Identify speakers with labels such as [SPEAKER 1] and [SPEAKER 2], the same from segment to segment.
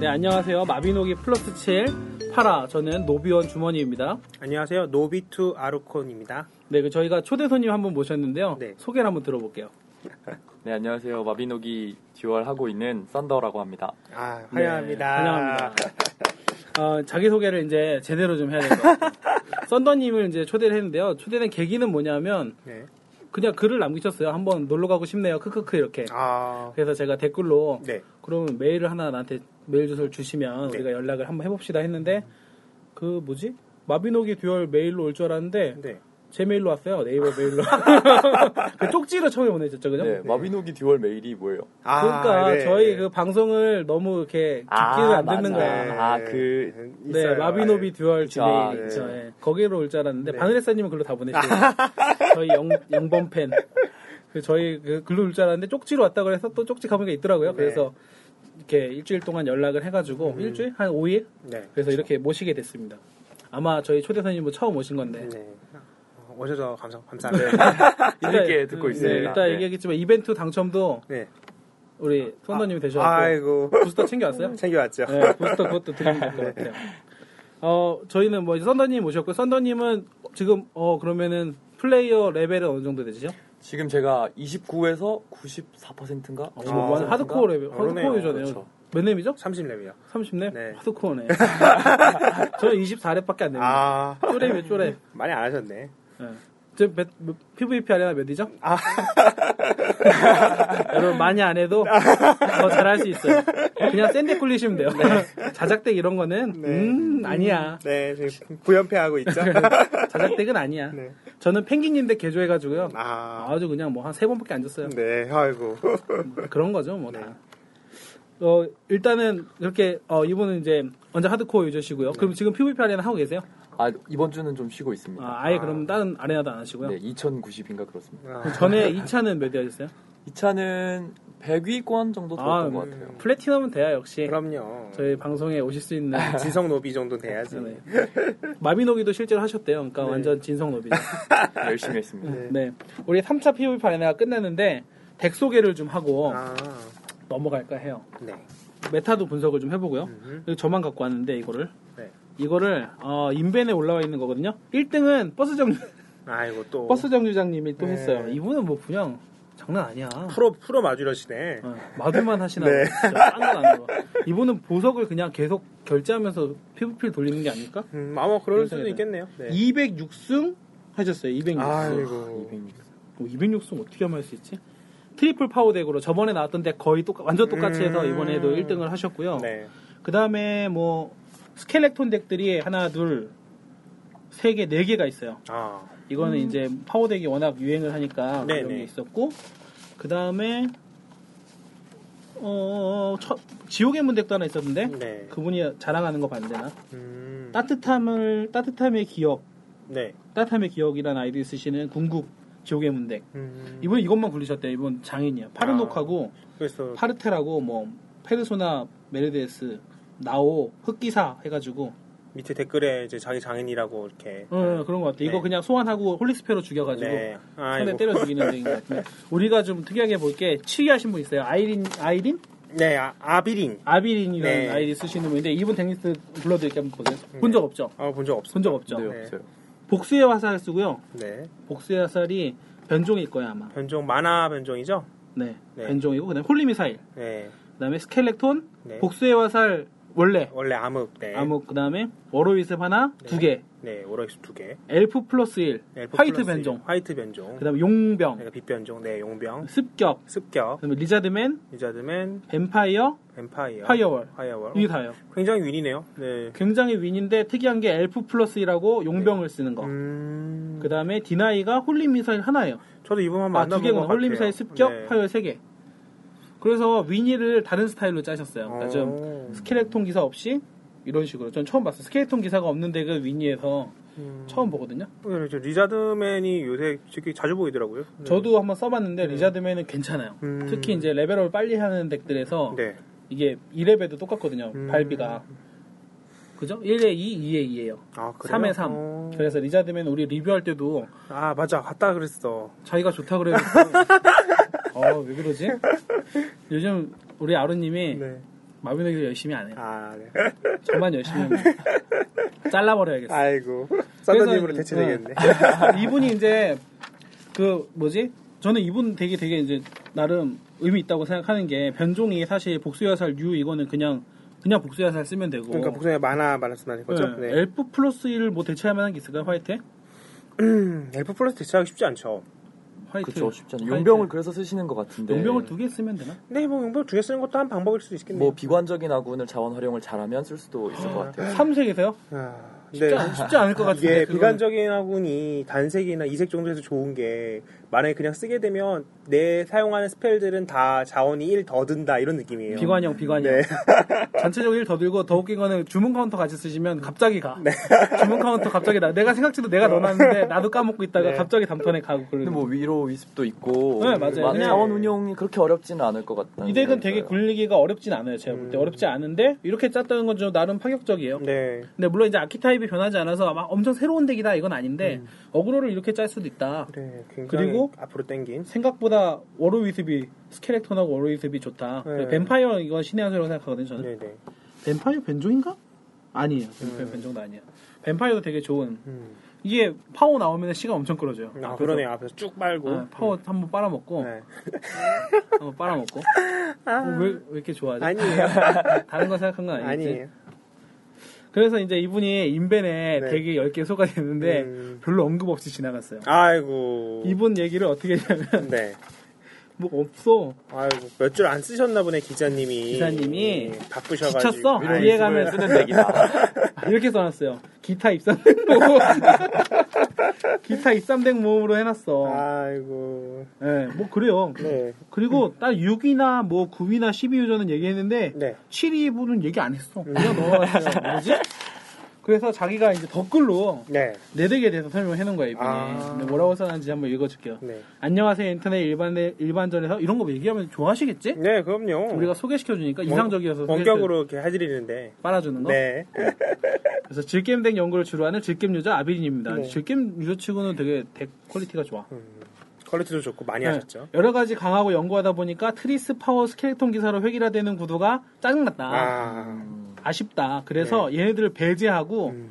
[SPEAKER 1] 네, 안녕하세요. 마비노기 플러스 7 파라. 저는 노비원 주머니입니다.
[SPEAKER 2] 안녕하세요. 노비투 아르콘입니다.
[SPEAKER 1] 네, 그 저희가 초대 손님 한 분 모셨는데요.
[SPEAKER 2] 네.
[SPEAKER 1] 소개를 한번 들어볼게요.
[SPEAKER 3] 네, 안녕하세요. 마비노기 듀얼 하고 있는 썬더라고 합니다.
[SPEAKER 2] 아,
[SPEAKER 1] 네,
[SPEAKER 2] 환영합니다.
[SPEAKER 1] 환영합니다. 어, 자기소개를 이제 제대로 좀 해야 될 것 같아요. 썬더님을 이제 초대를 했는데요. 초대된 계기는 뭐냐면
[SPEAKER 2] 네.
[SPEAKER 1] 그냥 글을 남기셨어요. 한번 놀러 가고 싶네요. 크크크 이렇게.
[SPEAKER 2] 아,
[SPEAKER 1] 그래서 제가 댓글로
[SPEAKER 2] 네.
[SPEAKER 1] 그러면 메일을 하나 나한테 메일 주소를 주시면
[SPEAKER 2] 네.
[SPEAKER 1] 우리가 연락을 한번 해봅시다 했는데 그 뭐지? 마비노기 듀얼 메일로 올 줄 알았는데
[SPEAKER 2] 네.
[SPEAKER 1] 제 메일로 왔어요. 네이버 메일로. 그 쪽지로 처음에 보내셨죠, 그죠?
[SPEAKER 3] 네, 마비노기 듀얼 메일이 뭐예요?
[SPEAKER 2] 아,
[SPEAKER 1] 그러니까
[SPEAKER 2] 네.
[SPEAKER 1] 저희 그 방송을 너무 이렇게
[SPEAKER 3] 아,
[SPEAKER 1] 깊게는 안 듣는
[SPEAKER 3] 맞아.
[SPEAKER 1] 거야.
[SPEAKER 3] 아, 그-
[SPEAKER 1] 네,
[SPEAKER 2] 네. 있어요. 아,
[SPEAKER 1] 마비노비 듀얼
[SPEAKER 3] 그쵸,
[SPEAKER 1] 지메일
[SPEAKER 3] 네.
[SPEAKER 1] 있죠. 예. 거기로 올 줄 알았는데
[SPEAKER 2] 네.
[SPEAKER 1] 바늘의사님은 글로 다 보내시고 저희 영, 영범 팬. 그 저희 그 글로 올 줄 알았는데 쪽지로 왔다 그래서 또 쪽지 가보니까
[SPEAKER 3] 네.
[SPEAKER 1] 있더라고요. 그래서 이렇게 일주일 동안 연락을 해가지고
[SPEAKER 3] 음.
[SPEAKER 1] 일주일 한 5일
[SPEAKER 2] 네.
[SPEAKER 1] 그래서 이렇게 모시게 됐습니다. 아마 저희 초대선님은 처음 오신 건데
[SPEAKER 2] 네. 네. 어, 오셔서 감사, 감사합니다.
[SPEAKER 3] 재밌게 듣고
[SPEAKER 1] 네,
[SPEAKER 3] 있습니다.
[SPEAKER 1] 일단
[SPEAKER 3] 네.
[SPEAKER 1] 얘기했지만 이벤트 당첨도
[SPEAKER 2] 네.
[SPEAKER 1] 우리 선더님이 되셔서
[SPEAKER 2] 아, 아이고.
[SPEAKER 1] 부스터 챙겨왔어요?
[SPEAKER 2] 챙겨왔죠.
[SPEAKER 1] 네, 부스터 그것도 드리면 될 것 같아요.
[SPEAKER 2] 네.
[SPEAKER 1] 어, 저희는 뭐 이제 선더님 모셨고 선더님은 지금 어 그러면은 플레이어 레벨은 어느 정도 되시죠?
[SPEAKER 3] 지금 제가 29에서 94%인가? 아,
[SPEAKER 1] 어, 뭐 한- 하드코어 레벨,
[SPEAKER 2] 아, 그러네요.
[SPEAKER 1] 하드코어 유저네요.
[SPEAKER 3] 그렇죠.
[SPEAKER 1] 몇 렘이죠?
[SPEAKER 2] 30렙이요.
[SPEAKER 1] 30렘?
[SPEAKER 2] 네.
[SPEAKER 1] 하드코어네. 저는 24렙밖에 안 됩니다.
[SPEAKER 2] 아,
[SPEAKER 1] 쪼렙이에요, 쪼렙.
[SPEAKER 2] 많이 안 하셨네.
[SPEAKER 1] 네. 저 몇, 몇- PVP 아레나 몇이죠?
[SPEAKER 2] 아,
[SPEAKER 1] 여러분 많이 안 해도 더 잘할 수 있어요. 그냥 샌드 굴리시면 돼요. 자작댁 이런 거는
[SPEAKER 2] 네.
[SPEAKER 1] 음 아니야.
[SPEAKER 2] 네. 지금 구연패하고 있죠?
[SPEAKER 1] 자작댁은 아니야.
[SPEAKER 2] 네.
[SPEAKER 1] 저는 펭귄인데 개조해가지고요.
[SPEAKER 2] 아,
[SPEAKER 1] 아주 그냥 뭐 한 세 번밖에 안 졌어요.
[SPEAKER 2] 네. 아이고.
[SPEAKER 1] 그런 거죠, 뭐
[SPEAKER 2] 네.
[SPEAKER 1] 다. 어, 일단은 이렇게 어, 이분은 이제 먼저 하드코어 유저시고요.
[SPEAKER 2] 네.
[SPEAKER 1] 그럼 지금 PVP 아레나 하고 계세요?
[SPEAKER 3] 아, 이번 주는 좀 쉬고 있습니다.
[SPEAKER 1] 아, 아예 그럼 다른 아레나도 안 하시고요.
[SPEAKER 3] 네, 2090인가 그렇습니다.
[SPEAKER 2] 아,
[SPEAKER 1] 전에 2차는 몇 위 하셨어요?
[SPEAKER 3] 이 차는 100위권 정도
[SPEAKER 1] 아,
[SPEAKER 3] 들었던 것 같아요.
[SPEAKER 1] 플래티넘은 돼야 역시
[SPEAKER 2] 그럼요.
[SPEAKER 1] 네.
[SPEAKER 2] 네.
[SPEAKER 1] 저희 방송에 오실 수 있는
[SPEAKER 2] 진성 노비 정도는 돼야지.
[SPEAKER 1] 네. 마비노기도 실제로 하셨대요. 그러니까 완전 진성 노비죠.
[SPEAKER 3] 열심히 했습니다.
[SPEAKER 2] 네.
[SPEAKER 1] 네. 우리 3차 PVP 아레나가 끝났는데 덱 소개를 좀 하고
[SPEAKER 2] 아,
[SPEAKER 1] 넘어갈까 해요.
[SPEAKER 2] 네.
[SPEAKER 1] 메타도 분석을 좀 해보고요.
[SPEAKER 2] 음.
[SPEAKER 1] 이거 저만 갖고 왔는데 이거를
[SPEAKER 2] 네.
[SPEAKER 1] 이거를 어, 인벤에 올라와 있는 거거든요. 1등은 버스 정류
[SPEAKER 2] 아이고 또
[SPEAKER 1] 버스 정류장님이 또
[SPEAKER 2] 네.
[SPEAKER 1] 했어요. 이분은 뭐 그냥 장난 아니야.
[SPEAKER 2] 프로 프로 마주러시네.
[SPEAKER 1] 어, 마들만 하시나
[SPEAKER 2] 네.
[SPEAKER 1] 네. 딴건안 들어. 이분은 보석을 그냥 계속 결제하면서 PVP를 돌리는 게 아닐까?
[SPEAKER 2] 음, 아마 그럴 수도
[SPEAKER 1] 인생이네.
[SPEAKER 2] 있겠네요. 네.
[SPEAKER 1] 206승 하셨어요. 206승.
[SPEAKER 2] 아이고.
[SPEAKER 3] 200.
[SPEAKER 1] 어, 206승 어떻게 하면 할 수 있지? 트리플 파워 덱으로 저번에 나왔던 덱 거의 똑같, 완전 똑같이 해서
[SPEAKER 2] 음.
[SPEAKER 1] 이번에도 1등을 하셨고요.
[SPEAKER 2] 네.
[SPEAKER 1] 그 다음에 뭐 스켈렉톤 덱들이 하나 둘 세 개, 네 개가 있어요.
[SPEAKER 2] 아.
[SPEAKER 1] 이거는 이제 파워덱이 워낙 유행을 하니까
[SPEAKER 2] 네네.
[SPEAKER 1] 그런 게 있었고 그 다음에 어, 첫- 지옥의 문덱도 하나 있었는데
[SPEAKER 2] 네.
[SPEAKER 1] 그분이 자랑하는 거 봤는데나
[SPEAKER 2] 음.
[SPEAKER 1] 따뜻함을 따뜻함의 기억
[SPEAKER 2] 네.
[SPEAKER 1] 따뜻함의 기억이라는 아이디 쓰시는 궁극 지옥의 문덱
[SPEAKER 2] 음.
[SPEAKER 1] 이분 이것만 굴리셨대요 이분 장인이야 파르노크하고
[SPEAKER 2] 아, 그래서
[SPEAKER 1] 파르테라고 뭐 페르소나 메르데스 나오 흑기사 해가지고
[SPEAKER 2] 밑에 댓글에 이제 자기 장인이라고 이렇게.
[SPEAKER 1] 어, 그런 것 같아. 이거
[SPEAKER 2] 네.
[SPEAKER 1] 그냥 소환하고 홀리스페로 죽여가지고
[SPEAKER 2] 네.
[SPEAKER 1] 손에
[SPEAKER 2] 아이고.
[SPEAKER 1] 때려 죽이는 중인 것 같은데 우리가 좀 특이하게 볼 게 7위 하신 분 있어요. 아이린, 아이린?
[SPEAKER 2] 네. 아, 아비린.
[SPEAKER 1] 아비린이라는
[SPEAKER 2] 네.
[SPEAKER 1] 아이디 쓰시는 분인데 이분 덱리스트 불러드릴게요. 한번 보세요. 본 적 없죠?
[SPEAKER 2] 아, 본 적 없어.
[SPEAKER 1] 본 적 없죠?
[SPEAKER 3] 네,
[SPEAKER 2] 네.
[SPEAKER 3] 없어요.
[SPEAKER 1] 복수의 화살 쓰고요.
[SPEAKER 2] 네.
[SPEAKER 1] 복수의 화살이 변종일 거예요 아마.
[SPEAKER 2] 변종 만화 변종이죠?
[SPEAKER 1] 네,
[SPEAKER 2] 네.
[SPEAKER 1] 변종이고 그다음 에 홀리미사일,
[SPEAKER 2] 네.
[SPEAKER 1] 그다음에 스켈렉톤,
[SPEAKER 2] 네.
[SPEAKER 1] 복수의 화살 원래
[SPEAKER 2] 원래 암흑. 네.
[SPEAKER 1] 암흑 그다음에 워로이셉 하나 두 개,
[SPEAKER 2] 네. 오락스 두 개.
[SPEAKER 1] 엘프 플러스 일,
[SPEAKER 2] 엘프
[SPEAKER 1] 화이트
[SPEAKER 2] 플러스
[SPEAKER 1] 변종,
[SPEAKER 2] 화이트 변종.
[SPEAKER 1] 그다음에 용병,
[SPEAKER 2] 그러니까 빛 변종. 네. 용병.
[SPEAKER 1] 습격,
[SPEAKER 2] 습격.
[SPEAKER 1] 그다음에 리자드맨,
[SPEAKER 2] 리자드맨.
[SPEAKER 1] 뱀파이어,
[SPEAKER 2] 뱀파이어.
[SPEAKER 1] 파이어월.
[SPEAKER 2] 파이어월.
[SPEAKER 1] 이게 다예요.
[SPEAKER 2] 굉장히 윈이네요. 네.
[SPEAKER 1] 굉장히 윈인데 특이한 게 엘프 플러스이라고 용병을 쓰는 거.
[SPEAKER 2] 음.
[SPEAKER 1] 그 다음에 디나이가 홀리 미사일 하나예요.
[SPEAKER 2] 저도 이분 한번
[SPEAKER 1] 아, 두
[SPEAKER 2] 만나본
[SPEAKER 1] 개구나.
[SPEAKER 2] 것
[SPEAKER 1] 홀리
[SPEAKER 2] 같아요.
[SPEAKER 1] 미사일 습격,
[SPEAKER 2] 네.
[SPEAKER 1] 파이어 세 개. 그래서 위니를 다른 스타일로 짜셨어요. 그러니까 좀
[SPEAKER 2] 어.
[SPEAKER 1] 스켈레톤 기사 없이 이런 식으로. 전 처음 봤어요. 스켈레톤 기사가 없는 덱은 위니에서
[SPEAKER 2] 음.
[SPEAKER 1] 처음 보거든요.
[SPEAKER 2] 네, 저 리자드맨이 요새 되게 자주 보이더라고요. 네.
[SPEAKER 1] 저도 한번 써봤는데 리자드맨은 괜찮아요.
[SPEAKER 2] 음.
[SPEAKER 1] 특히 이제 레벨업을 빨리 하는 덱들에서
[SPEAKER 2] 네.
[SPEAKER 1] 이게 2레벨도 똑같거든요.
[SPEAKER 2] 음.
[SPEAKER 1] 발비가. 그죠? 1에 2, 2에 2예요.
[SPEAKER 2] 아, 그래요?
[SPEAKER 1] 3에 3.
[SPEAKER 2] 어.
[SPEAKER 1] 그래서 리자드맨 우리 리뷰할 때도
[SPEAKER 2] 아, 맞아. 갔다 그랬어.
[SPEAKER 1] 자기가 좋다 그래요. 어, 왜 그러지? 요즘 우리 아루님이
[SPEAKER 2] 네.
[SPEAKER 1] 마비노기 열심히 안 해요.
[SPEAKER 2] 아, 네.
[SPEAKER 1] 저만 열심히 하면 잘라버려야겠어. 요
[SPEAKER 2] 아이고. 썬더님으로
[SPEAKER 1] 그래서- 아,
[SPEAKER 2] 대체되겠네.
[SPEAKER 1] 이분이 이제 그 뭐지? 저는 이분 되게 되게 이제 나름 의미 있다고 생각하는 게 변종이 사실 복수야살 유 이거는 그냥 그냥 복수야살 쓰면 되고
[SPEAKER 2] 그러니까 복숭아 만화 말씀하는 거죠?
[SPEAKER 1] 네.
[SPEAKER 2] 네.
[SPEAKER 1] 엘프 플러스 1을 뭐 대체할 만한 게 있을까요? 화이트?
[SPEAKER 2] 음, 엘프 플러스 대체하기 쉽지 않죠.
[SPEAKER 1] 화이트.
[SPEAKER 3] 그렇죠. 쉽지 않아요.
[SPEAKER 1] 화이트.
[SPEAKER 3] 용병을 네. 그래서 쓰시는 것 같은데.
[SPEAKER 1] 용병을 두 개 쓰면 되나?
[SPEAKER 2] 근데 뭐 용병 두 개 쓰는 것도 한 방법일 수도 있겠네요.
[SPEAKER 3] 뭐 비관적인 아군을 자원 활용을 잘하면 쓸 수도 있을 것 같아요.
[SPEAKER 1] 3색이세요?
[SPEAKER 2] 아,
[SPEAKER 1] 쉽지,
[SPEAKER 2] 근데
[SPEAKER 1] 않- 쉽지 않을 것 같은데.
[SPEAKER 2] 네. 이게
[SPEAKER 1] 그거는.
[SPEAKER 2] 비관적인 아군이 단색이나 이색 정도에서 좋은 게 만약에 그냥 쓰게 되면 내 사용하는 스펠들은 다 자원이 1 더 든다 이런 느낌이에요.
[SPEAKER 1] 비관형, 비관형.
[SPEAKER 2] 네.
[SPEAKER 1] 전체적으로 일 더 들고 더 웃긴 거는 주문 카운터 같이 쓰시면 갑자기 가. 주문 카운터 갑자기 나. 내가 생각지도 내가 넣어놨는데 나도 까먹고 있다가
[SPEAKER 2] 네.
[SPEAKER 1] 갑자기 담턴에 가고 그러는.
[SPEAKER 3] 근데 뭐 위로 위습도 있고
[SPEAKER 1] 네, 맞아요.
[SPEAKER 3] 마-
[SPEAKER 1] 그냥-
[SPEAKER 3] 자원 운용이 그렇게 어렵지는 않을 것 같다.
[SPEAKER 1] 이 덱은 되게 굴리기가 어렵진 않아요. 제가 볼 때 어렵지 않은데 이렇게 짰다는 건 좀 나름 파격적이에요.
[SPEAKER 2] 네.
[SPEAKER 1] 근데 물론 이제 아키 타입이 변하지 않아서 막 엄청 새로운 덱이다 이건 아닌데 어그로를 이렇게 짤 수도 있다.
[SPEAKER 2] 네. 굉장히
[SPEAKER 1] 그리고-
[SPEAKER 2] 앞으로 땡긴. 생각보다
[SPEAKER 1] 생각보다 워로위습이 스켈레톤하고 워로위습이 좋다.
[SPEAKER 2] 네.
[SPEAKER 1] 뱀파이어 이건 신의 한 수라고 생각하거든요. 저는.
[SPEAKER 2] 네, 네.
[SPEAKER 1] 뱀파이어 변종인가? 아니에요. 뱀파이어 변종도 아니야. 뱀파이어도 되게 좋은.
[SPEAKER 2] 음.
[SPEAKER 1] 이게 파워 나오면 시간 엄청 끌어줘요.
[SPEAKER 2] 아,
[SPEAKER 1] 그래서, 어.
[SPEAKER 2] 그러네. 앞에서 쭉 빨고.
[SPEAKER 1] 아, 파워 한번 빨아먹고
[SPEAKER 2] 네.
[SPEAKER 1] 한번 빨아먹고. 어, 왜, 왜 이렇게 좋아하지?
[SPEAKER 2] 아니에요.
[SPEAKER 1] 다른 거 생각한 건 아니지.
[SPEAKER 2] 아니에요.
[SPEAKER 1] 그래서 이제 이분이 인벤에
[SPEAKER 2] 네.
[SPEAKER 1] 되게 10개 소가 됐는데
[SPEAKER 2] 음.
[SPEAKER 1] 별로 언급 없이 지나갔어요.
[SPEAKER 2] 아이고.
[SPEAKER 1] 이분 얘기를 어떻게 했냐면
[SPEAKER 2] 네.
[SPEAKER 1] 뭐 없어.
[SPEAKER 2] 아이고 몇 줄 안 쓰셨나 보네 기자님이.
[SPEAKER 1] 기자님이
[SPEAKER 2] 예, 바쁘셔가지고.
[SPEAKER 1] 지쳤어?
[SPEAKER 2] 아이고.
[SPEAKER 1] 위에 가면
[SPEAKER 3] 쓰는 덱이다.
[SPEAKER 1] 아, 이렇게 써놨어요. 기타 입삼denk 모음. 기타 입삼denk 모음으로
[SPEAKER 2] 아.
[SPEAKER 1] 해놨어.
[SPEAKER 2] 아이고.
[SPEAKER 1] 예, 뭐 그래요.
[SPEAKER 2] 네.
[SPEAKER 1] 그리고 딱 6위나 뭐 9위나 12유저는 얘기했는데
[SPEAKER 2] 네.
[SPEAKER 1] 7위 분은 얘기 안 했어. 그냥 넘어갔어요. 뭐지? 그래서 자기가 이제 댓글로
[SPEAKER 2] 네.
[SPEAKER 1] 내 덱에 대해서 설명해 놓은 거야 이분이.
[SPEAKER 2] 아.
[SPEAKER 1] 근데 뭐라고 써놨는지 한번 읽어줄게요.
[SPEAKER 2] 네.
[SPEAKER 1] 안녕하세요 인터넷 일반 일반전에서 이런 거 얘기하면 좋아하시겠지?
[SPEAKER 2] 네, 그럼요.
[SPEAKER 1] 우리가 소개시켜주니까 이상적이어서 어? 소개시켜-
[SPEAKER 2] 원격으로 뭐 이렇게 해드리는데.
[SPEAKER 1] 빨아주는 거.
[SPEAKER 2] 네.
[SPEAKER 1] 그래서 즐겜덱 연구를 주로 하는 즐겜 유저 아비린입니다.
[SPEAKER 2] 네.
[SPEAKER 1] 즐겜 유저 치고는 되게 덱 퀄리티가 좋아.
[SPEAKER 2] 음, 퀄리티도 좋고 많이 하셨죠.
[SPEAKER 1] 네, 여러 가지 강하고 연구하다 보니까 트리스 파워 스켈레톤 기사로 획일화되는 구도가 짜증났다.
[SPEAKER 2] 아.
[SPEAKER 1] 아. 쉽다 그래서 얘네들을 배제하고
[SPEAKER 2] 음.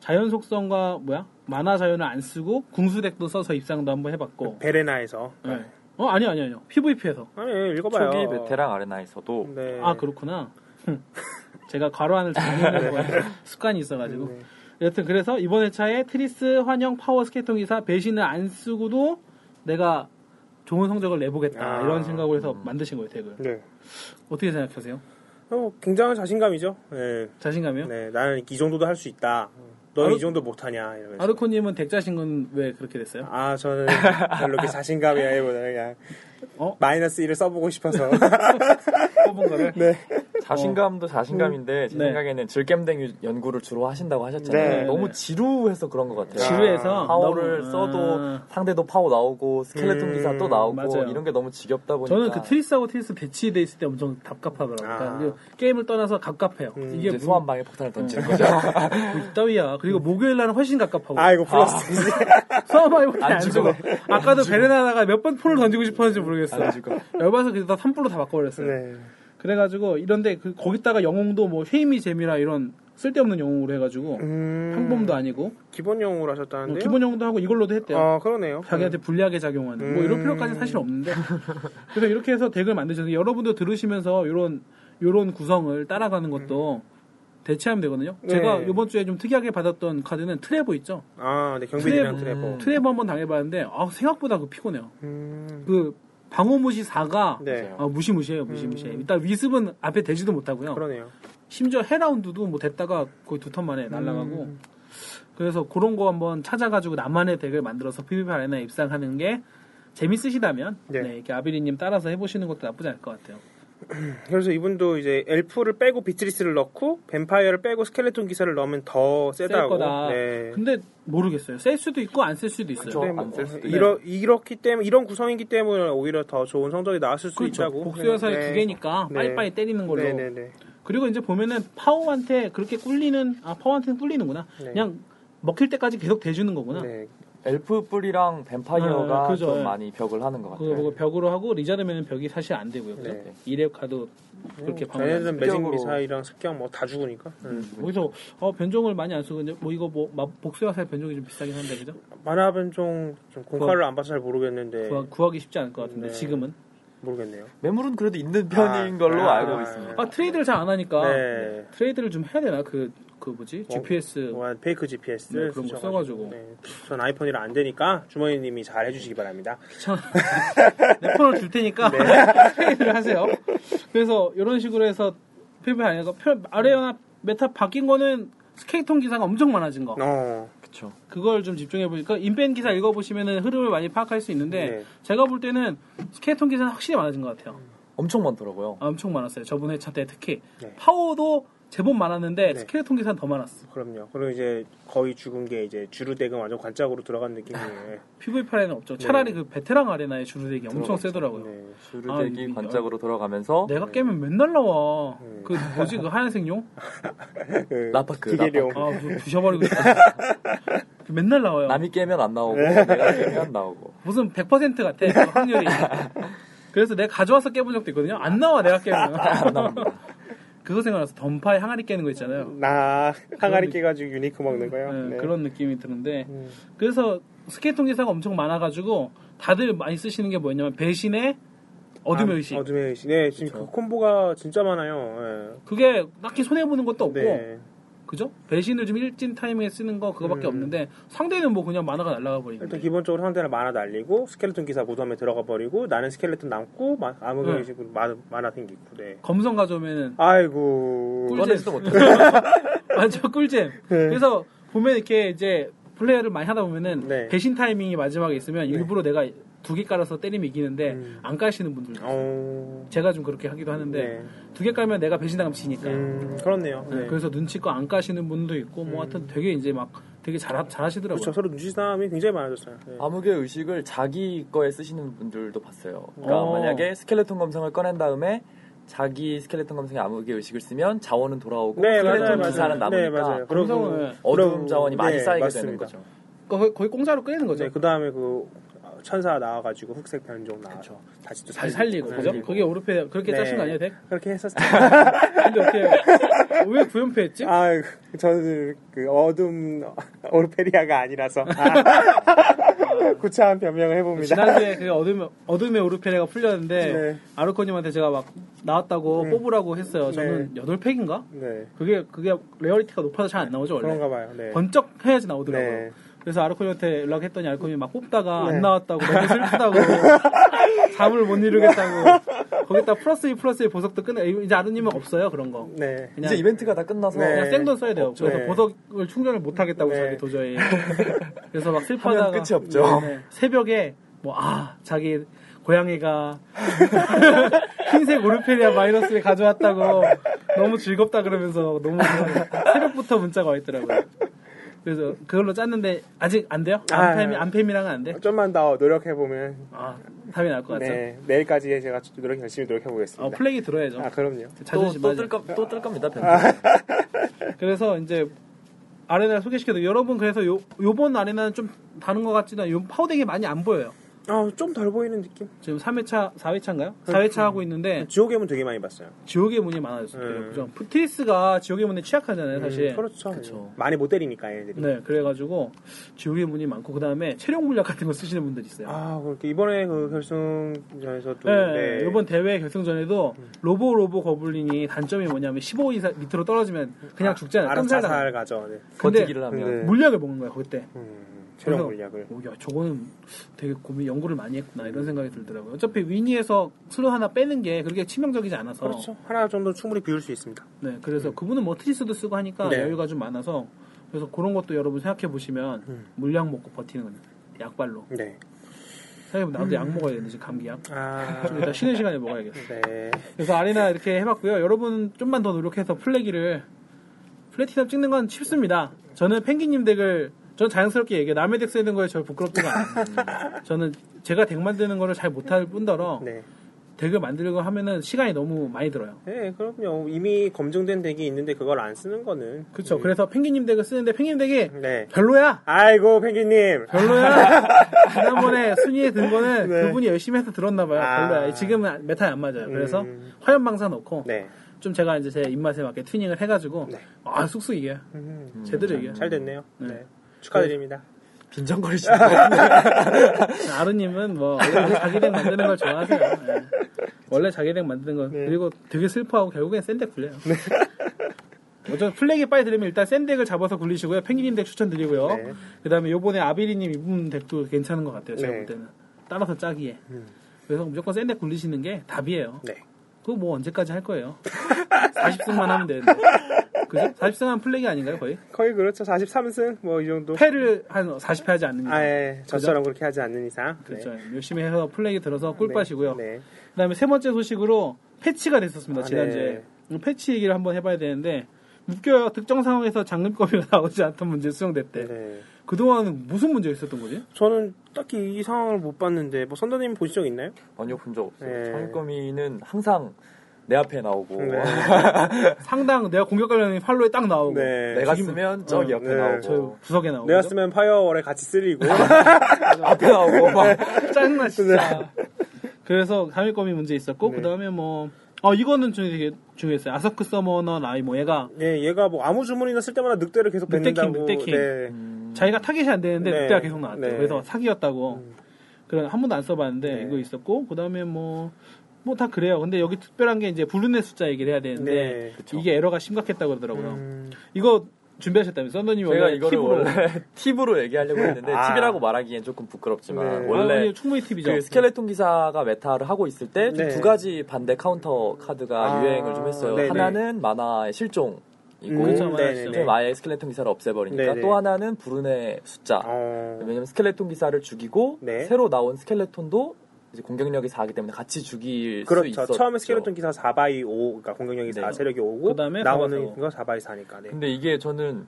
[SPEAKER 1] 자연 속성과 뭐야 만화 자연을 안 쓰고 궁수덱도 써서 입상도 한번 해봤고.
[SPEAKER 2] 베레나에서.
[SPEAKER 1] 네. 어 아니 아니 아니요 PVP에서.
[SPEAKER 2] 아니, 읽어봐요.
[SPEAKER 3] 초기 베테랑 아레나에서도
[SPEAKER 2] 네.
[SPEAKER 1] 아 그렇구나. 제가 괄호 안을 잘 읽는 거예요. 습관이 있어가지고.
[SPEAKER 2] 네.
[SPEAKER 1] 이번 회차에 트리스 환영 파워 스케이통 기사 배신을 안 쓰고도 내가 좋은 성적을 내보겠다
[SPEAKER 2] 아.
[SPEAKER 1] 이런 생각을 해서 만드신 거예요 덱을
[SPEAKER 2] 네.
[SPEAKER 1] 어떻게 생각하세요?
[SPEAKER 2] 어, 굉장한 자신감이죠. 네.
[SPEAKER 1] 자신감이요?
[SPEAKER 2] 네. 나는 이 정도도 할 수 있다. 넌
[SPEAKER 1] 아르-
[SPEAKER 2] 이 정도 못하냐. 이러면서.
[SPEAKER 1] 아르코님은 덱 자신은 왜 그렇게 됐어요?
[SPEAKER 2] 아, 저는 별로 이렇게 자신감이라기보다 그냥
[SPEAKER 1] 어?
[SPEAKER 2] 마이너스 1을 써보고 싶어서.
[SPEAKER 1] 뽑은 거를
[SPEAKER 2] 네.
[SPEAKER 3] 자신감도 자신감인데 제
[SPEAKER 1] 어. 네.
[SPEAKER 3] 생각에는 즐겜댕 연구를 주로 하신다고 하셨잖아요.
[SPEAKER 2] 네,
[SPEAKER 3] 너무
[SPEAKER 1] 네.
[SPEAKER 3] 지루해서 그런 것 같아요.
[SPEAKER 1] 지루해서
[SPEAKER 3] 파워를
[SPEAKER 1] 너무-
[SPEAKER 3] 써도
[SPEAKER 1] 아. 그,
[SPEAKER 3] 상대도 파워 나오고 스켈레톤
[SPEAKER 2] 음,
[SPEAKER 3] 기사 또 나오고
[SPEAKER 1] 맞아요.
[SPEAKER 3] 이런 게 너무 지겹다 보니까
[SPEAKER 1] 저는 그 트리스하고 트리스 배치돼 있을 때 엄청 답답하더라고요.
[SPEAKER 2] 아. 음.
[SPEAKER 1] 그러니까 그 게임을 떠나서 갑갑해요. 이게
[SPEAKER 3] 이제
[SPEAKER 1] 무슨 네.
[SPEAKER 3] 소환방에 폭탄을 던지는 거죠.
[SPEAKER 1] 뭐 이따위야. 그리고 목요일 날은 훨씬 갑갑하고.
[SPEAKER 2] 음. 아, 이거 플러스.
[SPEAKER 1] 서바이벌이 안
[SPEAKER 3] 안 죽어.
[SPEAKER 1] 죽어. 아까도 베레나다가 몇 번 폴을 던지고 싶었는지 모르겠어.
[SPEAKER 3] 안 죽어.
[SPEAKER 1] 열받아서 그래서 다 3폴로 다 바꿔버렸어요.
[SPEAKER 2] 네.
[SPEAKER 1] 그래가지고 이런데 그 거기다가 영웅도 뭐 쉐이미 잼이라 이런 쓸데없는 영웅으로 해가지고
[SPEAKER 2] 음.
[SPEAKER 1] 평범도 아니고
[SPEAKER 2] 기본용으로
[SPEAKER 1] 뭐
[SPEAKER 2] 하셨다는데요?
[SPEAKER 1] 기본 영웅도 하고 이걸로도 했대요.
[SPEAKER 2] 아, 그러네요.
[SPEAKER 1] 자기한테 불리하게 작용하는 뭐
[SPEAKER 2] 음.
[SPEAKER 1] 이런 필요까지 사실 없는데 그래서 이렇게 해서 덱을 만드셔서 여러분도 들으시면서 이런 요런 구성을 따라가는 것도 대체하면 되거든요.
[SPEAKER 2] 음. 네.
[SPEAKER 1] 제가 이번 주에 좀 특이하게 받았던 카드는 트레보 있죠.
[SPEAKER 2] 아, 네. 경비대랑
[SPEAKER 1] 트레버. 음.
[SPEAKER 2] 트레버.
[SPEAKER 1] 트레보 한번 당해봤는데 아 생각보다 그 피곤해요.
[SPEAKER 2] 음.
[SPEAKER 1] 그 방어무시 4가 아,
[SPEAKER 2] 네. 음.
[SPEAKER 1] 무시무시해요, 무시무시해. 일단 위습은 앞에 대지도 못하고요.
[SPEAKER 2] 그러네요.
[SPEAKER 1] 심지어 해라운드도 뭐 됐다가 거의 두 턴 만에 날아가고
[SPEAKER 2] 음.
[SPEAKER 1] 그래서 그런 거 한번 찾아가지고 나만의 덱을 만들어서 PVP 아레나 에 입상하는 게 재밌으시다면
[SPEAKER 2] 네.
[SPEAKER 1] 네, 이렇게 아비리님 따라서 해보시는 것도 나쁘지 않을 것 같아요.
[SPEAKER 2] 그래서 이분도 이제 엘프를 빼고 비트리스를 넣고 뱀파이어를 빼고 스켈레톤 기사를 넣으면 더
[SPEAKER 1] 셀
[SPEAKER 2] 세다고.
[SPEAKER 1] 거다.
[SPEAKER 2] 네. 그렇죠.
[SPEAKER 1] 근데 모르겠어요. 셀 수도 있고 안 쓸 수도 있어요.
[SPEAKER 3] 그쵸. 안셀 수도
[SPEAKER 2] 이러, 이렇기 때문에 이런 구성이기 때문에 오히려 더 좋은 성적이 나왔을 수
[SPEAKER 1] 그렇죠.
[SPEAKER 2] 있다고.
[SPEAKER 1] 복수여사의
[SPEAKER 2] 네.
[SPEAKER 1] 두 개니까
[SPEAKER 2] 네.
[SPEAKER 1] 빨리빨리 때리는 걸로.
[SPEAKER 2] 네네네.
[SPEAKER 1] 그리고 이제 보면은 파워한테 그렇게 꿀리는 아 파워한테는 꿀리는구나.
[SPEAKER 2] 네.
[SPEAKER 1] 그냥 먹힐 때까지 계속 대주는 거구나.
[SPEAKER 2] 네.
[SPEAKER 3] 엘프 뿔이랑 뱀파이어가
[SPEAKER 1] 네, 그죠.
[SPEAKER 3] 좀
[SPEAKER 1] 네.
[SPEAKER 3] 많이 벽을 하는 것
[SPEAKER 1] 그거 보고
[SPEAKER 3] 같아요.
[SPEAKER 1] 벽으로 하고 리자르면은 벽이 사실 안 되고요. 그죠?
[SPEAKER 2] 네. 음.
[SPEAKER 1] 이렙카도 그렇게 방어.
[SPEAKER 2] 얘네들은 매직
[SPEAKER 3] 습격으로.
[SPEAKER 2] 미사일이랑 습격 뭐 다 죽으니까. 음.
[SPEAKER 1] 거기서 어, 변종을 많이 안 쓰고 근데 뭐 이거 뭐 마- 복수화살 변종이 좀 비싸긴 한데 그죠?
[SPEAKER 2] 만화는 좀, 좀 공과를 안 봐서 잘 모르겠는데
[SPEAKER 1] 구하, 구하기 쉽지 않을 것 같은데
[SPEAKER 2] 네.
[SPEAKER 1] 지금은
[SPEAKER 2] 모르겠네요.
[SPEAKER 3] 매물은 그래도 있는 편인 걸로
[SPEAKER 2] 아,
[SPEAKER 3] 알고
[SPEAKER 2] 아,
[SPEAKER 3] 있습니다.
[SPEAKER 1] 아 트레이드를 잘 안 하니까
[SPEAKER 2] 네.
[SPEAKER 1] 트레이드를 좀 해야 되나 그 그 뭐지
[SPEAKER 2] 뭐,
[SPEAKER 1] GPS
[SPEAKER 2] 뭐, 페이크 GPS
[SPEAKER 1] 네, 그런 거 써가지고.
[SPEAKER 2] 네. 전 아이폰이라 안 되니까 주머니님이 잘 해주시기 바랍니다.
[SPEAKER 1] 내 폰을 줄 테니까
[SPEAKER 2] 네.
[SPEAKER 1] 트레이드를 하세요. 그래서 이런 식으로 해서 표현 아니고 아레나 메타 바뀐 거는 스케이통 기사가 엄청 많아진 거.
[SPEAKER 2] 어,
[SPEAKER 3] 그쵸.
[SPEAKER 1] 그걸 좀 집중해 보니까 인벤 기사 읽어보시면은 흐름을 많이 파악할 수 있는데
[SPEAKER 2] 네. 음.
[SPEAKER 1] 제가 볼 때는 스케이통 기사는 확실히 많아진 것 같아요.
[SPEAKER 3] 엄청 많더라고요.
[SPEAKER 1] 아, 엄청 많았어요. 저번 회차 때 특히
[SPEAKER 2] 네.
[SPEAKER 1] 파워도 제법 많았는데
[SPEAKER 2] 네.
[SPEAKER 1] 스케이통 기사는 더 많았어.
[SPEAKER 2] 그럼요. 그리고 이제 거의 죽은 게 이제 주루대금 완전 관짝으로 들어간 느낌이에요.
[SPEAKER 1] PV 파일에는 없죠. 차라리 그 베테랑 아레나의 주루덱이 엄청 세더라고요.
[SPEAKER 2] 네.
[SPEAKER 1] 아,
[SPEAKER 3] 주르대기
[SPEAKER 1] 이- 네.
[SPEAKER 3] 관짝으로 돌아가면서
[SPEAKER 1] 내가 깨면 맨날 나와.
[SPEAKER 2] 네.
[SPEAKER 1] 그 뭐지 그 하얀색 용?
[SPEAKER 2] 그
[SPEAKER 3] 라파크,
[SPEAKER 2] 기계령.
[SPEAKER 1] 아 그거 부셔버리고 싶다. 그 맨날 나와요.
[SPEAKER 3] 남이 깨면 안 나오고
[SPEAKER 1] 네.
[SPEAKER 3] 내가 깨면 나오고.
[SPEAKER 1] 무슨 100% 같아 그 확률이. 그래서 내가 가져와서 깨본 적도 있거든요. 안 나와 내가 깨면. 그거 생각나서 던파에 항아리 깨는 거 있잖아요.
[SPEAKER 2] 나 항아리
[SPEAKER 1] 그런
[SPEAKER 2] 깨가지고 유니크 먹는 거요.
[SPEAKER 1] 네,
[SPEAKER 2] 네.
[SPEAKER 1] 그런 느낌이 드는데
[SPEAKER 2] 음.
[SPEAKER 1] 그래서 스케이통 기사가 엄청 많아가지고 다들 많이 쓰시는 게 뭐냐면 배신의 어둠의
[SPEAKER 2] 아,
[SPEAKER 1] 의식.
[SPEAKER 2] 어둠의 의식. 네, 지금 그 콤보가 진짜 많아요.
[SPEAKER 1] 그게 딱히 손해 보는 것도 없고
[SPEAKER 2] 네. 네.
[SPEAKER 1] 그죠? 배신을 좀 일진 타이밍에 쓰는 거 그거밖에 없는데 상대는 뭐 그냥 만화가 날아가 버리는
[SPEAKER 2] 음. 일단
[SPEAKER 1] 거예요.
[SPEAKER 2] 기본적으로 상대는 만화 날리고 스켈레톤 기사 무덤에 들어가 버리고 나는 스켈레톤 남고 마- 암흑의
[SPEAKER 1] 네.
[SPEAKER 2] 의식으로 마- 만화 생기고. 네.
[SPEAKER 1] 검성 가져오면은
[SPEAKER 2] 아이고. 네.
[SPEAKER 1] 꿀-
[SPEAKER 3] 꺼내지도 못해.
[SPEAKER 1] 맞죠 꿀잼. 그래서 보면 이렇게 이제 플레이를 많이 하다 보면은
[SPEAKER 2] 네.
[SPEAKER 1] 배신 타이밍이 마지막에 있으면 일부러 내가 두 개 깔아서 때리면 이기는데 안 깔시는 분들. 도
[SPEAKER 2] 음. 어.
[SPEAKER 1] 제가 좀 그렇게 하기도 하는데
[SPEAKER 2] 네.
[SPEAKER 1] 두 개 깔면 내가 배신당하면 지니까.
[SPEAKER 2] 음, 그렇네요. 네.
[SPEAKER 1] 그래서 눈치껏 안 까시는 분도 있고 뭐 하여튼 되게 이제 막 되게 잘 잘하시더라고요.
[SPEAKER 2] 그렇죠. 서로 눈치싸움이 굉장히 많아졌어요. 네.
[SPEAKER 3] 암흑의 의식을 자기 거에 쓰시는 분들도 봤어요. 그러니까
[SPEAKER 1] 어.
[SPEAKER 3] 만약에 스켈레톤 검성을 꺼낸 다음에 자기 스켈레톤 검성의 암흑의 의식을 쓰면 자원은 돌아오고
[SPEAKER 2] 네, 맞아요,
[SPEAKER 3] 스켈레톤
[SPEAKER 2] 맞아요.
[SPEAKER 3] 기사는
[SPEAKER 2] 네,
[SPEAKER 3] 남으니까
[SPEAKER 2] 맞아요. 그리고 뭐
[SPEAKER 1] 감성을-
[SPEAKER 3] 어두움
[SPEAKER 2] 그리고-
[SPEAKER 3] 자원이
[SPEAKER 2] 네,
[SPEAKER 3] 많이 쌓이게 되는
[SPEAKER 2] 맞습니다.
[SPEAKER 3] 거죠.
[SPEAKER 1] 거의, 거의 공짜로 끄는 거죠.
[SPEAKER 2] 네, 그 다음에 그 천사 나와가지고 흑색 변종 나와서 다시 또
[SPEAKER 1] 잘 살리고
[SPEAKER 2] 네.
[SPEAKER 1] 그죠? 그게 오르페 그렇게
[SPEAKER 2] 네.
[SPEAKER 1] 짜신 거 아니에요, 아, 덱?
[SPEAKER 2] 그렇게 했었어요.
[SPEAKER 1] 근데 어떻게 왜 구연패했지?
[SPEAKER 2] 아, 저는 그 어둠 오르페리아가 아니라서 구차한 변명을 해봅니다.
[SPEAKER 1] 지난주에 그 어둠, 어둠의 오르페레가 풀렸는데
[SPEAKER 2] 네.
[SPEAKER 1] 아르코님한테 제가 막 나왔다고 뽑으라고 했어요. 저는 여덟 팩인가?
[SPEAKER 2] 네,
[SPEAKER 1] 그게 그게 레어리티가 높아서 잘 안 나오죠 원래.
[SPEAKER 2] 그런가 봐요. 네.
[SPEAKER 1] 번쩍 해야지 나오더라고요.
[SPEAKER 2] 네.
[SPEAKER 1] 그래서 아르코님한테 연락했더니 아르코님이 막 뽑다가
[SPEAKER 2] 네.
[SPEAKER 1] 안 나왔다고 너무 슬프다고 잠을 못 이루겠다고 거기다 플러스 2 플러스 1 보석도 끝내 이제 아르님은 없어요 그런 거.
[SPEAKER 2] 네.
[SPEAKER 1] 그냥
[SPEAKER 3] 이제 이벤트가 다 끝나서
[SPEAKER 2] 네.
[SPEAKER 1] 그냥 생돈 써야 돼요.
[SPEAKER 2] 없죠.
[SPEAKER 1] 그래서
[SPEAKER 2] 네.
[SPEAKER 1] 보석을 충전을 못 하겠다고
[SPEAKER 2] 네.
[SPEAKER 1] 자기 도저히. 그래서 막 슬퍼하다가
[SPEAKER 3] 하면 끝이 없죠.
[SPEAKER 1] 네, 네. 새벽에 뭐 아 자기 고양이가 흰색 오르페리아 마이너스를 가져왔다고 너무 즐겁다 그러면서 너무 그냥 새벽부터 문자가 와 있더라고요. 그래서 그걸로 짰는데 아직 안 돼요?
[SPEAKER 2] 아.
[SPEAKER 1] 안팸이 안팸이랑은 안 돼?
[SPEAKER 2] 좀만 더 노력해보면
[SPEAKER 1] 아 답이 날 것 같죠.
[SPEAKER 2] 네, 내일까지 제가 노력 열심히
[SPEAKER 1] 어,
[SPEAKER 2] 노력해보겠습니다.
[SPEAKER 1] 플레이 들어야죠.
[SPEAKER 2] 아, 그럼요.
[SPEAKER 1] 자존심 맞아요.
[SPEAKER 3] 또뜰겁또뜰 겁니다.
[SPEAKER 2] 아,
[SPEAKER 3] 변태.
[SPEAKER 1] 그래서 이제 아레나 소개시켜도 여러분 그래서 요 요번 아레나는 좀 다른 것 같지만 요 파우덱이 많이 안 보여요.
[SPEAKER 2] 아, 좀 덜 보이는 느낌?
[SPEAKER 1] 지금 3회차, 4회차인가요?
[SPEAKER 2] 그렇죠.
[SPEAKER 1] 4회차 하고 있는데
[SPEAKER 2] 지옥의 문 되게 많이 봤어요.
[SPEAKER 1] 지옥의 문이 많아졌어요.
[SPEAKER 2] 음.
[SPEAKER 1] 그죠? 프티리스가 지옥의 문에 취약하잖아요, 사실.
[SPEAKER 2] 음, 그렇죠.
[SPEAKER 3] 그쵸.
[SPEAKER 2] 많이 못 때리니까, 얘들이.
[SPEAKER 1] 네, 그래가지고 지옥의 문이 많고 그 다음에 체력 물약 같은 거 쓰시는 분들 이 있어요.
[SPEAKER 2] 아, 그렇게 이번에 그 결승전에서도
[SPEAKER 1] 네, 이번 대회 결승전에도
[SPEAKER 2] 음.
[SPEAKER 1] 로보 로보 거블린이 단점이 뭐냐면 15 이상 밑으로 떨어지면 그냥 죽지 않아요.
[SPEAKER 2] 알아서
[SPEAKER 1] 끔살당.
[SPEAKER 2] 자살 가죠. 네.
[SPEAKER 1] 근데-
[SPEAKER 3] 버티기를 하면
[SPEAKER 2] 네.
[SPEAKER 1] 물약을 먹는 거예요, 그때.
[SPEAKER 2] 음, 체력
[SPEAKER 1] 그래서,
[SPEAKER 2] 물약을.
[SPEAKER 1] 오, 야, 저거는 되게 고민, 연구를 많이 했구나, 이런 생각이 들더라고요. 어차피 위니에서 슬로 하나 빼는 게 그렇게 치명적이지 않아서.
[SPEAKER 2] 그렇죠. 하나 정도 충분히 비울 수 있습니다.
[SPEAKER 1] 네, 그래서 그분은 뭐 트리스도 쓰고 하니까
[SPEAKER 2] 네.
[SPEAKER 1] 여유가 좀 많아서. 그래서 그런 것도 여러분 생각해 보시면
[SPEAKER 2] 음.
[SPEAKER 1] 물약 먹고 버티는 겁니다. 약발로.
[SPEAKER 2] 네.
[SPEAKER 1] 생각해보면 나도 약 먹어야 되는데, 지금 감기약.
[SPEAKER 2] 음. 아,
[SPEAKER 1] 좀 이따 쉬는 시간에 먹어야겠어. 요
[SPEAKER 2] 네.
[SPEAKER 1] 그래서 아레나 이렇게 해봤고요. 여러분 좀만 더 노력해서 플래기를 플래티넘 찍는 건 쉽습니다. 저는 펭귄님 덱을 저는 자연스럽게 얘기해요. 남의 덱 쓰는 거에 저 부끄럽지가 않아요. 저는 제가 덱 만드는 거를 잘 못할 뿐더러
[SPEAKER 2] 네.
[SPEAKER 1] 덱을 만들고 하면은 시간이 너무 많이 들어요.
[SPEAKER 2] 네, 그럼요. 이미 검증된 덱이 있는데 그걸 안 쓰는 거는.
[SPEAKER 1] 그렇죠.
[SPEAKER 2] 음.
[SPEAKER 1] 그래서 펭귄님 덱을 쓰는데 펭귄 덱이
[SPEAKER 2] 네.
[SPEAKER 1] 별로야.
[SPEAKER 2] 아이고 펭귄님.
[SPEAKER 1] 별로야. 지난번에 순위에 든 거는
[SPEAKER 2] 네.
[SPEAKER 1] 그분이 열심히 해서 들었나 봐요.
[SPEAKER 2] 아.
[SPEAKER 1] 별로야. 지금은 메타에 안 맞아요. 그래서
[SPEAKER 2] 음.
[SPEAKER 1] 화염 방사 넣고
[SPEAKER 2] 네.
[SPEAKER 1] 좀 제가 이제 제 입맛에 맞게 튜닝을 해가지고
[SPEAKER 2] 네.
[SPEAKER 1] 아 쑥쑥 이겨요.
[SPEAKER 2] 음,
[SPEAKER 1] 제대로 이겨요.
[SPEAKER 2] 잘 됐네요.
[SPEAKER 1] 네.
[SPEAKER 2] 네. 축하드립니다.
[SPEAKER 3] 빈정거리시는
[SPEAKER 1] 아르님은 뭐 원래 자기 덱 만드는 걸 좋아하세요. 예. 원래 자기 덱 만드는 걸
[SPEAKER 2] 네.
[SPEAKER 1] 그리고 되게 슬퍼하고 결국엔 센덱 굴려요. 어차피 플렉이 빨리 들으면 일단 센덱을 잡아서 굴리시고요. 펭귄님 덱 추천드리고요.
[SPEAKER 2] 네.
[SPEAKER 1] 그다음에 요번에 아비리님 이분 덱도 괜찮은 것 같아요. 제가
[SPEAKER 2] 네.
[SPEAKER 1] 볼 때는 따라서 짜기에
[SPEAKER 2] 음.
[SPEAKER 1] 그래서 무조건 센덱 굴리시는 게 답이에요.
[SPEAKER 2] 네.
[SPEAKER 1] 그거 뭐 언제까지 할 거예요? 40승만 하면 되는데 그죠? 40승 하면 플렉이 아닌가요 거의?
[SPEAKER 2] 거의 그렇죠. 43승 뭐 이 정도.
[SPEAKER 1] 패를 한 40패 하지 않습니다.
[SPEAKER 2] 아예 저처럼 그렇게 하지 않는 이상.
[SPEAKER 1] 그렇죠. 열심히 해서 플렉이 들어서 꿀빠시고요.
[SPEAKER 2] 네. 네.
[SPEAKER 1] 그다음에 세 번째 소식으로 패치가 됐었습니다.
[SPEAKER 2] 아,
[SPEAKER 1] 지난주에 음, 패치 얘기를 한번 해봐야 되는데 웃겨요. 특정 상황에서 장금거미가 나오지 않던 문제 수용됐대.
[SPEAKER 2] 네.
[SPEAKER 1] 그동안 무슨 문제가 있었던 거지?
[SPEAKER 2] 저는 딱히 이 상황을 못 봤는데 뭐 선도님 보신 적 있나요?
[SPEAKER 3] 전혀 본적 없어요.
[SPEAKER 2] 네.
[SPEAKER 3] 장금이는 항상 내 앞에 나오고
[SPEAKER 2] 네.
[SPEAKER 1] 상당 내가 공격하려는 팔로에 딱 나오고
[SPEAKER 2] 네.
[SPEAKER 3] 내가 쓰면 저기 옆에
[SPEAKER 2] 네.
[SPEAKER 1] 저
[SPEAKER 3] 나오고
[SPEAKER 1] 구석에 나오고
[SPEAKER 2] 내가 쓰면 파이어월에 같이 쓸리고.
[SPEAKER 3] 앞에 나오고
[SPEAKER 2] 네.
[SPEAKER 3] 막
[SPEAKER 1] 짜증나 진짜. 그래서 장금거미 문제 있었고
[SPEAKER 2] 네.
[SPEAKER 1] 그다음에 뭐 어, 이거는 좀 되게 중요했어요. 아서크 서머너 나이 뭐 얘가
[SPEAKER 2] 네, 얘가 뭐 아무 주문이나 쓸 때마다 늑대를 계속
[SPEAKER 1] 늑대킹,
[SPEAKER 2] 뱉는다고.
[SPEAKER 1] 늑대킹. 음.
[SPEAKER 2] 네.
[SPEAKER 3] 음.
[SPEAKER 1] 자기가 타겟이 안 되는데
[SPEAKER 2] 네.
[SPEAKER 1] 늑대가 계속 나왔대요.
[SPEAKER 2] 네. 음.
[SPEAKER 1] 그래서 사기였다고. 그런 한 번도 안 써봤는데
[SPEAKER 2] 네.
[SPEAKER 1] 이거 있었고 그다음에 뭐 뭐 다 그래요. 근데 여기 특별한 게 이제 블루넷 숫자 얘기를 해야 되는데
[SPEAKER 2] 네.
[SPEAKER 1] 이게 에러가 심각했다고 그러더라고요.
[SPEAKER 2] 음,
[SPEAKER 1] 이거 준비하셨다면 썬더님
[SPEAKER 3] 제가
[SPEAKER 1] 원래
[SPEAKER 3] 이거를
[SPEAKER 1] 팁으로 아,
[SPEAKER 3] 원래 팁으로 얘기하려고 했는데
[SPEAKER 2] 아.
[SPEAKER 3] 팁이라고 말하기엔 조금 부끄럽지만
[SPEAKER 2] 네.
[SPEAKER 3] 원래
[SPEAKER 1] 아니, 충분히 팁이죠.
[SPEAKER 3] 그 스켈레톤 기사가 메타를 하고 있을 때 두
[SPEAKER 2] 네.
[SPEAKER 3] 가지 반대 카운터 카드가
[SPEAKER 2] 아,
[SPEAKER 3] 유행을 좀 했어요.
[SPEAKER 2] 네네.
[SPEAKER 3] 하나는 만화의 실종이고
[SPEAKER 1] 그렇죠,
[SPEAKER 2] 음,
[SPEAKER 1] 말하시죠.
[SPEAKER 3] 좀
[SPEAKER 2] 네네네.
[SPEAKER 3] 아예 스켈레톤 기사를 없애버리니까
[SPEAKER 2] 네네.
[SPEAKER 3] 또 하나는 불운의 숫자.
[SPEAKER 1] 아,
[SPEAKER 2] 어,
[SPEAKER 1] 네,
[SPEAKER 3] 왜냐면 스켈레톤 기사를 죽이고
[SPEAKER 2] 네.
[SPEAKER 3] 새로 나온 스켈레톤도 이제 공격력이 4하기 때문에 같이
[SPEAKER 1] 네,
[SPEAKER 3] 죽일 수
[SPEAKER 2] 그렇죠.
[SPEAKER 3] 있었죠.
[SPEAKER 2] 처음에 스켈레톤 기사 4바이 5, 그러니까 공격력이 4,
[SPEAKER 3] 네.
[SPEAKER 2] 세력이 5고,
[SPEAKER 1] 그다음에
[SPEAKER 2] 나오는
[SPEAKER 1] 4x4.
[SPEAKER 2] 거 4바이 4니까. 네.
[SPEAKER 1] 음.
[SPEAKER 3] 근데 이게 저는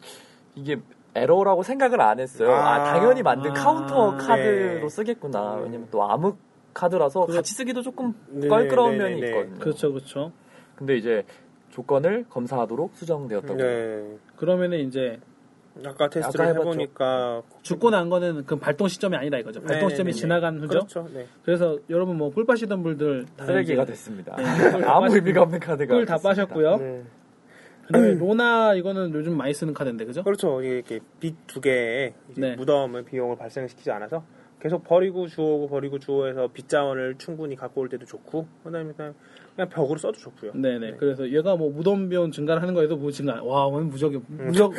[SPEAKER 3] 이게 에러라고 생각을 안 했어요. 아,
[SPEAKER 2] 아.
[SPEAKER 3] 당연히 만든
[SPEAKER 1] 아.
[SPEAKER 3] 카운터 카드로
[SPEAKER 2] 네.
[SPEAKER 3] 쓰겠구나.
[SPEAKER 2] 음.
[SPEAKER 3] 왜냐면 또 암흑 카드라서
[SPEAKER 1] 그-
[SPEAKER 3] 같이 쓰기도 조금
[SPEAKER 2] 네네,
[SPEAKER 3] 껄끄러운 면이
[SPEAKER 2] 네네.
[SPEAKER 3] 있거든요.
[SPEAKER 1] 그렇죠, 그렇죠.
[SPEAKER 3] 근데 이제 조건을 검사하도록 수정되었다고.
[SPEAKER 2] 네.
[SPEAKER 1] 그러면은 이제
[SPEAKER 2] 아까 테스트를
[SPEAKER 3] 해봤죠.
[SPEAKER 2] 해보니까.
[SPEAKER 1] 죽고 난 거는 그 발동 시점이 아니다 이거죠. 발동
[SPEAKER 2] 네네네네.
[SPEAKER 1] 시점이 지나간 후죠.
[SPEAKER 2] 그렇죠. 네.
[SPEAKER 1] 그래서 여러분 뭐 꿀빠시던 분들 다
[SPEAKER 3] 쓰레기가
[SPEAKER 1] 이제
[SPEAKER 3] 됐습니다.
[SPEAKER 1] 꿀다 네.
[SPEAKER 3] 아무
[SPEAKER 1] 빠시-
[SPEAKER 3] 의미가 없는 카드가.
[SPEAKER 1] 꿀다
[SPEAKER 3] 됐습니다.
[SPEAKER 1] 빠셨고요.
[SPEAKER 2] 네.
[SPEAKER 1] 그다음에 로나 이거는 요즘 많이 쓰는 카드인데 그죠?
[SPEAKER 2] 그렇죠. 이게 이렇게 빛 두 개에 이제
[SPEAKER 1] 네.
[SPEAKER 2] 무덤을 비용을 발생시키지 않아서 계속 버리고 주워오고 버리고 주워해서 빛 자원을 충분히 갖고 올 때도 좋고, 그다음에 그냥 그냥 벽으로 써도 좋고요.
[SPEAKER 1] 네네. 그래서 얘가 뭐 무덤 비용 증가하는 거에도 뭐 증가. 와 오늘 무적이 무적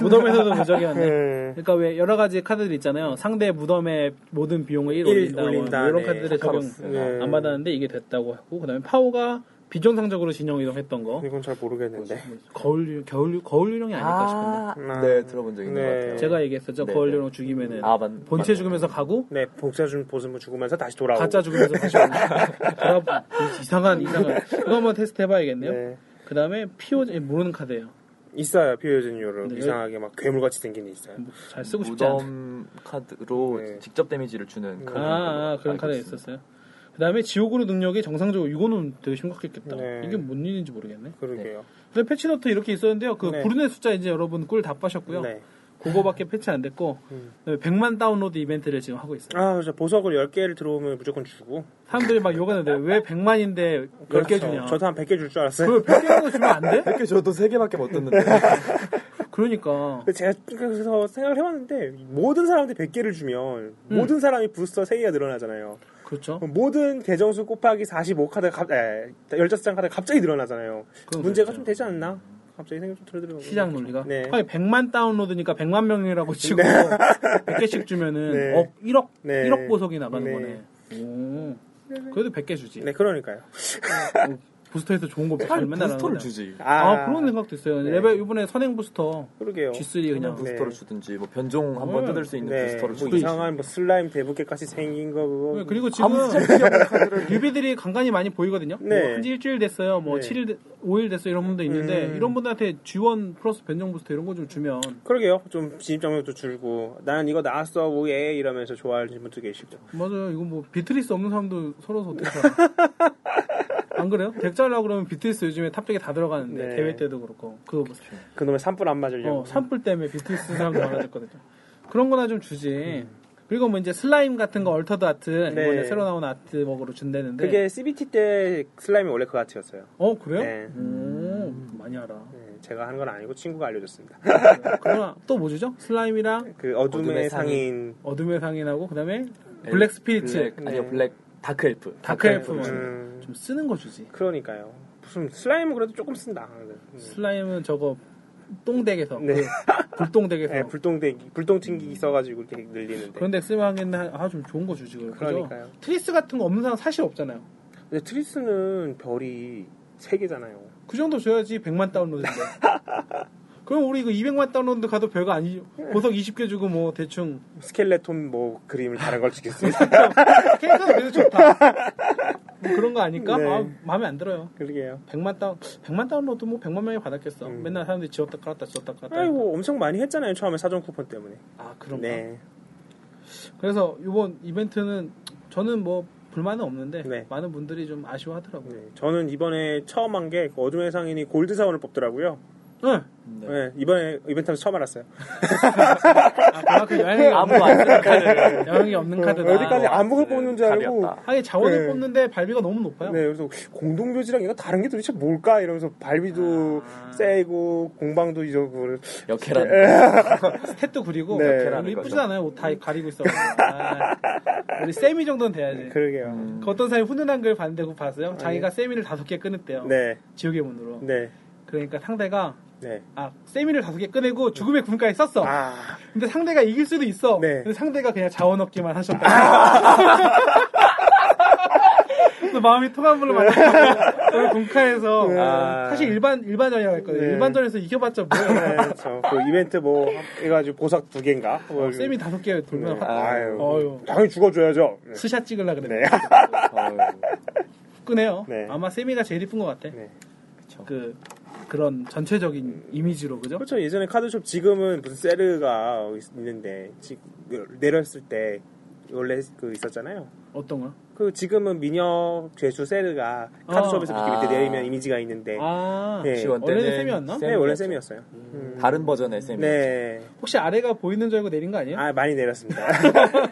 [SPEAKER 1] 무덤에서도 무적이었네.
[SPEAKER 2] 네.
[SPEAKER 1] 그러니까 왜 여러 가지 카드들 있잖아요. 상대 무덤의 모든 비용을 1
[SPEAKER 2] 일
[SPEAKER 1] 올린다.
[SPEAKER 2] 올린다.
[SPEAKER 1] 뭐 이런
[SPEAKER 2] 네.
[SPEAKER 1] 카드들의 적용
[SPEAKER 3] 카카로스.
[SPEAKER 2] 네.
[SPEAKER 1] 안 받았는데 이게 됐다고 했고 그다음에 파오가 비정상적으로 진영 이동했던 거
[SPEAKER 2] 네. 이건 잘 모르겠는데.
[SPEAKER 1] 거울 유- 겨울 유- 거울 유령이 아닐까 싶은데
[SPEAKER 3] 아,
[SPEAKER 2] 싶은데.
[SPEAKER 3] 네, 들어본 적 있는
[SPEAKER 2] 네.
[SPEAKER 3] 것 같아요.
[SPEAKER 1] 제가 얘기했었죠.
[SPEAKER 3] 네,
[SPEAKER 1] 거울
[SPEAKER 3] 네.
[SPEAKER 1] 유령 죽이면은
[SPEAKER 3] 아, 맞-
[SPEAKER 1] 본체
[SPEAKER 3] 맞네요.
[SPEAKER 1] 죽으면서 가고
[SPEAKER 2] 네, 복사 준 보스무 죽으면서 다시 돌아오고.
[SPEAKER 1] 가짜 죽으면서 다시 오는 거. 이상한 이상한 그거 한번 테스트 해봐야겠네요.
[SPEAKER 2] 네.
[SPEAKER 1] 그다음에 피오 모르는 카드예요.
[SPEAKER 2] 있어요. 피오진 요로
[SPEAKER 1] 네.
[SPEAKER 2] 이상하게 막 괴물같이 생긴 게 있어요.
[SPEAKER 1] 뭐잘 쓰고 싶지 않아.
[SPEAKER 3] 무덤 카드로
[SPEAKER 2] 네.
[SPEAKER 3] 직접 데미지를 주는 그런
[SPEAKER 1] 아, 아,
[SPEAKER 3] 걸로
[SPEAKER 1] 그런
[SPEAKER 3] 알고
[SPEAKER 1] 카드가
[SPEAKER 3] 있습니다.
[SPEAKER 1] 있었어요. 그 다음에 지옥으로 능력이 정상적으로 이거는 되게 심각했겠다.
[SPEAKER 2] 네.
[SPEAKER 1] 이게 뭔 일인지 모르겠네.
[SPEAKER 2] 그러게요.
[SPEAKER 1] 근데 패치노트 이렇게 있었는데요. 그
[SPEAKER 2] 네.
[SPEAKER 1] 부르네 숫자 이제 여러분 꿀 다 빠셨고요.
[SPEAKER 2] 네.
[SPEAKER 1] 그거밖에 패치 안 됐고
[SPEAKER 2] 음.
[SPEAKER 1] 그다음에 100만 다운로드 이벤트를 지금 하고 있어요.
[SPEAKER 2] 아, 저 보석을 10개를 들어오면 무조건 주고.
[SPEAKER 1] 사람들이 막 욕하는데 왜 100만인데 10개 주냐.
[SPEAKER 2] 그렇죠. 저도 한 100개 줄 줄 알았어요.
[SPEAKER 1] 그걸 100개라도 주면 안 돼?
[SPEAKER 3] 이렇게 저도 세 개밖에 못 듣는데.
[SPEAKER 1] 그러니까.
[SPEAKER 2] 근데 제가 그래서 생각을 해봤는데 모든 사람한테 100개를 주면
[SPEAKER 1] 음.
[SPEAKER 2] 모든 사람이 부스터 3개가 늘어나잖아요.
[SPEAKER 1] 그렇죠.
[SPEAKER 2] 그럼 모든 계정수 곱하기 45카드 갑 에, 15장 카드 가 갑자기 늘어나잖아요.
[SPEAKER 1] 그건
[SPEAKER 2] 문제가
[SPEAKER 1] 그렇죠.
[SPEAKER 2] 좀 되지 않나? 갑자기 생각 좀 들더라고요.
[SPEAKER 1] 시장 논리가.
[SPEAKER 2] 네.
[SPEAKER 1] 아니, 100만 다운로드니까 100만 명이라고 치고 100개씩 주면은
[SPEAKER 2] 네.
[SPEAKER 1] 억, 1억,
[SPEAKER 2] 네.
[SPEAKER 1] 1억 보석이 나가는
[SPEAKER 2] 네.
[SPEAKER 1] 거네. 오. 그래도 100개 주지.
[SPEAKER 2] 네, 그러니까요.
[SPEAKER 1] 뭐 부스터에서 좋은 거 맨날
[SPEAKER 3] 팔
[SPEAKER 1] 맨날
[SPEAKER 3] 부스터를
[SPEAKER 1] 나오잖아요.
[SPEAKER 3] 주지.
[SPEAKER 1] 아, 그런 생각도 있어요.
[SPEAKER 2] 네.
[SPEAKER 1] 레벨 이번에 선행 부스터
[SPEAKER 2] 그러게요.
[SPEAKER 1] G3
[SPEAKER 3] 그냥
[SPEAKER 1] 그냥
[SPEAKER 3] 부스터를
[SPEAKER 2] 네.
[SPEAKER 3] 주든지 뭐 변종 한번
[SPEAKER 1] 음.
[SPEAKER 3] 뜯을 수 있는
[SPEAKER 2] 네,
[SPEAKER 3] 부스터를
[SPEAKER 2] 뭐
[SPEAKER 3] 주든지.
[SPEAKER 2] 이상한 뭐 슬라임 대부캐까지 생긴 거 그거.
[SPEAKER 1] 네, 그리고 지금
[SPEAKER 3] 아무 쓸데없는 카드를
[SPEAKER 1] 뮤비들이 간간히 많이 보이거든요.
[SPEAKER 2] 네.
[SPEAKER 1] 뭐 한지 일주일 됐어요. 뭐
[SPEAKER 2] 네.
[SPEAKER 1] 칠 7일, 5일 됐어요. 이런 분도 있는데
[SPEAKER 2] 음.
[SPEAKER 1] 이런 분들한테 지원 플러스 변경 부스터 이런 거 좀 주면
[SPEAKER 2] 그러게요. 좀 진입 장벽도 줄고 나는 이거 나왔어 뭐예 이러면서 좋아하는 분도 계시고.
[SPEAKER 1] 맞아요. 이거 뭐 비트리스 없는 사람도 서로서 어떻게 살아? 안 그래요? 덱 짜려고 그러면 비트리스 요즘에 탑백에 다 들어가는데
[SPEAKER 2] 네.
[SPEAKER 1] 대회 때도 그렇고 그거 뭐
[SPEAKER 2] 그놈의 산불 안 맞으려고.
[SPEAKER 1] 어, 산불 때문에 비트리스 사람도 많아졌거든요. 그런 거나 좀 주지. 그리고 뭐 이제 슬라임 같은 거 얼터드 아트 이번에
[SPEAKER 2] 네.
[SPEAKER 1] 새로 나온 아트웍으로 준다는데
[SPEAKER 2] 그게 CBT 때 슬라임이 원래 그 아트였어요.
[SPEAKER 1] 어 그래요?
[SPEAKER 2] 네.
[SPEAKER 1] 오 많이 알아.
[SPEAKER 2] 네, 제가 한 건 아니고 친구가 알려줬습니다.
[SPEAKER 1] 그러나 또 뭐죠? 슬라임이랑
[SPEAKER 2] 그 어둠의,
[SPEAKER 3] 어둠의
[SPEAKER 2] 상인.
[SPEAKER 1] 어둠의 상인하고 그다음에 블랙 스피리츠,
[SPEAKER 3] 블랙, 아니요
[SPEAKER 2] 네.
[SPEAKER 3] 블랙 다크 엘프.
[SPEAKER 1] 다크 엘프
[SPEAKER 2] 음,
[SPEAKER 1] 좀 쓰는 거 주지.
[SPEAKER 2] 그러니까요. 무슨 슬라임은 그래도 조금 쓴다. 음.
[SPEAKER 1] 슬라임은 저거 똥덱에서
[SPEAKER 2] 네.
[SPEAKER 1] 그 불똥덱에서
[SPEAKER 2] 네, 불똥대기, 불똥튕기 있어가지고 이렇게 늘리는데.
[SPEAKER 1] 그런데 쓸만하겠네. 아 좀 좋은 거 주지 그럼. 그죠?
[SPEAKER 2] 그러니까요.
[SPEAKER 1] 트리스 같은 거 없는 사람 사실 없잖아요.
[SPEAKER 2] 근데 트리스는 별이 세 개잖아요.
[SPEAKER 1] 그 정도 줘야지 100만 다운로드인데. 그럼 우리 이거 200만 다운로드 가도 별거 아니죠. 보석 20개 주고 뭐 대충
[SPEAKER 2] 스켈레톤 뭐 그림을 다른 걸 찍겠습니다.
[SPEAKER 1] 캐릭터는 그래도 좋다. 뭐 그런 거 아니까?
[SPEAKER 2] 네.
[SPEAKER 1] 아, 마음에 안 들어요.
[SPEAKER 2] 그러게요.
[SPEAKER 1] 100만 다운 100만 다운로드 뭐 100만 명이 받았겠어.
[SPEAKER 2] 음.
[SPEAKER 1] 맨날 사람들이 지웠다 깔았다 지웠다 깔았다.
[SPEAKER 2] 아이고 엄청 많이 했잖아요. 처음에 사전 쿠폰 때문에.
[SPEAKER 1] 아 그런가.
[SPEAKER 2] 네.
[SPEAKER 1] 그래서 이번 이벤트는 저는 뭐 불만은 없는데
[SPEAKER 2] 네.
[SPEAKER 1] 많은 분들이 좀 아쉬워하더라고요.
[SPEAKER 2] 네. 저는 이번에 처음 한 게 어둠의 상인이 골드 사원을 뽑더라고요.
[SPEAKER 1] 응.
[SPEAKER 3] 네.
[SPEAKER 2] 네. 이번에 이벤트하면서 처음 알았어요.
[SPEAKER 1] 아, 그만큼 영향이
[SPEAKER 3] 아무 안 쓰는 카드를
[SPEAKER 1] 영향이 없는 카드다.
[SPEAKER 2] 어디까지 네, 아무걸
[SPEAKER 3] 네.
[SPEAKER 2] 뽑는 줄 알고.
[SPEAKER 3] 답이었다.
[SPEAKER 1] 하긴 자원을
[SPEAKER 2] 네.
[SPEAKER 1] 뽑는데 발비가 너무 높아요.
[SPEAKER 2] 네, 그래서 공동묘지랑 얘가 다른 게 도대체 뭘까 이러면서 발비도
[SPEAKER 1] 아.
[SPEAKER 2] 세이고 공방도 이러고
[SPEAKER 3] 역해란
[SPEAKER 1] 스탯도 그리고
[SPEAKER 2] 네.
[SPEAKER 1] 별로 이쁘지 않아요. 옷 다 가리고 있어. 아, 우리 세미 정도는 돼야지. 그...
[SPEAKER 2] 그러게요.
[SPEAKER 1] 어떤 사람이 훈훈한 글 봤는데 그거 봤어요? 자기가 세미를 다섯 개 끊었대요.
[SPEAKER 2] 네,
[SPEAKER 1] 지옥의 문으로.
[SPEAKER 2] 네,
[SPEAKER 1] 그러니까 상대가
[SPEAKER 2] 네.
[SPEAKER 1] 아 세미를 다섯 개 꺼내고 죽음의 군까지 썼어.
[SPEAKER 2] 아,
[SPEAKER 1] 근데 상대가 이길 수도 있어.
[SPEAKER 2] 네.
[SPEAKER 1] 근데 상대가 그냥 자원 얻기만 하셨다. 또 마음이 통한 분을 만났어요. 오늘 공카에서
[SPEAKER 2] 아.
[SPEAKER 1] 사실 일반 일반전이라고 했거든요.
[SPEAKER 2] 네.
[SPEAKER 1] 일반전에서 이겨봤자 뭐예요.
[SPEAKER 2] 네, 그렇죠. 그 이벤트 뭐 해가지고 보석 두 개인가? 뭐 이런-
[SPEAKER 1] 어, 쌤이 다섯 개 돌면
[SPEAKER 2] 네.
[SPEAKER 1] 확
[SPEAKER 2] 아유,
[SPEAKER 1] 어휴.
[SPEAKER 2] 당연히 죽어줘야죠. 네.
[SPEAKER 1] 스샷 찍으려 그래.
[SPEAKER 2] 네.
[SPEAKER 3] 어,
[SPEAKER 1] 끄네요.
[SPEAKER 2] 네.
[SPEAKER 1] 아마 세미가 제일 이쁜 것 같아.
[SPEAKER 2] 네.
[SPEAKER 1] 그 그런 전체적인 이미지로 그죠?
[SPEAKER 2] 그렇죠. 예전에 카드숍 지금은 무슨 세르가 있는데 지- 내렸을 때 원래 그 있었잖아요.
[SPEAKER 1] 어떤 거요?
[SPEAKER 2] 그 지금은 미녀 죄수 세르가 카드숍에서
[SPEAKER 3] 아.
[SPEAKER 2] 이렇게 밑에 내리면 이미지가 있는데
[SPEAKER 1] 아
[SPEAKER 2] 네.
[SPEAKER 3] 지원
[SPEAKER 1] 원래는
[SPEAKER 3] 때는
[SPEAKER 1] 쌤이었나?
[SPEAKER 2] 네, 원래 쌤이었어요. 음.
[SPEAKER 3] 다른 버전의 쌤이.
[SPEAKER 2] 네.
[SPEAKER 1] 혹시 아래가 보이는 줄 알고 내린 거 아니에요?
[SPEAKER 2] 아, 많이 내렸습니다.
[SPEAKER 1] 네,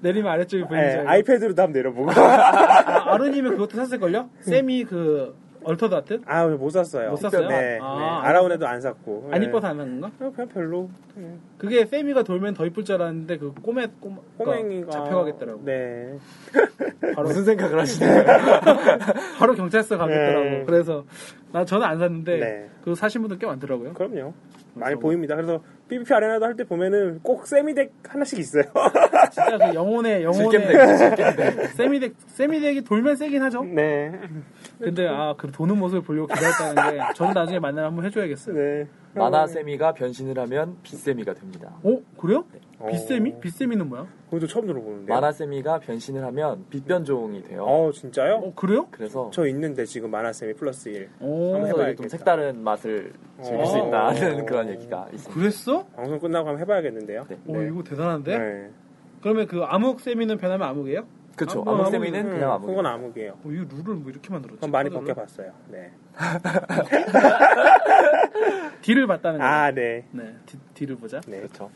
[SPEAKER 1] 내리면 아래쪽이 보이는 줄
[SPEAKER 2] 네,
[SPEAKER 1] 알고.
[SPEAKER 2] 아이패드로 답 내려보고.
[SPEAKER 1] 아, 아루님은 그것도 샀을걸요?
[SPEAKER 2] 음.
[SPEAKER 1] 쌤이 그 얼터드 아트?
[SPEAKER 2] 아, 못 샀어요.
[SPEAKER 1] 못 샀어요?
[SPEAKER 2] 네.
[SPEAKER 1] 아.
[SPEAKER 2] 아라운에도 안 샀고.
[SPEAKER 1] 안
[SPEAKER 2] 네.
[SPEAKER 1] 이뻐서 안 한 건가?
[SPEAKER 2] 어, 그냥 별로. 네.
[SPEAKER 1] 그게 세미가 돌면 더 이쁠 줄 알았는데 그 꼬매 꼬마
[SPEAKER 2] 꼬맹이가.
[SPEAKER 1] 잡혀가겠더라고.
[SPEAKER 2] 네.
[SPEAKER 1] 바로
[SPEAKER 3] 무슨 생각을 하시나요?
[SPEAKER 1] 네. 바로 경찰서 가겠더라고.
[SPEAKER 2] 네.
[SPEAKER 1] 그래서 나 저는 안 샀는데
[SPEAKER 2] 네.
[SPEAKER 1] 그 사신 분들 꽤 많더라고요.
[SPEAKER 2] 그럼요. 많이
[SPEAKER 1] 그래서-
[SPEAKER 2] 보입니다. 그래서 PVP 아레나도 할 때 보면은 꼭 세미덱 하나씩 있어요.
[SPEAKER 1] 진짜 그 영혼의 영혼의
[SPEAKER 3] 질겜대.
[SPEAKER 1] 세미덱 세미덱이 돌면 세긴 하죠.
[SPEAKER 2] 네.
[SPEAKER 1] 근데 아그 도는 모습을 보려고 기다렸다는 게 저는 나중에 만나면 한번 해줘야겠어요.
[SPEAKER 2] 네.
[SPEAKER 3] 마나 쌤이가 변신을 하면 비 쌤이가 됩니다.
[SPEAKER 1] 어 그래요?
[SPEAKER 2] 어.
[SPEAKER 1] 빗세미? 빗세미는 뭐야?
[SPEAKER 2] 그것도 처음 들어보는데.
[SPEAKER 3] 마나 쌤이가 변신을 하면 빛변종이 돼요.
[SPEAKER 2] 네. 어, 진짜요?
[SPEAKER 1] 어 그래요? 어,
[SPEAKER 3] 그래서
[SPEAKER 2] 저 있는데 지금 마나 쌤이 플러스 1.
[SPEAKER 1] 오
[SPEAKER 2] 한번
[SPEAKER 3] 그래서 이게 좀
[SPEAKER 2] 해봐야겠다.
[SPEAKER 3] 색다른 맛을 즐길 수
[SPEAKER 1] 어.
[SPEAKER 3] 있다는 그런 얘기가 있습니다.
[SPEAKER 1] 그랬어?
[SPEAKER 2] 방송 끝나고 한번 해봐야겠는데요.
[SPEAKER 3] 네.
[SPEAKER 1] 오 이거 대단한데?
[SPEAKER 2] 네.
[SPEAKER 1] 그러면 그 암흑 세미는 변하면 암흑이에요?
[SPEAKER 3] 그쵸.
[SPEAKER 1] 아, 뭐,
[SPEAKER 3] 암흑 쌤이는
[SPEAKER 2] 음,
[SPEAKER 3] 그냥 암흑.
[SPEAKER 2] 그건 암흑이에요.
[SPEAKER 1] 어, 이 룰을 뭐 이렇게 만들었지?
[SPEAKER 2] 그건 많이
[SPEAKER 1] 카드를?
[SPEAKER 2] 벗겨봤어요. 네.
[SPEAKER 1] 딜을 봤다는 거.
[SPEAKER 2] 아, 네.
[SPEAKER 1] 네, 디, 딜을 보자.
[SPEAKER 2] 네.
[SPEAKER 3] 그렇죠.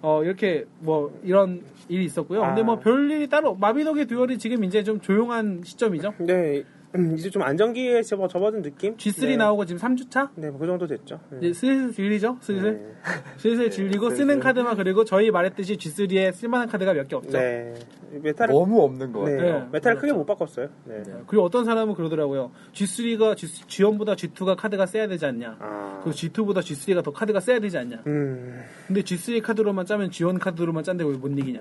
[SPEAKER 1] 어 이렇게 뭐 이런 일이 있었고요. 근데
[SPEAKER 2] 아.
[SPEAKER 1] 뭐 별일이 따로 마비노기 듀얼이 지금 이제 좀 조용한 시점이죠.
[SPEAKER 2] 네. 음, 이제 좀 안정기에 접어, 접어든 느낌?
[SPEAKER 1] G3
[SPEAKER 2] 네.
[SPEAKER 1] 나오고 지금 3주차?
[SPEAKER 2] 네, 뭐그 정도 됐죠.
[SPEAKER 1] 이제 슬슬 질리죠? 슬슬?
[SPEAKER 2] 네.
[SPEAKER 1] 슬슬 질리고
[SPEAKER 3] 슬슬.
[SPEAKER 1] 쓰는 카드만 그리고 저희 말했듯이 G3에 쓸만한 카드가 몇 개 없죠.
[SPEAKER 2] 네. 메탈을,
[SPEAKER 3] 너무 없는 것
[SPEAKER 2] 네.
[SPEAKER 3] 같아요.
[SPEAKER 1] 같아요.
[SPEAKER 2] 메탈을 크게 못 바꿨어요. 네.
[SPEAKER 3] 네.
[SPEAKER 1] 그리고 어떤 사람은 그러더라고요. G3가 G, 1보다 G2가 카드가 세야 되지 않냐.
[SPEAKER 2] 아.
[SPEAKER 1] 그리고 G2보다 G3가 더 카드가 세야 되지 않냐.
[SPEAKER 2] 음.
[SPEAKER 1] 근데 G3 카드로만 짜면 G1 카드로만 짠데 왜 못 이기냐.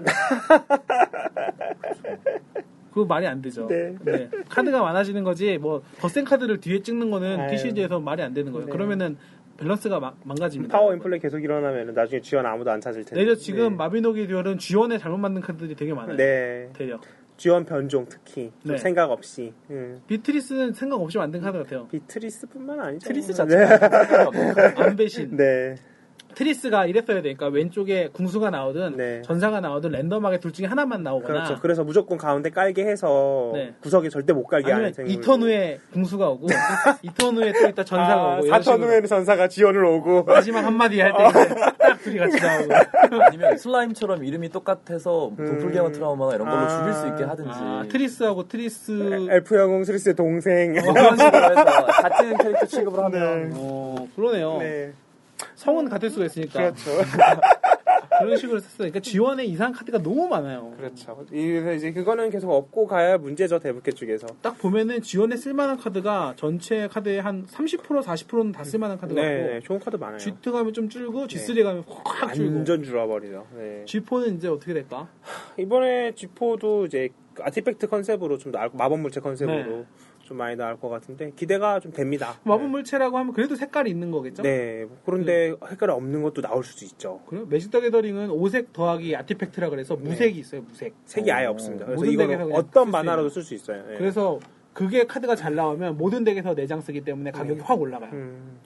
[SPEAKER 1] 그거 말이 안 되죠.
[SPEAKER 2] 네.
[SPEAKER 1] 네. 카드가 많아지는 거지 뭐 더 센 카드를 뒤에 찍는 거는
[SPEAKER 2] 아유.
[SPEAKER 1] TCG에서 말이 안 되는 거예요.
[SPEAKER 2] 네.
[SPEAKER 1] 그러면은 밸런스가 막- 망가집니다.
[SPEAKER 2] 파워 인플레 계속 일어나면 나중에 지원 아무도 안 찾을 텐데.
[SPEAKER 1] 네, 그래서 지금 마비노기 듀얼은 지원에 잘못 맞는 카드들이 되게 많아요.
[SPEAKER 2] 네.
[SPEAKER 1] 대략.
[SPEAKER 2] 지원 변종 특히 좀
[SPEAKER 1] 네.
[SPEAKER 2] 생각 없이. 음.
[SPEAKER 1] 비트리스는 생각 없이 만든 카드 같아요.
[SPEAKER 2] 비트리스뿐만 아니죠.
[SPEAKER 3] 트리스
[SPEAKER 2] 네.
[SPEAKER 3] 자체가 뭐
[SPEAKER 1] 안배신.
[SPEAKER 2] 네.
[SPEAKER 1] 트리스가 이랬어야 되니까 왼쪽에 궁수가 나오든
[SPEAKER 2] 네.
[SPEAKER 1] 전사가 나오든 랜덤하게 둘 중에 하나만 나오거나
[SPEAKER 2] 그렇죠. 그래서 무조건 가운데 깔게 해서
[SPEAKER 1] 네.
[SPEAKER 2] 구석에 절대 못 깔게 하는
[SPEAKER 1] 아니면
[SPEAKER 2] 생각.
[SPEAKER 1] 2턴 후에 궁수가 오고 2턴 후에 또 이따 전사가 오고 이런
[SPEAKER 2] 4턴
[SPEAKER 1] 식으로 어.
[SPEAKER 2] 후에는 아, 어. 전사가 지원을 오고.
[SPEAKER 1] 마지막 한마디 할 때 딱 둘이 같이 나오고
[SPEAKER 3] 아니면 슬라임처럼 이름이 똑같아서 도플갱어 트라우마나 이런 걸로
[SPEAKER 2] 아.
[SPEAKER 3] 죽일 수 있게 하든지
[SPEAKER 1] 아, 트리스하고 트리스
[SPEAKER 2] 엘프 영웅 트리스의 동생.
[SPEAKER 3] 뭐 그런 식으로 해서 같은 캐릭터 취급을 하면
[SPEAKER 1] 어, 그러네요
[SPEAKER 2] 네.
[SPEAKER 1] 성은 같을 수가 있으니까
[SPEAKER 2] 그렇죠.
[SPEAKER 1] 그런 식으로 썼어요 그러니까 지원에 이상 카드가 너무 많아요
[SPEAKER 2] 그렇죠. 그래서 이제 그거는 계속 업고 가야 문제죠 대부캐 쪽에서.
[SPEAKER 1] 딱 보면은 지원에 쓸만한 카드가 전체 카드의 한 30% 40%는 다 쓸만한 카드 같고
[SPEAKER 2] 네, 네, 좋은 카드 많아요. 네.
[SPEAKER 1] G2 가면 좀 줄고 G3 가면 확 줄고
[SPEAKER 2] 완전 줄어버리죠. 네.
[SPEAKER 1] G4는 이제 어떻게 될까?
[SPEAKER 2] 이번에 G4도 이제 아티팩트 컨셉으로 좀 나을, 마법 물체 컨셉으로
[SPEAKER 1] 네.
[SPEAKER 2] 좀 많이 나올 것 같은데 기대가 좀 됩니다.
[SPEAKER 1] 마법 물체라고 하면 그래도 색깔이 있는 거겠죠?
[SPEAKER 2] 네. 네. 그런데 색깔이 없는 것도 나올 수도 있죠.
[SPEAKER 1] 그래요? 매직 더 게더링은 5색 더하기 아티팩트라 그래서
[SPEAKER 2] 네.
[SPEAKER 1] 무색이 있어요, 무색.
[SPEAKER 2] 색이 아예
[SPEAKER 3] 어,
[SPEAKER 2] 없습니다. 그래서
[SPEAKER 1] 모든 덱에서
[SPEAKER 2] 이거는
[SPEAKER 1] 그냥 쓸
[SPEAKER 2] 어떤
[SPEAKER 1] 수
[SPEAKER 2] 만화로도 쓸 수 있어요. 네.
[SPEAKER 1] 그래서 그게 카드가 잘 나오면 모든 덱에서 4장 쓰기 때문에 가격이 확 올라가요.
[SPEAKER 2] 네. 음,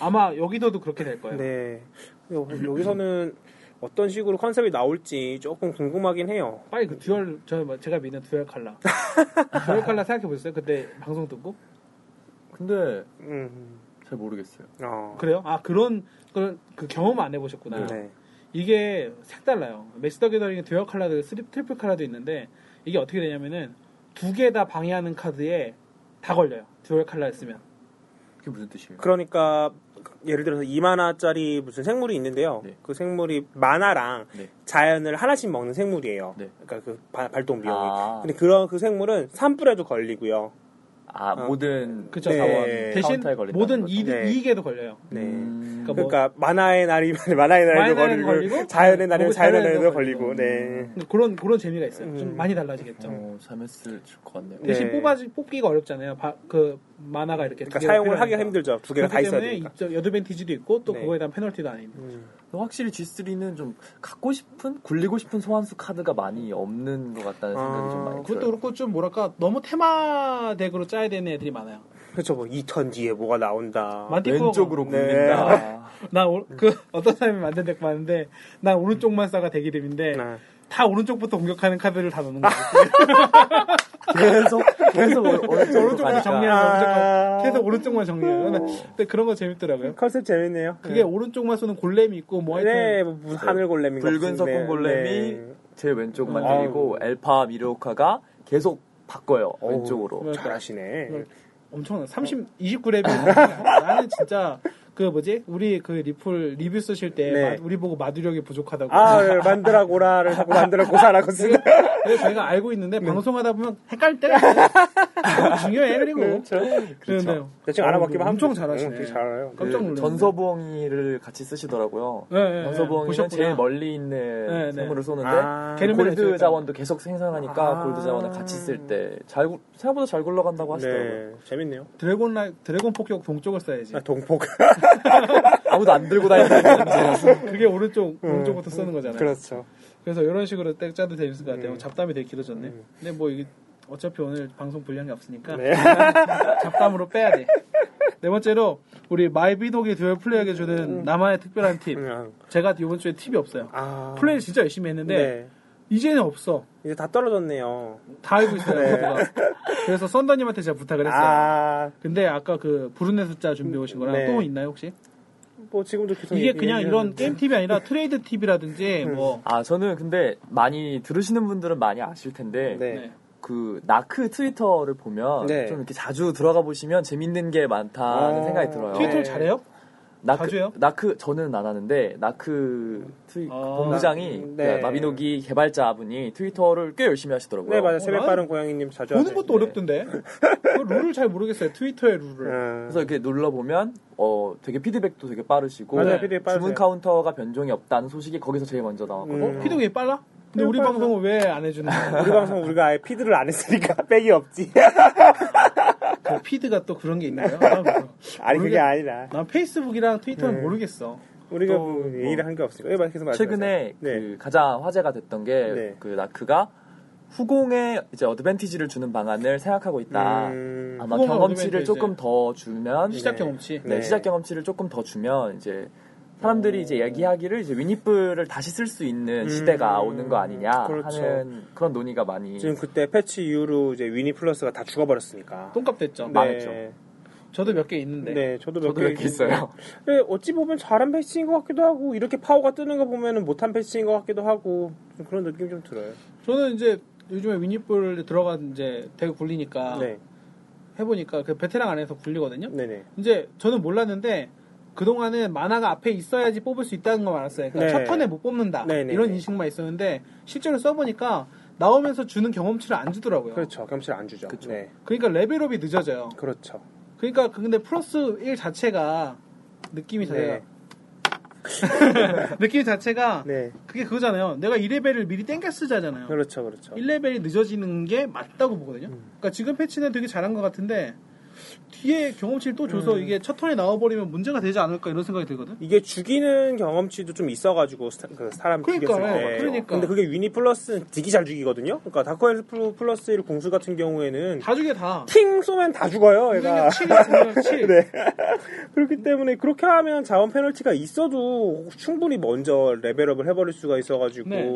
[SPEAKER 1] 아마 여기서도 그렇게 될 거예요.
[SPEAKER 2] 네. 요- 여기서는 어떤 식으로 컨셉이 나올지 조금 궁금하긴 해요.
[SPEAKER 1] 빨리 그 듀얼, 저, 뭐 제가 믿는 듀얼 칼라. 듀얼 칼라 생각해보셨어요? 그때 방송 듣고?
[SPEAKER 3] 근데
[SPEAKER 2] 음.
[SPEAKER 3] 잘 모르겠어요.
[SPEAKER 2] 어.
[SPEAKER 1] 그래요? 아, 그런, 그런, 그 경험 안 해보셨구나.
[SPEAKER 2] 네.
[SPEAKER 1] 이게 색달라요. 매직 더 게더링의 듀얼 칼라도, 그 스리- 트리플 칼라도 있는데, 이게 어떻게 되냐면은, 두 개 다 방해하는 카드에 다 걸려요. 듀얼 칼라를 쓰면.
[SPEAKER 3] 그게 무슨 뜻이에요?
[SPEAKER 2] 그러니까 예를 들어서 2만화짜리 무슨 생물이 있는데요.
[SPEAKER 3] 네.
[SPEAKER 2] 그 생물이 만화랑
[SPEAKER 3] 네.
[SPEAKER 2] 자연을 하나씩 먹는 생물이에요.
[SPEAKER 3] 네.
[SPEAKER 2] 그러니까 그 바- 발동 비용이.
[SPEAKER 3] 아.
[SPEAKER 2] 근데 그런 그 생물은 산불에도 걸리고요.
[SPEAKER 3] 아 모든
[SPEAKER 1] 그쵸.
[SPEAKER 2] 네.
[SPEAKER 3] 자원
[SPEAKER 1] 대신
[SPEAKER 3] 카운터에 걸린다는
[SPEAKER 1] 모든
[SPEAKER 3] 거죠?
[SPEAKER 1] 이득,
[SPEAKER 2] 네.
[SPEAKER 1] 이익에도 걸려요.
[SPEAKER 2] 네.
[SPEAKER 3] 음,
[SPEAKER 1] 그러니까 뭐-
[SPEAKER 2] 그러니까 만화의 날이 만화의 날에도
[SPEAKER 1] 만화의 날에도
[SPEAKER 2] 걸리고,
[SPEAKER 1] 걸리고,
[SPEAKER 2] 자연의 날이
[SPEAKER 1] 그리고 음. 자연의
[SPEAKER 2] 자연의 날에도
[SPEAKER 1] 날에도
[SPEAKER 2] 걸리고. 네.
[SPEAKER 1] 근데 그런 그런 재미가 있어요. 좀
[SPEAKER 2] 음.
[SPEAKER 1] 많이 달라지겠죠.
[SPEAKER 3] 어, 잘했을 것 같네요.
[SPEAKER 2] 네.
[SPEAKER 1] 대신 뽑아지 뽑기가 어렵잖아요. 바- 그 만화가 이렇게
[SPEAKER 2] 그러니까
[SPEAKER 1] 두 개가
[SPEAKER 2] 사용을 하기가
[SPEAKER 1] 필요하니까.
[SPEAKER 2] 힘들죠. 두 개가 다
[SPEAKER 1] 그렇기
[SPEAKER 2] 있어야
[SPEAKER 1] 때문에
[SPEAKER 2] 되니까. 음.
[SPEAKER 1] 이쪽 여드밴티지도 있고 또
[SPEAKER 2] 네.
[SPEAKER 1] 그거에 대한 페널티도 안 있는.
[SPEAKER 3] 확실히 G3는 좀 갖고 싶은 굴리고 싶은 소환수 카드가 많이 없는 것 같다는 생각이 좀
[SPEAKER 2] 아,
[SPEAKER 3] 많이
[SPEAKER 1] 그것도
[SPEAKER 3] 들어요.
[SPEAKER 1] 그렇고 좀 뭐랄까 너무 테마 덱으로 짜야 되는 애들이 많아요.
[SPEAKER 2] 그렇죠. 뭐 2턴 뒤에 뭐가 나온다.
[SPEAKER 1] 만티코어가-
[SPEAKER 3] 왼쪽으로
[SPEAKER 2] 네.
[SPEAKER 3] 굴린다.
[SPEAKER 1] 나
[SPEAKER 2] 음.
[SPEAKER 1] 그 어떤 사람이 만든 덱 봤는데 난 오른쪽만 싸가 덱 이름인데
[SPEAKER 2] 네.
[SPEAKER 1] 다 오른쪽부터 공격하는 카드를 다 넣는 거예요.
[SPEAKER 3] 계속 계속 오른쪽으로
[SPEAKER 1] 오른쪽만
[SPEAKER 3] 가니까.
[SPEAKER 1] 정리하는 거 무조건
[SPEAKER 2] 아.
[SPEAKER 1] 계속 오른쪽만 정리해요. 근데 그런 거 재밌더라고요.
[SPEAKER 2] 컨셉 재밌네요.
[SPEAKER 1] 그게
[SPEAKER 2] 네.
[SPEAKER 1] 오른쪽만 쏘는 골렘이 있고 뭐 하여튼
[SPEAKER 2] 네, 뭐 무슨 네. 하늘 골렘이
[SPEAKER 3] 붉은 석궁 골렘이 제일 왼쪽만
[SPEAKER 1] 네, 음.
[SPEAKER 3] 때리고 엘파 미르오카가 계속 바꿔요 왼쪽으로.
[SPEAKER 1] 그러니까
[SPEAKER 2] 어, 잘하시네.
[SPEAKER 1] 엄청나.
[SPEAKER 2] 어.
[SPEAKER 1] 30, 29렙이. 나는 진짜 그 뭐지? 우리 그 리플 리뷰 쓰실 때
[SPEAKER 2] 네.
[SPEAKER 1] 마- 우리 보고 마두력이 부족하다고.
[SPEAKER 2] 아, 네, 만드라 고라를 자꾸 만들어 고사라고 쓰는.
[SPEAKER 1] 그래서 저희가 알고 있는데
[SPEAKER 2] 네.
[SPEAKER 1] 방송하다 보면 헷갈릴 때가 있어요. 너무 중요해 그리고.
[SPEAKER 2] 그렇죠.
[SPEAKER 1] 그런데요.
[SPEAKER 2] 나 지금 알아봤기만 하면
[SPEAKER 1] 엄청
[SPEAKER 2] 되죠.
[SPEAKER 1] 잘하시네.
[SPEAKER 2] 응, 되게 잘해요.
[SPEAKER 1] 깜짝
[SPEAKER 3] 그
[SPEAKER 1] 놀랐네.
[SPEAKER 3] 전서부엉이를 같이 쓰시더라고요.
[SPEAKER 1] 네, 네, 네.
[SPEAKER 3] 전서부엉이는
[SPEAKER 1] 보셨구나.
[SPEAKER 3] 제일 멀리 있는
[SPEAKER 1] 네, 네.
[SPEAKER 3] 생물을 쏘는데
[SPEAKER 2] 아,
[SPEAKER 1] 걔는 맨날
[SPEAKER 3] 골드
[SPEAKER 1] 저기다가.
[SPEAKER 3] 자원도 계속 생산하니까
[SPEAKER 2] 아.
[SPEAKER 3] 골드 자원을 같이 쓸 때 잘 생각보다 잘 굴러간다고 하시더라고요.
[SPEAKER 2] 네, 재밌네요.
[SPEAKER 1] 드래곤 라이 드래곤 폭격 동쪽을 써야지.
[SPEAKER 2] 아, 동폭.
[SPEAKER 3] 아무도 안 들고 다니는
[SPEAKER 1] 그게 오른쪽 오른쪽부터 쓰는 거잖아요.
[SPEAKER 2] 음. 그렇죠.
[SPEAKER 1] 그래서 이런 식으로 딱 짜도 재밌을 것 같아요.
[SPEAKER 2] 음.
[SPEAKER 1] 잡담이 되게 길어졌네. 근데 뭐 이게 어차피 오늘 방송 분량이 없으니까
[SPEAKER 2] 네.
[SPEAKER 1] 잡담으로 빼야 돼. 네 번째로 우리 마이비독이 듀얼 플레이에게 주는 나만의 특별한 팁.
[SPEAKER 2] 그냥,
[SPEAKER 1] 제가 이번 주에 팁이 없어요.
[SPEAKER 2] 음. 아.
[SPEAKER 1] 플레이 진짜 열심히 했는데
[SPEAKER 2] 네.
[SPEAKER 1] 이제는 없어.
[SPEAKER 2] 이제 다 떨어졌네요.
[SPEAKER 1] 다 알고 있어요.
[SPEAKER 2] 네.
[SPEAKER 1] 모두가. 그래서 썬더님한테 제가 부탁을 했어요.
[SPEAKER 2] 아,
[SPEAKER 1] 근데 아까 그 부르네 숫자 준비해 오신 거랑
[SPEAKER 2] 네.
[SPEAKER 1] 또 있나요 혹시?
[SPEAKER 2] 뭐 지금도 계속
[SPEAKER 1] 이게
[SPEAKER 2] 얘기-
[SPEAKER 1] 그냥 이런
[SPEAKER 2] 얘기하는데. 음.
[SPEAKER 1] 게임 팁이 아니라 트레이드 팁이라든지 뭐
[SPEAKER 3] 아 저는 근데 많이 들으시는 분들은 많이 아실 텐데
[SPEAKER 2] 네.
[SPEAKER 3] 그 나크 트위터를 보면
[SPEAKER 2] 네.
[SPEAKER 3] 좀 이렇게 자주 들어가 보시면 재밌는 게 많다는
[SPEAKER 2] 어,
[SPEAKER 3] 생각이 들어요.
[SPEAKER 2] 네.
[SPEAKER 1] 트위터를 잘해요?
[SPEAKER 3] 나크, 그,
[SPEAKER 1] 자주 해요?
[SPEAKER 3] 나크 저는 안 하는데 나크 그 트위
[SPEAKER 1] 아,
[SPEAKER 3] 본부장이
[SPEAKER 2] 나- 네.
[SPEAKER 3] 그러니까 마비노기 개발자분이 트위터를 꽤 열심히 하시더라고요.
[SPEAKER 2] 네, 맞아요.
[SPEAKER 1] 어,
[SPEAKER 2] 새벽
[SPEAKER 1] 난-
[SPEAKER 2] 빠른 고양이님 자주
[SPEAKER 1] 보는
[SPEAKER 2] 하세요.
[SPEAKER 1] 것도 어렵던데. 그 룰을 잘 모르겠어요. 트위터의 룰을.
[SPEAKER 2] 음.
[SPEAKER 3] 그래서 이렇게 눌러 보면 어 되게 피드백도 되게 빠르시고
[SPEAKER 2] 맞아요.
[SPEAKER 1] 네.
[SPEAKER 2] 피드백 빠르세요.
[SPEAKER 3] 주문 카운터가 변종이 없다는 소식이 거기서 제일 먼저 나왔거든요.
[SPEAKER 2] 음.
[SPEAKER 1] 어, 피드백이 빨라? 근데 우리 방송은 왜 안 해주는 거야?
[SPEAKER 2] 우리 방송 우리가 아예 피드를 안 했으니까 백이 없지.
[SPEAKER 1] 그 피드가 또 그런 게 있나요? 아, 뭐.
[SPEAKER 2] 아니 그게
[SPEAKER 1] 모르겠-
[SPEAKER 2] 아니라
[SPEAKER 1] 난 페이스북이랑 트위터는 모르겠어.
[SPEAKER 2] 우리가
[SPEAKER 3] 또
[SPEAKER 2] 뭐 얘기를 한 게 없으니까 예, 계속 말씀하세요.
[SPEAKER 3] 최근에
[SPEAKER 2] 네.
[SPEAKER 3] 그 가장 화제가 됐던 게 그
[SPEAKER 2] 네.
[SPEAKER 3] 나크가 후공에 이제 어드밴티지를 주는 방안을 생각하고 있다.
[SPEAKER 2] 음,
[SPEAKER 3] 아마
[SPEAKER 1] 후공은
[SPEAKER 3] 경험치를
[SPEAKER 1] 어드밴티지.
[SPEAKER 3] 조금 더 주면
[SPEAKER 1] 시작
[SPEAKER 2] 네.
[SPEAKER 1] 경험치.
[SPEAKER 3] 네,
[SPEAKER 2] 네.
[SPEAKER 3] 시작 경험치를 조금 더 주면 이제 사람들이 이제 얘기하기를 이제 위니플을 다시 쓸 수 있는
[SPEAKER 2] 음,
[SPEAKER 3] 시대가 오는 거 아니냐
[SPEAKER 2] 그렇죠.
[SPEAKER 3] 하는 그런 논의가 많이
[SPEAKER 2] 지금 그때 패치 이후로 이제 위니 플러스가 다 죽어버렸으니까.
[SPEAKER 1] 똥값 됐죠. 아,
[SPEAKER 3] 네. 망했죠.
[SPEAKER 1] 저도 몇 개
[SPEAKER 2] 네,
[SPEAKER 1] 있는데.
[SPEAKER 2] 저도 몇
[SPEAKER 3] 저도
[SPEAKER 2] 개
[SPEAKER 3] 이렇게 있어요.
[SPEAKER 2] 네, 어찌 보면 잘한 패치인 것 같기도 하고 이렇게 파워가 뜨는 거 보면은 못한 패치인 것 같기도 하고 좀 그런 느낌 좀 들어요.
[SPEAKER 1] 저는 이제 요즘에 위니볼 들어간 이제 되게 굴리니까
[SPEAKER 2] 네,
[SPEAKER 1] 해보니까 그 베테랑 안에서 굴리거든요.
[SPEAKER 2] 네, 네.
[SPEAKER 1] 이제 저는 몰랐는데 그동안은 만화가 앞에 있어야지 뽑을 수 있다는 걸 알았어요. 그러니까
[SPEAKER 2] 네.
[SPEAKER 1] 첫 턴에 못 뽑는다.
[SPEAKER 2] 네, 네,
[SPEAKER 1] 이런
[SPEAKER 2] 네.
[SPEAKER 1] 인식만 있었는데 실제로 써보니까 나오면서 주는 경험치를 안 주더라고요.
[SPEAKER 2] 그렇죠. 경험치를 안 주죠.
[SPEAKER 3] 그쵸.
[SPEAKER 2] 네,
[SPEAKER 1] 그러니까 레벨업이 늦어져요.
[SPEAKER 2] 그렇죠.
[SPEAKER 1] 그러니까 근데 플러스 1 자체가 느낌이 자체가
[SPEAKER 2] 네,
[SPEAKER 1] 느낌 자체가
[SPEAKER 2] 네,
[SPEAKER 1] 그게 그거잖아요. 내가 1레벨을 미리 땡겨 쓰자잖아요.
[SPEAKER 2] 그렇죠, 그렇죠.
[SPEAKER 1] 1레벨이 늦어지는 게 맞다고 보거든요.
[SPEAKER 2] 음.
[SPEAKER 1] 그러니까 지금 패치는 되게 잘한 것 같은데 뒤에 경험치를 또 줘서
[SPEAKER 2] 음.
[SPEAKER 1] 이게 첫 턴에 나와버리면 문제가 되지 않을까 이런 생각이 들거든.
[SPEAKER 2] 이게 죽이는 경험치도 좀 있어가지고 스타- 그 사람
[SPEAKER 1] 그러니까,
[SPEAKER 2] 죽였을
[SPEAKER 1] 네,
[SPEAKER 2] 때.
[SPEAKER 1] 그러니까.
[SPEAKER 2] 근데 그게 위니 플러스는 되게 잘 죽이거든요. 그러니까 다크엘스 플러스 1 공수 같은 경우에는
[SPEAKER 1] 다 죽여 다.
[SPEAKER 2] 팅 쏘면 다 죽어요.
[SPEAKER 1] 공격력
[SPEAKER 2] 얘가.
[SPEAKER 1] 7이야 공격력 7.
[SPEAKER 2] 네. 그렇기 때문에 그렇게 하면 자원 페널티가 있어도 충분히 먼저 레벨업을 해버릴 수가 있어가지고
[SPEAKER 1] 네.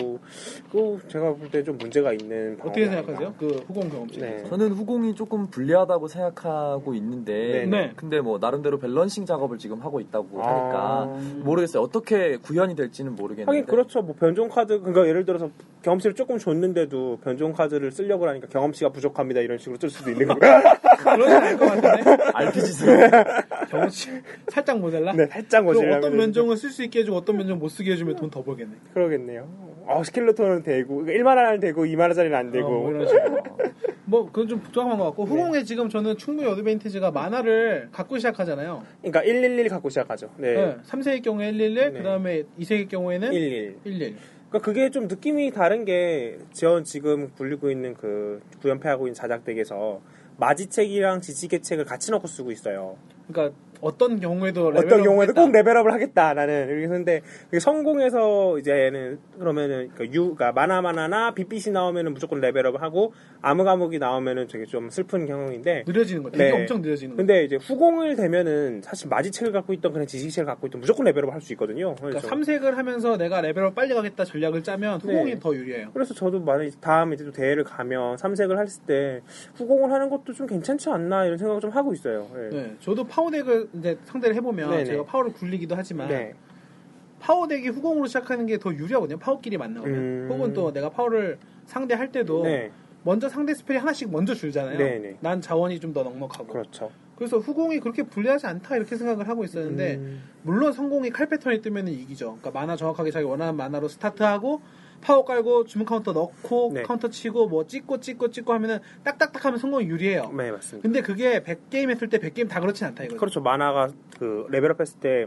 [SPEAKER 2] 그 제가 볼 때 좀 문제가 있는 방법이
[SPEAKER 1] 어떻게
[SPEAKER 2] 아닌가.
[SPEAKER 1] 생각하세요? 그 후공 경험치.
[SPEAKER 2] 네.
[SPEAKER 3] 저는 후공이 조금 불리하다고 생각하고 있는데
[SPEAKER 2] 네.
[SPEAKER 1] 네.
[SPEAKER 3] 근데 뭐 나름대로 밸런싱 작업을 지금 하고 있다고
[SPEAKER 2] 아.
[SPEAKER 3] 하니까 모르겠어요. 어떻게 구현이 될지는
[SPEAKER 1] 네.
[SPEAKER 3] 모르겠는데.
[SPEAKER 2] 하긴 그렇죠. 뭐 변종 카드 그러니까 예를 들어서 경험치를 조금 줬는데도 변종 카드를 쓰려고 하니까 경험치가 부족합니다 이런 식으로 쓸 수도 있는 거예요.
[SPEAKER 1] 그런 생각것 같은데
[SPEAKER 3] RPG스러워.
[SPEAKER 1] 경험치 살짝 모자라.
[SPEAKER 2] 네, 살짝
[SPEAKER 1] 그럼
[SPEAKER 2] 거짓말.
[SPEAKER 1] 어떤 면종을 쓸 수 있게 해주고 어떤 면종 못 쓰게 해주면 돈 더 버겠네.
[SPEAKER 2] 그러겠네요. 어, 스킬레톤은 되고 그러니까 1만 원은 되고 2만 원짜리는 안 되고.
[SPEAKER 1] 어, 뭐 이런 식으로. 뭐 그건 좀 복잡한 것 같고
[SPEAKER 2] 네.
[SPEAKER 1] 후공에 지금 저는 충분히
[SPEAKER 2] 음.
[SPEAKER 1] 어드밴티지가 만화를 갖고 시작하잖아요.
[SPEAKER 2] 그러니까 111 갖고 시작하죠. 네.
[SPEAKER 1] 네. 3세의 경우에 111,
[SPEAKER 2] 네.
[SPEAKER 1] 그 다음에 2세의 경우에는
[SPEAKER 2] 11.
[SPEAKER 1] 11.
[SPEAKER 2] 그러니까 그게 좀 느낌이 다른 게 지원 지금 굴리고 있는 그 구연패하고 있는 자작덱에서 마지책이랑 지지개책을 같이 넣고 쓰고 있어요.
[SPEAKER 1] 그러니까 어떤 경우에도
[SPEAKER 2] 어떤
[SPEAKER 1] 레벨업을
[SPEAKER 2] 경우에도
[SPEAKER 1] 했다.
[SPEAKER 2] 꼭 레벨업을 하겠다 나는 이렇게 했는데 그게 성공해서 이제는 그러면은 그 유, 그러니까 마나마나나 빛빛이 나오면은 무조건 레벨업을 하고 암흑암흑이 나오면은 되게 좀 슬픈 경험인데
[SPEAKER 1] 느려지는 거죠. 되게
[SPEAKER 2] 네.
[SPEAKER 1] 엄청 느려지는 거죠.
[SPEAKER 2] 근데 이제 후공을 되면은 사실 마지책을 갖고 있던 그냥 지식책을 갖고 있던 무조건 레벨업을 할 수 있거든요. 그래서
[SPEAKER 1] 그러니까 삼색을 하면서 내가 레벨업 빨리 가겠다 전략을 짜면 후공이
[SPEAKER 2] 그렇죠. 네.
[SPEAKER 1] 더 유리해요.
[SPEAKER 2] 그래서 저도 만약에 다음 이제 또 대회를 가면 삼색을 했을 때 후공을 하는 것도 좀 괜찮지 않나 이런 생각을 좀 하고 있어요. 예.
[SPEAKER 1] 네, 저도 파워덱을 이제 상대를 해보면
[SPEAKER 2] 네네.
[SPEAKER 1] 제가 파워를 굴리기도 하지만
[SPEAKER 2] 네.
[SPEAKER 1] 파워덱이 후공으로 시작하는 게 더 유리하거든요. 파워끼리 만나면
[SPEAKER 2] 음.
[SPEAKER 1] 혹은 또 내가 파워를 상대할 때도
[SPEAKER 2] 네.
[SPEAKER 1] 먼저 상대 스펠이 하나씩 먼저 줄잖아요.
[SPEAKER 2] 네네.
[SPEAKER 1] 난 자원이 좀 더 넉넉하고
[SPEAKER 2] 그렇죠.
[SPEAKER 1] 그래서 후공이 그렇게 불리하지 않다 이렇게 생각을 하고 있었는데
[SPEAKER 2] 음,
[SPEAKER 1] 물론 성공이 칼 패턴이 뜨면 이기죠. 그러니까 만화 정확하게 자기 원하는 만화로 스타트하고 파워 깔고 주문 카운터 넣고
[SPEAKER 2] 네.
[SPEAKER 1] 카운터 치고 뭐 찍고 찍고 찍고 하면은 딱딱딱 하면 성공이 유리해요.
[SPEAKER 2] 네, 맞습니다.
[SPEAKER 1] 근데 그게 100게임 했을 때 100게임 다 그렇진 않다 이거죠.
[SPEAKER 2] 그렇죠. 만화가 그 레벨업 했을 때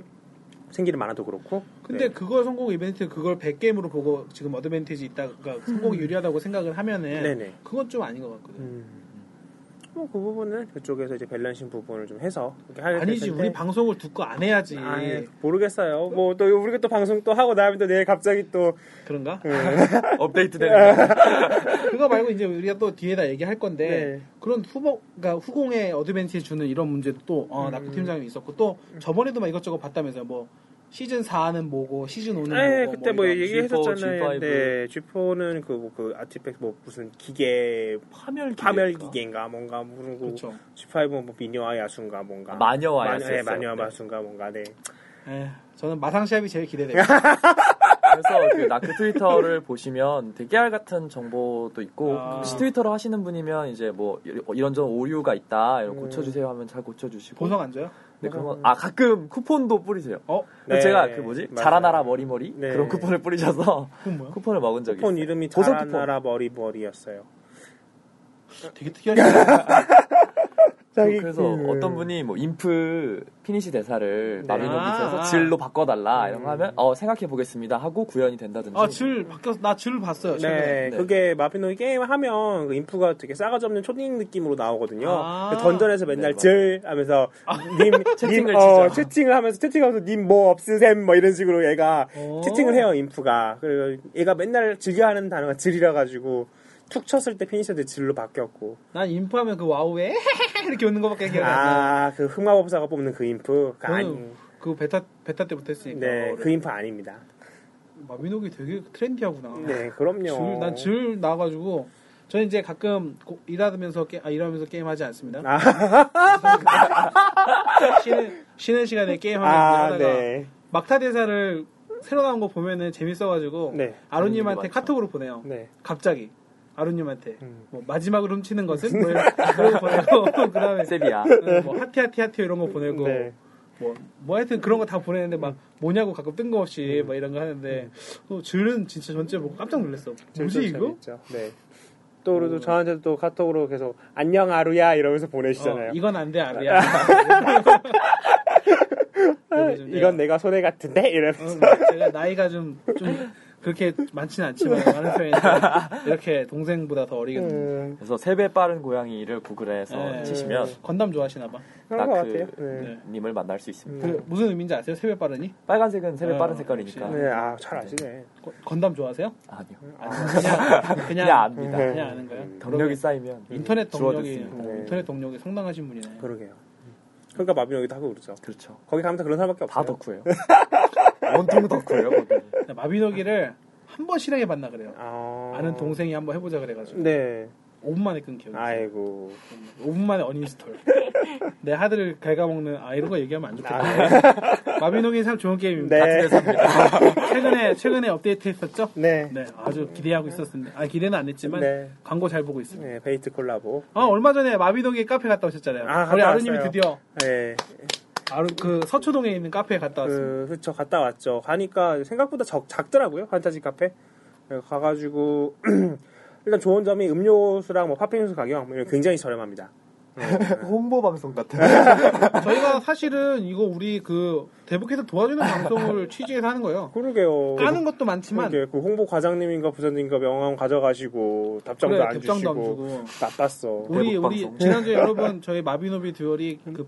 [SPEAKER 2] 생기는 만화도 그렇고.
[SPEAKER 1] 근데
[SPEAKER 2] 네.
[SPEAKER 1] 그거 성공 이벤트 그걸 100게임으로 보고 지금 어드밴티지 있다 그러니까 성공이 유리하다고 생각을 하면은
[SPEAKER 2] 음. 네네.
[SPEAKER 1] 그건 좀 아닌 것 같거든. 요
[SPEAKER 2] 음. 뭐그 부분은 그쪽에서 이제 밸런싱 부분을 좀 해서 이렇게 하게 될
[SPEAKER 1] 아니지
[SPEAKER 2] 텐데.
[SPEAKER 1] 우리 방송을 듣고 안 해야지
[SPEAKER 2] 아예 모르겠어요. 뭐 또 우리가 또 방송 또 하고 나면 또 내일 갑자기 또
[SPEAKER 1] 그런가?
[SPEAKER 2] 음.
[SPEAKER 3] 업데이트 되는 거.
[SPEAKER 1] 그거 말고 이제 우리가 또 뒤에다 얘기할 건데
[SPEAKER 2] 네.
[SPEAKER 1] 그런 후보 그러니까 후공의 어드밴티지 주는 이런 문제도 또 어,
[SPEAKER 2] 음.
[SPEAKER 1] 낙구 팀장님 있었고 또 저번에도 막 이것저것 봤다면서요 뭐 시즌 4는 뭐고 시즌 5는
[SPEAKER 2] 네,
[SPEAKER 1] 뭐고
[SPEAKER 2] 그때
[SPEAKER 1] 뭐
[SPEAKER 2] 뭐
[SPEAKER 1] 이런.
[SPEAKER 2] 얘기했었잖아요.
[SPEAKER 3] G5.
[SPEAKER 2] 네, G4는 그, 뭐 그 아티팩트 뭐 무슨 기계
[SPEAKER 3] 파멸 기계.
[SPEAKER 2] 파멸 기계인가 뭔가 무슨 그
[SPEAKER 1] 그렇죠.
[SPEAKER 2] G5는 뭐 미녀와 야수인가 뭔가
[SPEAKER 3] 마녀와
[SPEAKER 2] 마녀-
[SPEAKER 3] 야수였어요.
[SPEAKER 2] 네, 마녀와
[SPEAKER 3] 네.
[SPEAKER 2] 야수인가 뭔가 네.
[SPEAKER 1] 에휴, 예, 저는 마상시합이 제일 기대돼요.
[SPEAKER 3] 그래서 그 나크 트위터를 보시면 되게 깨알 같은 정보도 있고
[SPEAKER 1] 아.
[SPEAKER 3] 혹시 트위터를 하시는 분이면 이제 뭐 이런저런 오류가 있다
[SPEAKER 2] 음.
[SPEAKER 3] 이런 고쳐주세요 하면 잘 고쳐주시고.
[SPEAKER 1] 보석 안 줘요?
[SPEAKER 3] 네, 그러면 아 가끔 쿠폰도 뿌리세요.
[SPEAKER 1] 어?
[SPEAKER 2] 네,
[SPEAKER 3] 제가 그 뭐지
[SPEAKER 2] 맞아요.
[SPEAKER 3] 자라나라 머리머리
[SPEAKER 2] 네.
[SPEAKER 3] 그런 쿠폰을 뿌리셔서
[SPEAKER 1] 그건 뭐야?
[SPEAKER 3] 쿠폰을 먹은 적이
[SPEAKER 2] 쿠폰
[SPEAKER 3] 있어요.
[SPEAKER 2] 이름이
[SPEAKER 3] 보석
[SPEAKER 2] 자라나라 머리머리였어요.
[SPEAKER 1] 되게 특이하시네.
[SPEAKER 2] 자기
[SPEAKER 3] 그래서
[SPEAKER 2] 그-
[SPEAKER 3] 어떤 분이 뭐 인프 피니시 대사를
[SPEAKER 2] 네. 음.
[SPEAKER 3] 마비노기에서
[SPEAKER 1] 아, 아.
[SPEAKER 3] 질로 바꿔달라 이런 거 하면 어 생각해 보겠습니다 하고 구현이 된다든지
[SPEAKER 1] 아, 줄 바뀌었어. 나 줄 봤어요. 최근에.
[SPEAKER 2] 네,
[SPEAKER 3] 네.
[SPEAKER 2] 그게 마피노이 게임 하면 그 인프가 되게 싸가지 없는 초딩 느낌으로 나오거든요.
[SPEAKER 1] 아.
[SPEAKER 2] 그 던전에서 맨날
[SPEAKER 3] 네,
[SPEAKER 2] 질 하면서 님,
[SPEAKER 3] 채팅을
[SPEAKER 2] 님, 어,
[SPEAKER 3] 치죠.
[SPEAKER 2] 채팅을 하면서 채팅하면서 님 뭐 없으셈 뭐 이런 식으로 얘가
[SPEAKER 1] 오.
[SPEAKER 2] 채팅을 해요 인프가. 그리고 얘가 맨날 즐겨하는 단어가 질이라 가지고 툭 쳤을 때 피니셔 때 질로 바뀌었고.
[SPEAKER 1] 난 인프하면 그 와우에 이렇게 웃는 거밖에 기억이 안 나.
[SPEAKER 2] 아, 그 흑마법사가 뽑는 그 인프 그 아니.
[SPEAKER 1] 저는 그 베타 베타 때부터 했으니까.
[SPEAKER 2] 네, 그 인프 아닙니다.
[SPEAKER 1] 마비노기 되게 트렌디하구나.
[SPEAKER 2] 네, 그럼요.
[SPEAKER 1] 줄, 난 줄 나와가지고 저는 이제 가끔 고- 일하면서 게, 아, 일하면서 게임 하지 않습니다.
[SPEAKER 2] 아.
[SPEAKER 1] 쉬는, 쉬는 시간에 게임
[SPEAKER 2] 아,
[SPEAKER 1] 하면서 하다가
[SPEAKER 2] 네.
[SPEAKER 1] 막타 대사를 새로 나온 거 보면은 재밌어가지고
[SPEAKER 2] 네.
[SPEAKER 1] 아론님한테
[SPEAKER 3] 재밌는 거 많죠.
[SPEAKER 1] 카톡으로 보내요.
[SPEAKER 2] 네.
[SPEAKER 1] 갑자기 아론님한테
[SPEAKER 2] 음.
[SPEAKER 1] 뭐 마지막으로 훔치는 것은 뭐 이런 거 보내고 그다음에
[SPEAKER 3] 세비야
[SPEAKER 1] 어, 뭐 하티 하티 하티 이런 거 보내고
[SPEAKER 2] 네.
[SPEAKER 1] 뭐, 뭐 하여튼 그런 거 다 보내는데 막 뭐냐고 가끔 뜬금없이 막 이런 거 하는데 어, 줄은 진짜 전체 보고 깜짝 놀랐어. 뭐지
[SPEAKER 2] 재밌죠,
[SPEAKER 1] 이거?
[SPEAKER 2] 재밌죠. 네. 또 그래도 저한테도 또 카톡으로 계속 안녕 아루야 이러면서 보내시잖아요.
[SPEAKER 1] 어, 이건 안돼 아리야. 요즘 내가-
[SPEAKER 2] 이건 내가 손해 같은데 이러면서.
[SPEAKER 1] 어, 뭐 제가 나이가 좀, 좀 그렇게 많지는 않지만 많은 편인데 이렇게 동생보다 더 어리거든요.
[SPEAKER 2] 음,
[SPEAKER 3] 그래서 세배 빠른 고양이를 구글에서
[SPEAKER 1] 네.
[SPEAKER 3] 치시면
[SPEAKER 1] 건담 좋아하시나 봐.
[SPEAKER 2] 그런 것 같아요. 네.
[SPEAKER 1] 네.
[SPEAKER 3] 다크님을 만날 수 있습니다.
[SPEAKER 1] 그 무슨 의미인지 아세요? 세배 빠르니?
[SPEAKER 3] 빨간색은 세배
[SPEAKER 1] 어,
[SPEAKER 3] 빠른 색깔이니까
[SPEAKER 1] 네.
[SPEAKER 2] 네, 아, 잘 아시네.
[SPEAKER 1] 거- 건담 좋아하세요?
[SPEAKER 3] 아니요
[SPEAKER 1] 그냥
[SPEAKER 3] 그냥, 음.
[SPEAKER 1] 그냥
[SPEAKER 3] 압니다.
[SPEAKER 2] 네.
[SPEAKER 1] 그냥 아는 거예요.
[SPEAKER 3] 경력이 쌓이면
[SPEAKER 1] 인터넷 동력이
[SPEAKER 3] 줄어들습니다.
[SPEAKER 2] 네.
[SPEAKER 1] 인터넷 동력이 상당하신 분이네.
[SPEAKER 2] 그러게요. 그러니까 마비노기도 하고 그러죠.
[SPEAKER 3] 그렇죠.
[SPEAKER 2] 거기 가면 다 그런 사람밖에
[SPEAKER 3] 다
[SPEAKER 2] 없어요.
[SPEAKER 3] 덕후예요. 온통 덕후예요. 거기.
[SPEAKER 1] 네. 마비노기를 한 번 실행해 봤나 그래요.
[SPEAKER 2] 아...
[SPEAKER 1] 아는 동생이 한번 해보자 그래가지고
[SPEAKER 2] 네.
[SPEAKER 1] 5분 만에 끊겨.
[SPEAKER 2] 그렇죠. 아이고.
[SPEAKER 1] 5분 만에 어nin스톨. 내 하드를 갉아먹는 아 이런 거 얘기하면 안 좋겠다.
[SPEAKER 2] 아, 네.
[SPEAKER 1] 마비노기 참 좋은 게임입니다.
[SPEAKER 2] 네.
[SPEAKER 1] 최근에 최근에 업데이트했었죠?
[SPEAKER 2] 네.
[SPEAKER 1] 네, 아주 기대하고 있었습니다. 아 기대는 안 했지만
[SPEAKER 2] 네.
[SPEAKER 1] 광고 잘 보고 있습니다.
[SPEAKER 2] 네, 베이트 콜라보.
[SPEAKER 1] 아 얼마 전에 마비노기 카페 갔다 오셨잖아요.
[SPEAKER 2] 아, 갔다
[SPEAKER 1] 우리 아루님이
[SPEAKER 2] 왔어요.
[SPEAKER 1] 드디어
[SPEAKER 2] 네.
[SPEAKER 1] 아루 그 서초동에 있는 카페에 갔다 왔습니다.
[SPEAKER 2] 그, 그쵸, 갔다 왔죠. 가니까 생각보다 적, 작더라고요, 판타지 카페. 네, 가가지고, 일단 좋은 점이 음료수랑 뭐 팥빙수 가격 뭐 이런 게 굉장히 저렴합니다.
[SPEAKER 3] 홍보 방송 같은.
[SPEAKER 2] 네.
[SPEAKER 1] 저희가 사실은 이거 우리 그 대북해서 도와주는 방송을 취지해서 하는 거예요.
[SPEAKER 2] 그러게요.
[SPEAKER 1] 까는 것도 많지만
[SPEAKER 2] 그러게, 그 홍보 과장님인가 부장님인가 명함 가져가시고 답장도
[SPEAKER 1] 그래,
[SPEAKER 2] 안
[SPEAKER 1] 답장도
[SPEAKER 2] 주시고
[SPEAKER 1] 안 주고.
[SPEAKER 2] 나빴어.
[SPEAKER 1] 우리
[SPEAKER 3] 대북
[SPEAKER 1] 우리
[SPEAKER 3] 방송.
[SPEAKER 1] 지난주에 여러분 저희 마비노비 듀얼이 그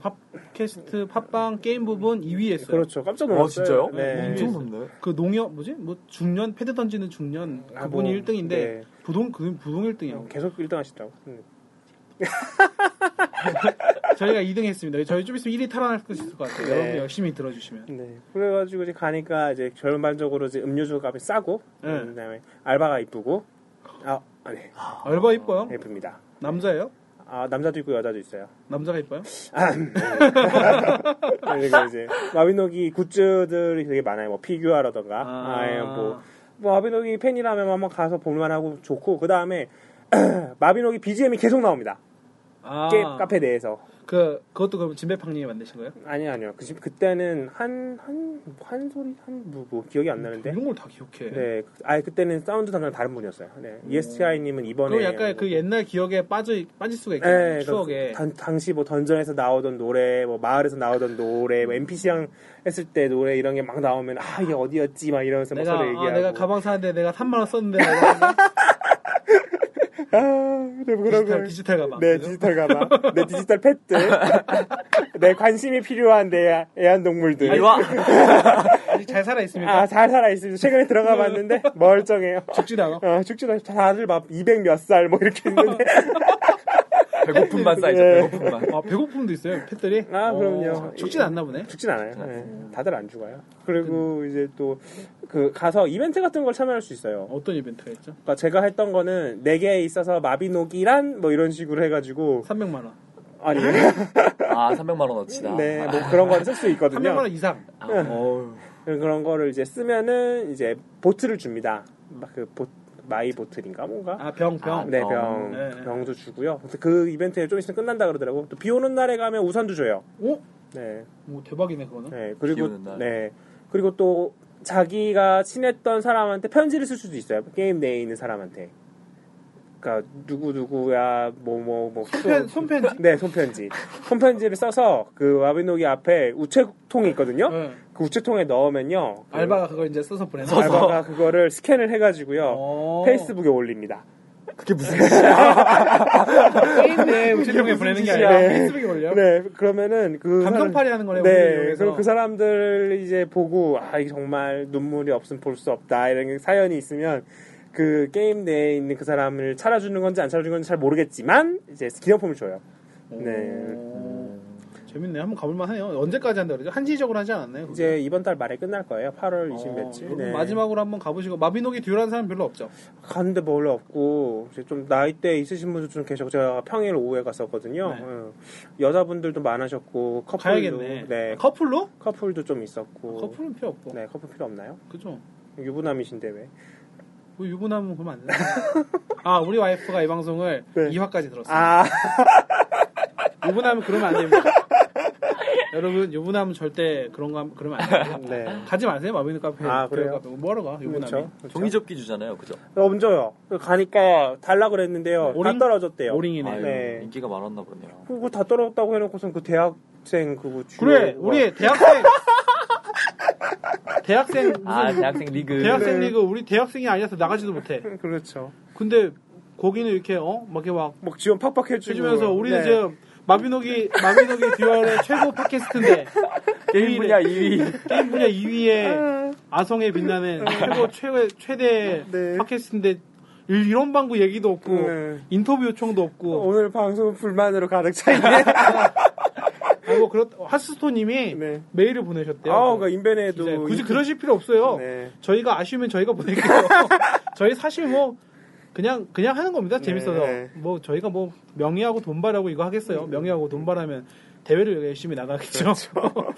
[SPEAKER 1] 팟캐스트 팟빵 게임 부분 2위했어요.
[SPEAKER 2] 그렇죠. 깜짝 놀랐어요.
[SPEAKER 3] 와 진짜요?
[SPEAKER 2] 네.
[SPEAKER 1] 엄청-
[SPEAKER 3] 엄청 높네.
[SPEAKER 1] 그 농협 뭐지? 뭐 중년 패드 던지는 중년
[SPEAKER 2] 아,
[SPEAKER 1] 그분이
[SPEAKER 2] 뭐,
[SPEAKER 1] 1등인데
[SPEAKER 2] 네.
[SPEAKER 1] 부동 그분 부동 1등이야.
[SPEAKER 2] 계속 1등 하시더라고. 음.
[SPEAKER 1] 저희가 2등 했습니다. 저희 좀 있으면 1위 탈환할 것 있을 것 같아요.
[SPEAKER 2] 네.
[SPEAKER 1] 여러분 열심히 들어주시면.
[SPEAKER 2] 네. 그래가지고 이제 가니까 이제 전반적으로 이제 음료수 값이 싸고,
[SPEAKER 1] 네.
[SPEAKER 2] 그다음에 알바가 이쁘고, 아, 아, 네,
[SPEAKER 1] 얼마 이뻐요?
[SPEAKER 2] 예쁩니다.
[SPEAKER 1] 남자예요?
[SPEAKER 2] 아, 남자도 있고 여자도 있어요.
[SPEAKER 1] 남자가 이뻐요?
[SPEAKER 2] 그리고 그러니까 이제 마비노기 굿즈들이 되게 많아요. 뭐 피규어라던가,
[SPEAKER 1] 아.
[SPEAKER 2] 아, 예, 뭐, 뭐 마비노기 팬이라면 한번 가서 볼만하고 좋고, 그 다음에 마비노기 BGM이 계속 나옵니다.
[SPEAKER 1] 아,
[SPEAKER 2] 게 카페 내에서.
[SPEAKER 1] 그 그것도 그럼 진배팡님이 만드신 거예요?
[SPEAKER 2] 아니요, 아니요. 그, 집- 그때는 한, 한, 한 소리, 한, 뭐, 뭐 기억이 안 나는데.
[SPEAKER 1] 이런 걸 다 기억해.
[SPEAKER 2] 네. 그- 아예 그때는 사운드 담당 다른 분이었어요. 네. ESTI님은 이번에.
[SPEAKER 1] 음. 그럼 약간 그 옛날 기억에 빠져 빠질 수가 있겠네.
[SPEAKER 2] 네, 그
[SPEAKER 1] 추억에.
[SPEAKER 2] 단- 당시 뭐 던전에서 나오던 노래, 뭐 마을에서 나오던 노래, 뭐 NPC랑 했을 때 노래 이런 게 막 나오면 아 이게 어디였지 막 이러면서 막
[SPEAKER 1] 내가
[SPEAKER 2] 서로 그 얘기하고.
[SPEAKER 1] 아, 내가 가방 사는데 내가 3만 원 썼는데 내가
[SPEAKER 2] 아, 네, 뭐 그런
[SPEAKER 1] 디지털,
[SPEAKER 2] 걸.
[SPEAKER 1] 디지털 가방.
[SPEAKER 2] 네,
[SPEAKER 1] 그죠?
[SPEAKER 2] 디지털 가방. 내 디지털 패드. 내 관심이 필요한 내 애완동물들.
[SPEAKER 3] 이와
[SPEAKER 1] 아직 잘 살아 있습니다.
[SPEAKER 2] 아, 잘 살아있습니다. 최근에 들어가 봤는데, 멀쩡해요.
[SPEAKER 1] 죽지 않아.
[SPEAKER 2] 어, 죽지 않 다들 막 200 몇 살 뭐 이렇게 있는데.
[SPEAKER 1] 네.
[SPEAKER 3] 배고픔만 쌓이죠. 배고픔만.
[SPEAKER 1] 아, 배고픔도 있어요, 펫들이?
[SPEAKER 2] 아,
[SPEAKER 1] 어,
[SPEAKER 2] 그럼요.
[SPEAKER 1] 죽진 않나 보네.
[SPEAKER 2] 죽진 않아요. 네, 다들 안 죽어요. 그리고 이제 또 그 가서 이벤트 같은 걸 참여할 수 있어요.
[SPEAKER 1] 어떤 이벤트가 있죠?
[SPEAKER 2] 그러니까 제가 했던 거는 4개에 있어서 마비노기란 뭐 이런 식으로 해가지고
[SPEAKER 1] 300만 원.
[SPEAKER 2] 아니
[SPEAKER 3] 아 300만 원어치다.
[SPEAKER 2] 네, 뭐 그런 거를 쓸 수
[SPEAKER 1] 300만
[SPEAKER 2] 있거든요.
[SPEAKER 1] 원 이상.
[SPEAKER 3] 아, 어우.
[SPEAKER 2] 그런 거를 이제 쓰면은 이제 보트를 줍니다. 막 그 보, 마이 보틀인가 뭔가
[SPEAKER 1] 아, 병, 병.
[SPEAKER 3] 아,
[SPEAKER 2] 네,
[SPEAKER 3] 어.
[SPEAKER 2] 병.
[SPEAKER 1] 네, 네.
[SPEAKER 2] 병도 주고요. 근데 그 이벤트에 좀 있으면 끝난다 그러더라고. 또 비 오는 날에 가면 우산도 줘요.
[SPEAKER 1] 오?
[SPEAKER 2] 네.
[SPEAKER 1] 오, 대박이네, 그거는.
[SPEAKER 2] 네.
[SPEAKER 3] 비
[SPEAKER 2] 그리고
[SPEAKER 3] 오는 날.
[SPEAKER 2] 네. 그리고 또 자기가 친했던 사람한테 편지를 쓸 수도 있어요. 게임 내에 있는 사람한테. 그러니까 누구 누구야 뭐 뭐뭐
[SPEAKER 1] 손편- 손편지?
[SPEAKER 2] 네 손편지 손편지를 써서 그 와비노기 앞에 우체통이 있거든요.
[SPEAKER 1] 네.
[SPEAKER 2] 그 우체통에 넣으면요. 그
[SPEAKER 1] 알바가 그걸 이제 써서 보내는 거야?
[SPEAKER 2] 알바가 그거를 스캔을 해가지고요
[SPEAKER 1] 어.
[SPEAKER 2] 페이스북에 올립니다.
[SPEAKER 3] 그게 무슨
[SPEAKER 1] 게임에 우체통에
[SPEAKER 2] 무슨
[SPEAKER 1] 보내는 게
[SPEAKER 2] 짓이야.
[SPEAKER 1] 그 아니라
[SPEAKER 2] 네.
[SPEAKER 1] 페이스북에 올려.
[SPEAKER 2] 네 그러면은 그
[SPEAKER 1] 감정팔이
[SPEAKER 2] 사람-
[SPEAKER 1] 하는 거네요, 우리를
[SPEAKER 2] 네.
[SPEAKER 1] 이용해서.
[SPEAKER 2] 그럼 그 사람들 이제 보고 아 이게 정말 눈물이 없으면 볼 수 없다 이런 사연이 있으면. 그 게임 내에 있는 그 사람을 찾아주는 건지 안 찾아주는 건지 잘 모르겠지만 이제 기념품을 줘요. 네.
[SPEAKER 1] 오. 재밌네. 한번 가볼만 하네요. 언제까지 한다 그러죠? 한시적으로 하지 않았나요? 그게?
[SPEAKER 2] 이제 이번 달 말에 끝날 거예요. 8월
[SPEAKER 1] 어,
[SPEAKER 2] 20 며칠.
[SPEAKER 1] 그럼
[SPEAKER 2] 네.
[SPEAKER 1] 마지막으로 한번 가보시고 마비노기 듀라는 사람 별로 없죠.
[SPEAKER 2] 가는데 뭐 원래 없고 이제 좀 나이대 있으신 분들 좀 계시고 제가 평일 오후에 갔었거든요.
[SPEAKER 1] 네.
[SPEAKER 2] 어. 여자분들도 많으셨고 커플도
[SPEAKER 1] 가야겠네.
[SPEAKER 2] 네
[SPEAKER 1] 커플로?
[SPEAKER 2] 커플도 좀 있었고
[SPEAKER 1] 커플은 필요 없고.
[SPEAKER 2] 네 커플 필요 없나요?
[SPEAKER 1] 그죠?
[SPEAKER 2] 유부남이신데 왜?
[SPEAKER 1] 뭐 유부남은 그러면 안 돼. 아 우리 와이프가 이 방송을
[SPEAKER 2] 네.
[SPEAKER 1] 2화까지 들었어요.
[SPEAKER 2] 아
[SPEAKER 1] 유부남은 그러면 안 됩니다. 여러분 유부남은 절대 그런 거 함- 그러면 안 돼요.
[SPEAKER 2] 네.
[SPEAKER 1] 가지 마세요 마비노 카페.
[SPEAKER 2] 아, 그래요?
[SPEAKER 1] 카페. 뭐하러 가 유부남이.
[SPEAKER 2] 그렇죠.
[SPEAKER 3] 종이접기 주잖아요, 그죠?
[SPEAKER 2] 엄저요. 가니까 달라 그랬는데요.
[SPEAKER 1] 오링?
[SPEAKER 2] 다 떨어졌대요.
[SPEAKER 1] 오링이네.
[SPEAKER 3] 아유,
[SPEAKER 2] 네.
[SPEAKER 3] 인기가 많았나 보네요.
[SPEAKER 2] 그거 다 떨어졌다고 해놓고선 그 대학생 그거 주요
[SPEAKER 1] 그래 우리 대학생 대학생 무슨
[SPEAKER 3] 아, 대학생 리그.
[SPEAKER 1] 대학생
[SPEAKER 2] 네.
[SPEAKER 1] 리그 우리 대학생이 아니라서 나가지도 못해.
[SPEAKER 2] 그렇죠.
[SPEAKER 1] 근데 거기는 이렇게 어? 막 이렇게 막
[SPEAKER 2] 막 지원 팍팍 해주고
[SPEAKER 1] 해주면서 우리는
[SPEAKER 2] 네.
[SPEAKER 1] 지금 마비노기 마비노기 듀얼의 최고 팟캐스트인데
[SPEAKER 3] 게임 분야 2위.
[SPEAKER 1] 게임 분야 2위에 아성에 빛나는 최고 최 최대
[SPEAKER 2] 네.
[SPEAKER 1] 팟캐스트인데 일- 이런 방구 얘기도 없고
[SPEAKER 2] 네. 어.
[SPEAKER 1] 인터뷰 요청도 없고
[SPEAKER 2] 오늘 방송은 불만으로 가득 차 있네.
[SPEAKER 1] 아이고 뭐 그렇 하스스토님이
[SPEAKER 2] 네.
[SPEAKER 1] 메일을 보내셨대요.
[SPEAKER 2] 아우, 그
[SPEAKER 1] 기자에.
[SPEAKER 2] 인벤에도
[SPEAKER 1] 굳이 그러실 필요 없어요.
[SPEAKER 2] 네.
[SPEAKER 1] 저희가 아쉬우면 저희가 보낼게요. 저희 사실 뭐 그냥 그냥 하는 겁니다. 재밌어서
[SPEAKER 2] 네.
[SPEAKER 1] 뭐 저희가 뭐 명예하고 돈바라고 이거 하겠어요. 명예하고 돈바라면 대회를 열심히 나가겠죠. 뭐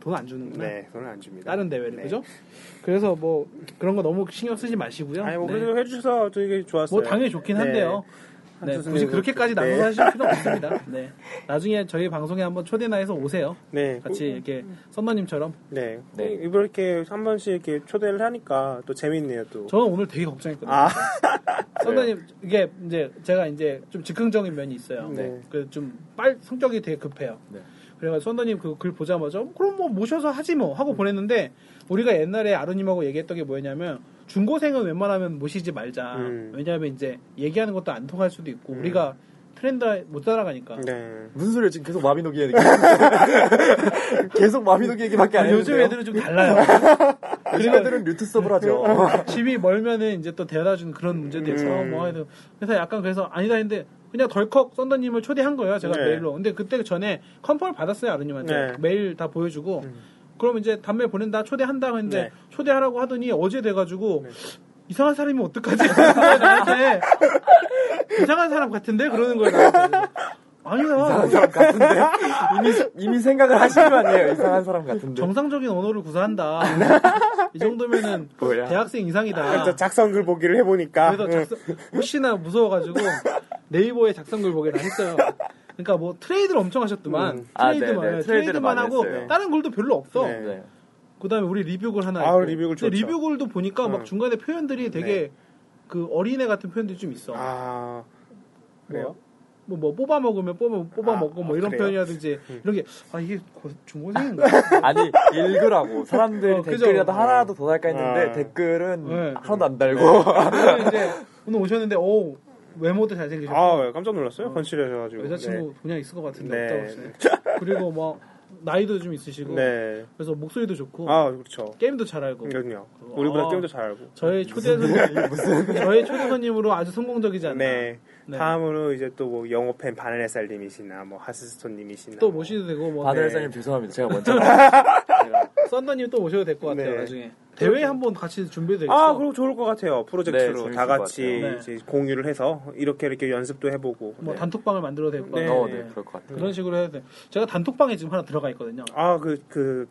[SPEAKER 1] 돈 안 주는구나.
[SPEAKER 2] 그렇죠. 네, 돈을 안 줍니다.
[SPEAKER 1] 다른 대회를
[SPEAKER 2] 네.
[SPEAKER 1] 그죠? 그래서 뭐 그런 거 너무 신경 쓰지 마시고요.
[SPEAKER 2] 아니 뭐
[SPEAKER 1] 네.
[SPEAKER 2] 그래도 해주셔서 되게 좋았어요.
[SPEAKER 1] 뭐 당연히 좋긴
[SPEAKER 2] 네.
[SPEAKER 1] 한데요. 네,
[SPEAKER 2] 한두
[SPEAKER 1] 굳이
[SPEAKER 2] 분이고.
[SPEAKER 1] 그렇게까지
[SPEAKER 2] 네.
[SPEAKER 1] 나눠서 하실 필요 없습니다. 네. 나중에 저희 방송에 한번 초대나 해서 오세요.
[SPEAKER 2] 네,
[SPEAKER 1] 같이 이렇게 선마님처럼.
[SPEAKER 2] 네,
[SPEAKER 3] 네.
[SPEAKER 2] 이렇게 한 번씩 이렇게 초대를 하니까 또 재밌네요 또.
[SPEAKER 1] 저는 오늘 되게 걱정했거든요.
[SPEAKER 2] 아,
[SPEAKER 1] 선배님 이게 이제 제가 이제 좀 즉흥적인 면이 있어요.
[SPEAKER 2] 네.
[SPEAKER 1] 그좀빨 성격이 되게 급해요.
[SPEAKER 3] 네.
[SPEAKER 1] 그래가지고 선배님 그 글 보자마자 그럼 뭐 모셔서 하지 뭐 하고 보냈는데 우리가 옛날에 아루님하고 얘기했던 게 뭐였냐면 중고생은 웬만하면 모시지 말자.
[SPEAKER 2] 음.
[SPEAKER 1] 왜냐하면 이제 얘기하는 것도 안 통할 수도 있고
[SPEAKER 2] 음.
[SPEAKER 1] 우리가 트렌드 못 따라가니까.
[SPEAKER 2] 네.
[SPEAKER 3] 무슨 소리야 지금 계속 마비노기 얘기 계속 마비노기 얘기밖에
[SPEAKER 1] 근데
[SPEAKER 3] 안 해요.
[SPEAKER 1] 아, 요즘 애들은 좀 달라요.
[SPEAKER 3] 요즘 애들은 류트 서브하
[SPEAKER 1] 그,
[SPEAKER 3] 죠
[SPEAKER 1] 어. 집이 멀면은 이제 또 데려다 주는 그런 문제도 있어.
[SPEAKER 2] 음.
[SPEAKER 1] 뭐 해도. 그래서 약간 그래서 아니다 했는데 그냥 덜컥 썬더님을 초대한 거예요. 제가
[SPEAKER 2] 네.
[SPEAKER 1] 메일로. 근데 그때 전에 컴펌을 받았어요. 아르님한테.
[SPEAKER 2] 네. 음.
[SPEAKER 1] 메일 다 보여주고. 그럼 이제 담배 보낸다, 초대한다 했는데
[SPEAKER 2] 네.
[SPEAKER 1] 초대하라고 하더니 어제 돼가지고 이상한 사람이 어떡하지? 나한테 이상한 사람 같은데? 그러는 거예요. 나한테. 아니야.
[SPEAKER 3] 같은데 이미 이미 생각을 하신 거 아니에요? 이상한 사람 같은데.
[SPEAKER 1] 정상적인 언어를 구사한다. 이 정도면은
[SPEAKER 3] 뭐야?
[SPEAKER 1] 대학생 이상이다.
[SPEAKER 2] 자, 아, 작성글 보기를 해보니까.
[SPEAKER 1] 아.
[SPEAKER 2] 네.
[SPEAKER 1] 그래서 작성,
[SPEAKER 2] 응.
[SPEAKER 1] 혹시나 무서워가지고 네이버에 작성글 보기를 했어요. 그러니까 뭐 트레이드를 엄청 하셨더만
[SPEAKER 2] 음.
[SPEAKER 3] 아,
[SPEAKER 1] 트레이드만
[SPEAKER 3] 네네.
[SPEAKER 1] 해요.
[SPEAKER 3] 트레이드를
[SPEAKER 1] 트레이드만
[SPEAKER 3] 많이
[SPEAKER 1] 하고
[SPEAKER 3] 했어요.
[SPEAKER 1] 다른 글도 별로 없어.
[SPEAKER 2] 네.
[SPEAKER 3] 네.
[SPEAKER 1] 그다음에 우리 리뷰글 하나.
[SPEAKER 2] 아,
[SPEAKER 1] 있고.
[SPEAKER 2] 리뷰글
[SPEAKER 1] 근데
[SPEAKER 2] 좋죠.
[SPEAKER 1] 리뷰글도 보니까
[SPEAKER 2] 음. 네.
[SPEAKER 1] 막 중간에 표현들이 되게 그 어린애 같은 표현들이 좀 있어.
[SPEAKER 2] 아, 그래요?
[SPEAKER 1] 뭐, 뭐 뽑아 먹으면 뽑아 뽑아
[SPEAKER 2] 아,
[SPEAKER 1] 먹고 뭐
[SPEAKER 2] 아,
[SPEAKER 1] 이런
[SPEAKER 2] 그래요?
[SPEAKER 1] 표현이라든지 이런 게 아 이게 고- 중고생인가?
[SPEAKER 3] 아니 읽으라고 사람들이
[SPEAKER 1] 어, 그죠.
[SPEAKER 3] 댓글이라도 하나라도 더 달까 했는데
[SPEAKER 2] 아.
[SPEAKER 3] 댓글은
[SPEAKER 1] 네.
[SPEAKER 3] 하나도 안 달고 네.
[SPEAKER 1] 그래서 이제 오늘 오셨는데 오 외모도 잘생기셨고
[SPEAKER 2] 아, 깜짝 놀랐어요. 건실하셔가지고.
[SPEAKER 1] 여자친구 그냥 있을 것 같은데
[SPEAKER 2] 네.
[SPEAKER 1] 없다고 하시네. 그리고 뭐 나이도 좀 있으시고
[SPEAKER 2] 네. 네.
[SPEAKER 1] 그래서 목소리도 좋고
[SPEAKER 2] 아, 그렇죠.
[SPEAKER 1] 게임도 잘 알고
[SPEAKER 2] 그럼요.
[SPEAKER 1] 그거-
[SPEAKER 2] 우리보다
[SPEAKER 1] 아.
[SPEAKER 2] 게임도 잘 알고.
[SPEAKER 1] 저희 초대 손님 저희 초대 손님으로 아주 성공적이지 않나
[SPEAKER 2] 네.
[SPEAKER 1] 네.
[SPEAKER 2] 다음으로 이제 또 뭐 영어 팬 바늘햇살님이시나 뭐 하스스톤님이시나
[SPEAKER 1] 또
[SPEAKER 2] 뭐.
[SPEAKER 1] 모셔도 되고 뭐 네.
[SPEAKER 3] 바늘
[SPEAKER 2] 네.
[SPEAKER 3] 사님 죄송합니다. 제가 먼저
[SPEAKER 1] 썬더님 또 모셔도 될 것 같아요
[SPEAKER 2] 네.
[SPEAKER 1] 나중에 대회 한번 같이 준비되겠어
[SPEAKER 2] 아, 그럼 좋을 것 같아요.
[SPEAKER 3] 네,
[SPEAKER 2] 프로젝트로
[SPEAKER 3] 재밌을
[SPEAKER 2] 다
[SPEAKER 3] 것
[SPEAKER 2] 같이
[SPEAKER 3] 같아요.
[SPEAKER 1] 네.
[SPEAKER 2] 이제 공유를 해서 이렇게 이렇게 연습도 해보고.
[SPEAKER 1] 뭐
[SPEAKER 2] 네.
[SPEAKER 1] 단톡방을 만들어도 될 것
[SPEAKER 2] 네.
[SPEAKER 1] 같아요
[SPEAKER 3] 어, 네, 그럴 것 같아요.
[SPEAKER 1] 그런 식으로 해야 돼 제가 단톡방에 지금 하나 들어가 있거든요
[SPEAKER 2] 아, 그, 그,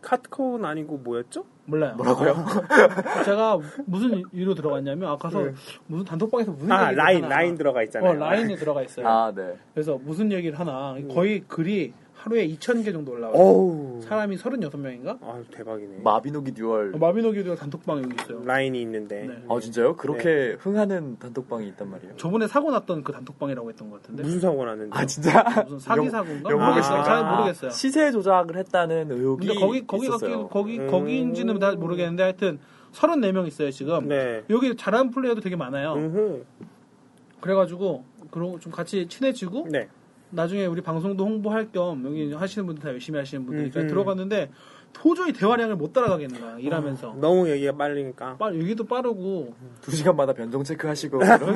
[SPEAKER 2] 카트콘 아니고 뭐였죠?
[SPEAKER 1] 몰라요
[SPEAKER 3] 뭐라고요?
[SPEAKER 1] 제가 무슨 이유로 들어갔냐면 아까서 무슨 단톡방에서 무슨
[SPEAKER 2] 네. 아,
[SPEAKER 1] 얘기를
[SPEAKER 2] 라인,
[SPEAKER 1] 하나.
[SPEAKER 2] 라인 들어가 있잖아요.
[SPEAKER 1] 네.
[SPEAKER 2] 음.
[SPEAKER 1] 어 라인에 들어가 있어요
[SPEAKER 3] 아, 네.
[SPEAKER 1] 그래서 무슨 얘기를 하나 거의 글이 하루에 2,000개 정도 올라와요.
[SPEAKER 2] 어우.
[SPEAKER 1] 사람이 36명인가?
[SPEAKER 2] 아유, 대박이네.
[SPEAKER 3] 마비노기 듀얼.
[SPEAKER 1] 어, 마비노기도 단톡방에 여기 있어요.
[SPEAKER 2] 라인이 있는데.
[SPEAKER 1] 네.
[SPEAKER 3] 아 진짜요? 그렇게 흥하는 단톡방이 있단 말이에요.
[SPEAKER 1] 저번에 사고 났던 그 단톡방이라고 했던 것 같은데.
[SPEAKER 2] 무슨 사고 났는데?
[SPEAKER 3] 아 진짜?
[SPEAKER 1] 무슨 사기
[SPEAKER 3] 영-
[SPEAKER 1] 사고인가?
[SPEAKER 3] 영국에
[SPEAKER 2] 아,
[SPEAKER 1] 잘-
[SPEAKER 3] 있으니까.
[SPEAKER 1] 잘 모르겠어요.
[SPEAKER 3] 시세 조작을 했다는 의혹이
[SPEAKER 1] 근데 거기 거기가
[SPEAKER 3] 있었어요.
[SPEAKER 1] 끼- 거기
[SPEAKER 2] 음.
[SPEAKER 1] 거기인지는 다 모르겠는데 하여튼 34명 있어요 지금.
[SPEAKER 2] 네.
[SPEAKER 1] 여기 잘하는 플레이어도 되게 많아요.
[SPEAKER 2] 음흠.
[SPEAKER 1] 그래가지고 그러고 좀 같이 친해지고
[SPEAKER 2] 네.
[SPEAKER 1] 나중에 우리 방송도 홍보할 겸 여기 하시는 분들 다 열심히 하시는 분들이니까
[SPEAKER 2] 음, 음.
[SPEAKER 1] 들어갔는데 도저히 대화량을 못 따라가겠는 거야 일하면서.
[SPEAKER 2] 너무 얘기가 빨리니까.
[SPEAKER 1] 빨 여기도 빠르고
[SPEAKER 3] 두 시간마다 변종 체크하시고 그런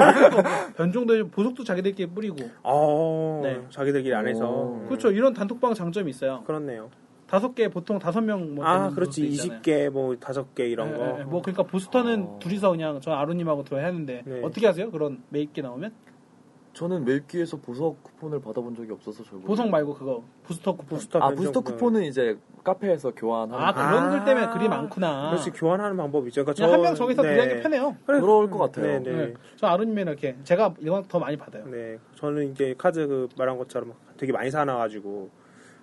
[SPEAKER 1] 변종도 보석도 자기들끼리 뿌리고
[SPEAKER 2] 어,
[SPEAKER 1] 네.
[SPEAKER 2] 자기들끼리 안 해서.
[SPEAKER 3] 오.
[SPEAKER 1] 그렇죠 이런 단톡방 장점이 있어요.
[SPEAKER 2] 그렇네요.
[SPEAKER 1] 다섯 개 보통 다섯 명뭐
[SPEAKER 2] 아, 그렇지. 어. 20개, 뭐, 5개 이런
[SPEAKER 1] 예, 예,
[SPEAKER 2] 거.
[SPEAKER 1] 예. 뭐 그러니까 보스터는
[SPEAKER 3] 어.
[SPEAKER 1] 둘이서 그냥 저 아루님하고 들어야 하는데
[SPEAKER 2] 네.
[SPEAKER 1] 어떻게 하세요? 그런 매입기 나오면
[SPEAKER 3] 저는 멜기에서 보석 쿠폰을 받아본 적이 없어서 잘 모르.
[SPEAKER 1] 보석 말고 그거 부스터 쿠폰.
[SPEAKER 2] 부스터 뭐.
[SPEAKER 3] 아
[SPEAKER 2] 변종
[SPEAKER 3] 부스터
[SPEAKER 2] 그런-
[SPEAKER 3] 쿠폰은 이제 카페에서 교환하는
[SPEAKER 1] 아 그런
[SPEAKER 2] 아.
[SPEAKER 1] 글 때문에 글이 많구나.
[SPEAKER 3] 아.
[SPEAKER 2] 그렇지, 교환하는 방법이죠. 그러니까
[SPEAKER 1] 그냥 한 명
[SPEAKER 2] 저-
[SPEAKER 1] 정해서
[SPEAKER 2] 네.
[SPEAKER 1] 들어가는 게 편해요.
[SPEAKER 2] 그래.
[SPEAKER 3] 그럴 것 같아요.
[SPEAKER 2] 네,
[SPEAKER 1] 네.
[SPEAKER 2] 네.
[SPEAKER 1] 저 아루님이랑 이렇게 제가 이건 더 많이 받아요.
[SPEAKER 2] 네, 저는 이제 카드 그 말한 것처럼 되게 많이 사놔가지고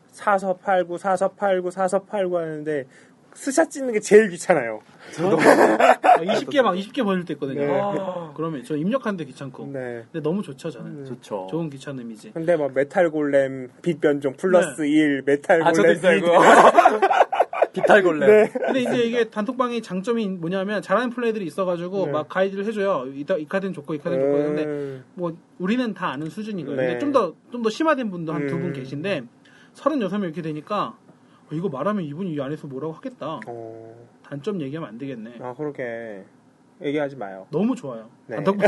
[SPEAKER 2] 사서 팔고 사서 팔고 사서 팔고 하는데 스샷 찍는 게 제일 귀찮아요.
[SPEAKER 3] 저도
[SPEAKER 1] 아, 20개 막 20개 버릴 때 있거든요.
[SPEAKER 2] 네.
[SPEAKER 1] 아, 그러면 저 입력하는데 귀찮고.
[SPEAKER 2] 네.
[SPEAKER 1] 근데 너무 좋죠 저는.
[SPEAKER 3] 좋죠.
[SPEAKER 1] 좋은 귀찮음이지.
[SPEAKER 2] 근데 뭐 메탈 골렘 빛 변종 플러스
[SPEAKER 1] 네.
[SPEAKER 2] 1 메탈
[SPEAKER 3] 아 저도
[SPEAKER 2] 골렘 음.
[SPEAKER 3] 있어요
[SPEAKER 2] 빛-
[SPEAKER 3] 그거. 비탈걸레.
[SPEAKER 1] 근데 이제 이게 단톡방의 장점이 뭐냐면 잘하는 플레이들이 있어가지고
[SPEAKER 2] 그러니까. 네.
[SPEAKER 1] 막 가이드를 해줘요. 이, 이 카드는 좋고 이 카드는 좋고 근데
[SPEAKER 2] 음,
[SPEAKER 1] 뭐 우리는 다 아는 수준인 거예요.
[SPEAKER 2] 네.
[SPEAKER 1] 근데 좀 더 좀 더 심화된 분도 한 두 분
[SPEAKER 2] 음.
[SPEAKER 1] 계신데 36명 이렇게 되니까 어, 이거 말하면 이분이 이 안에서 뭐라고 하겠다.
[SPEAKER 2] 어,
[SPEAKER 1] 단점 얘기하면 안 되겠네.
[SPEAKER 2] 아 그렇게 얘기하지 마요.
[SPEAKER 1] 너무 좋아요.
[SPEAKER 2] 네.
[SPEAKER 1] 단톡방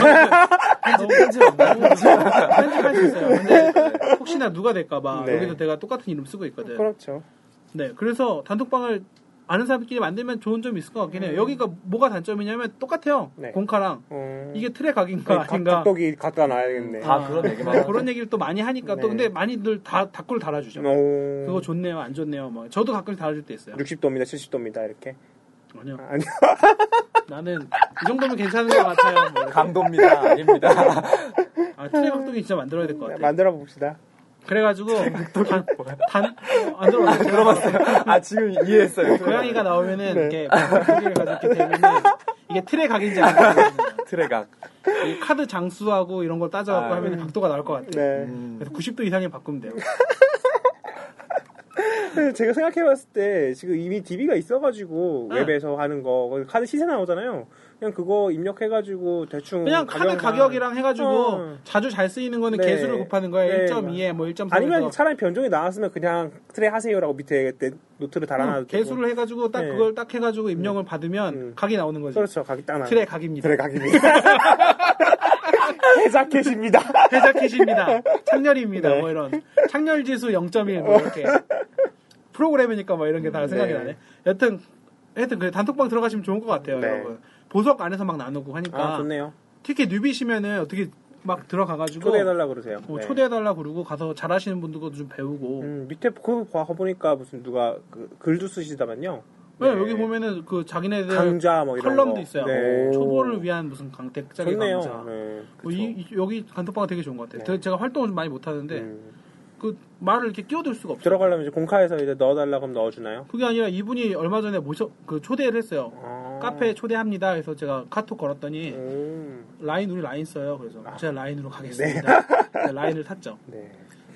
[SPEAKER 1] 편집할 수 있어요. 근데 혹시나 누가 될까봐
[SPEAKER 2] 네.
[SPEAKER 1] 여기서 내가 똑같은 이름 쓰고 있거든.
[SPEAKER 2] 그렇죠.
[SPEAKER 1] 네, 그래서 단톡방을 아는 사람끼리 만들면 좋은 점이 있을 것 같긴 해요. 여기가 뭐가 단점이냐면 똑같아요.
[SPEAKER 2] 음. 네.
[SPEAKER 1] 공카랑
[SPEAKER 2] 어,
[SPEAKER 1] 이게 틀의 각인가
[SPEAKER 2] 각-
[SPEAKER 1] 아닌가.
[SPEAKER 2] 각도기 갖다 놔야겠네.
[SPEAKER 3] 다 그런 얘기만 하죠.
[SPEAKER 1] 어. 그런 얘기를 또 많이 하니까
[SPEAKER 2] 네.
[SPEAKER 1] 또 근데 많이들 다 댓글 달아주죠.
[SPEAKER 2] 어,
[SPEAKER 1] 그거 좋네요, 안 좋네요. 막 저도 가끔 달아줄 때 있어요.
[SPEAKER 2] 60도입니다, 70도입니다 이렇게.
[SPEAKER 1] 아니요,
[SPEAKER 2] 아니,
[SPEAKER 1] 나는 이 정도면 괜찮은 것 같아요. 뭐 이렇게.
[SPEAKER 3] 강도입니다. 아닙니다.
[SPEAKER 1] 아, 트레 각도기 진짜 만들어야 될
[SPEAKER 3] 네.
[SPEAKER 1] 것 같아요.
[SPEAKER 2] 만들어 봅시다.
[SPEAKER 1] 그래가지고 단, 단, 어, 안 들어봤어요.
[SPEAKER 3] 들어봤어요. 아 지금 이해했어요.
[SPEAKER 1] 고양이가 나오면은
[SPEAKER 2] 네.
[SPEAKER 1] 이렇게 각도기를 가졌기 때문에 이게 틀의 각인지 안 각인지
[SPEAKER 3] 트레각.
[SPEAKER 1] 이 카드 장수하고 이런 걸 따져갖고
[SPEAKER 3] 아,
[SPEAKER 1] 하면 각도가 나올 것 같아요.
[SPEAKER 2] 네.
[SPEAKER 3] 음.
[SPEAKER 1] 그래서 90도 이상에 바꾸면 돼요.
[SPEAKER 2] 그래서 제가 생각해봤을 때 지금 이미 DB가 있어가지고
[SPEAKER 1] 네.
[SPEAKER 2] 웹에서 하는 거 거기 카드 시세 나오잖아요. 그냥 그거 입력해가지고 대충
[SPEAKER 1] 그냥 카드
[SPEAKER 2] 가격만-
[SPEAKER 1] 가격이랑 해가지고
[SPEAKER 2] 어.
[SPEAKER 1] 자주 잘 쓰이는 거는
[SPEAKER 2] 네.
[SPEAKER 1] 개수를 곱하는 거예요.
[SPEAKER 2] 네,
[SPEAKER 1] 1.2에 뭐 1.3에서
[SPEAKER 2] 아니면 차라리 변종이 나왔으면 그냥 트레이 하세요라고 밑에 그때 노트를 달아놔도 되고.
[SPEAKER 1] 개수를 해가지고 딱
[SPEAKER 2] 네.
[SPEAKER 1] 그걸 딱 해가지고 입력을 받으면
[SPEAKER 2] 음.
[SPEAKER 1] 각이 나오는 거죠.
[SPEAKER 2] 그렇죠 가격 딱 나.
[SPEAKER 1] 틀의 각입니다.
[SPEAKER 2] 트레이 각입니다. 해자켓입니다.
[SPEAKER 1] 해자킷입니다. 창렬입니다.
[SPEAKER 2] 네.
[SPEAKER 1] 뭐 이런 창렬 지수 0.1뭐 이렇게 프로그램이니까 뭐 이런 게 다 생각이
[SPEAKER 2] 네.
[SPEAKER 1] 나네. 여튼 하여튼 그 단톡방 들어가시면 좋은 것 같아요,
[SPEAKER 2] 네.
[SPEAKER 1] 여러분. 보석 안에서 막 나누고 하니까
[SPEAKER 2] 아 좋네요.
[SPEAKER 1] 특히 뉴비시면은 어떻게 막 들어가가지고
[SPEAKER 2] 초대해달라 그러세요.
[SPEAKER 1] 어,
[SPEAKER 2] 네.
[SPEAKER 1] 초대해달라 그러고 가서 잘하시는 분들도 좀 배우고
[SPEAKER 2] 음, 밑에 그거 봐- 보니까 무슨 누가 그 글도 쓰시다만요.
[SPEAKER 1] 네, 여기 보면은 그 자기네들
[SPEAKER 2] 강좌 뭐 이런
[SPEAKER 1] 컬럼도
[SPEAKER 2] 거.
[SPEAKER 1] 있어요.
[SPEAKER 2] 네.
[SPEAKER 1] 초보를 위한 무슨 강 대짜리
[SPEAKER 2] 좋네요.
[SPEAKER 1] 강좌.
[SPEAKER 2] 네.
[SPEAKER 1] 뭐 이, 이- 여기 단톡방 되게 좋은 것 같아요.
[SPEAKER 2] 네.
[SPEAKER 1] 제가 활동을 좀 많이 못 하는데
[SPEAKER 2] 음.
[SPEAKER 1] 그 말을 이렇게 끼어들 수가 없어요.
[SPEAKER 2] 들어가려면 이제 공카에서 이제 넣어달라고 하면 넣어주나요?
[SPEAKER 1] 그게 아니라 이분이 얼마 전에 모셔 그 초대를 했어요.
[SPEAKER 2] 아.
[SPEAKER 1] 카페에 초대합니다. 그래서 제가 카톡 걸었더니
[SPEAKER 2] 음. 아.
[SPEAKER 1] 라인 우리 라인 써요. 그래서 제가 라인으로 가겠습니다. 네, 라인을 탔죠.
[SPEAKER 2] 네.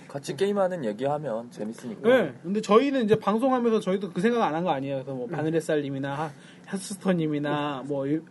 [SPEAKER 3] 같이 게임하는 얘기하면 재밌으니까.
[SPEAKER 1] 네. 근데 저희는 이제 방송하면서 저희도 그 생각 안 한 거 아니에요. 그래서 뭐 바늘의쌀님이나 핫스터님이나 뭐 이-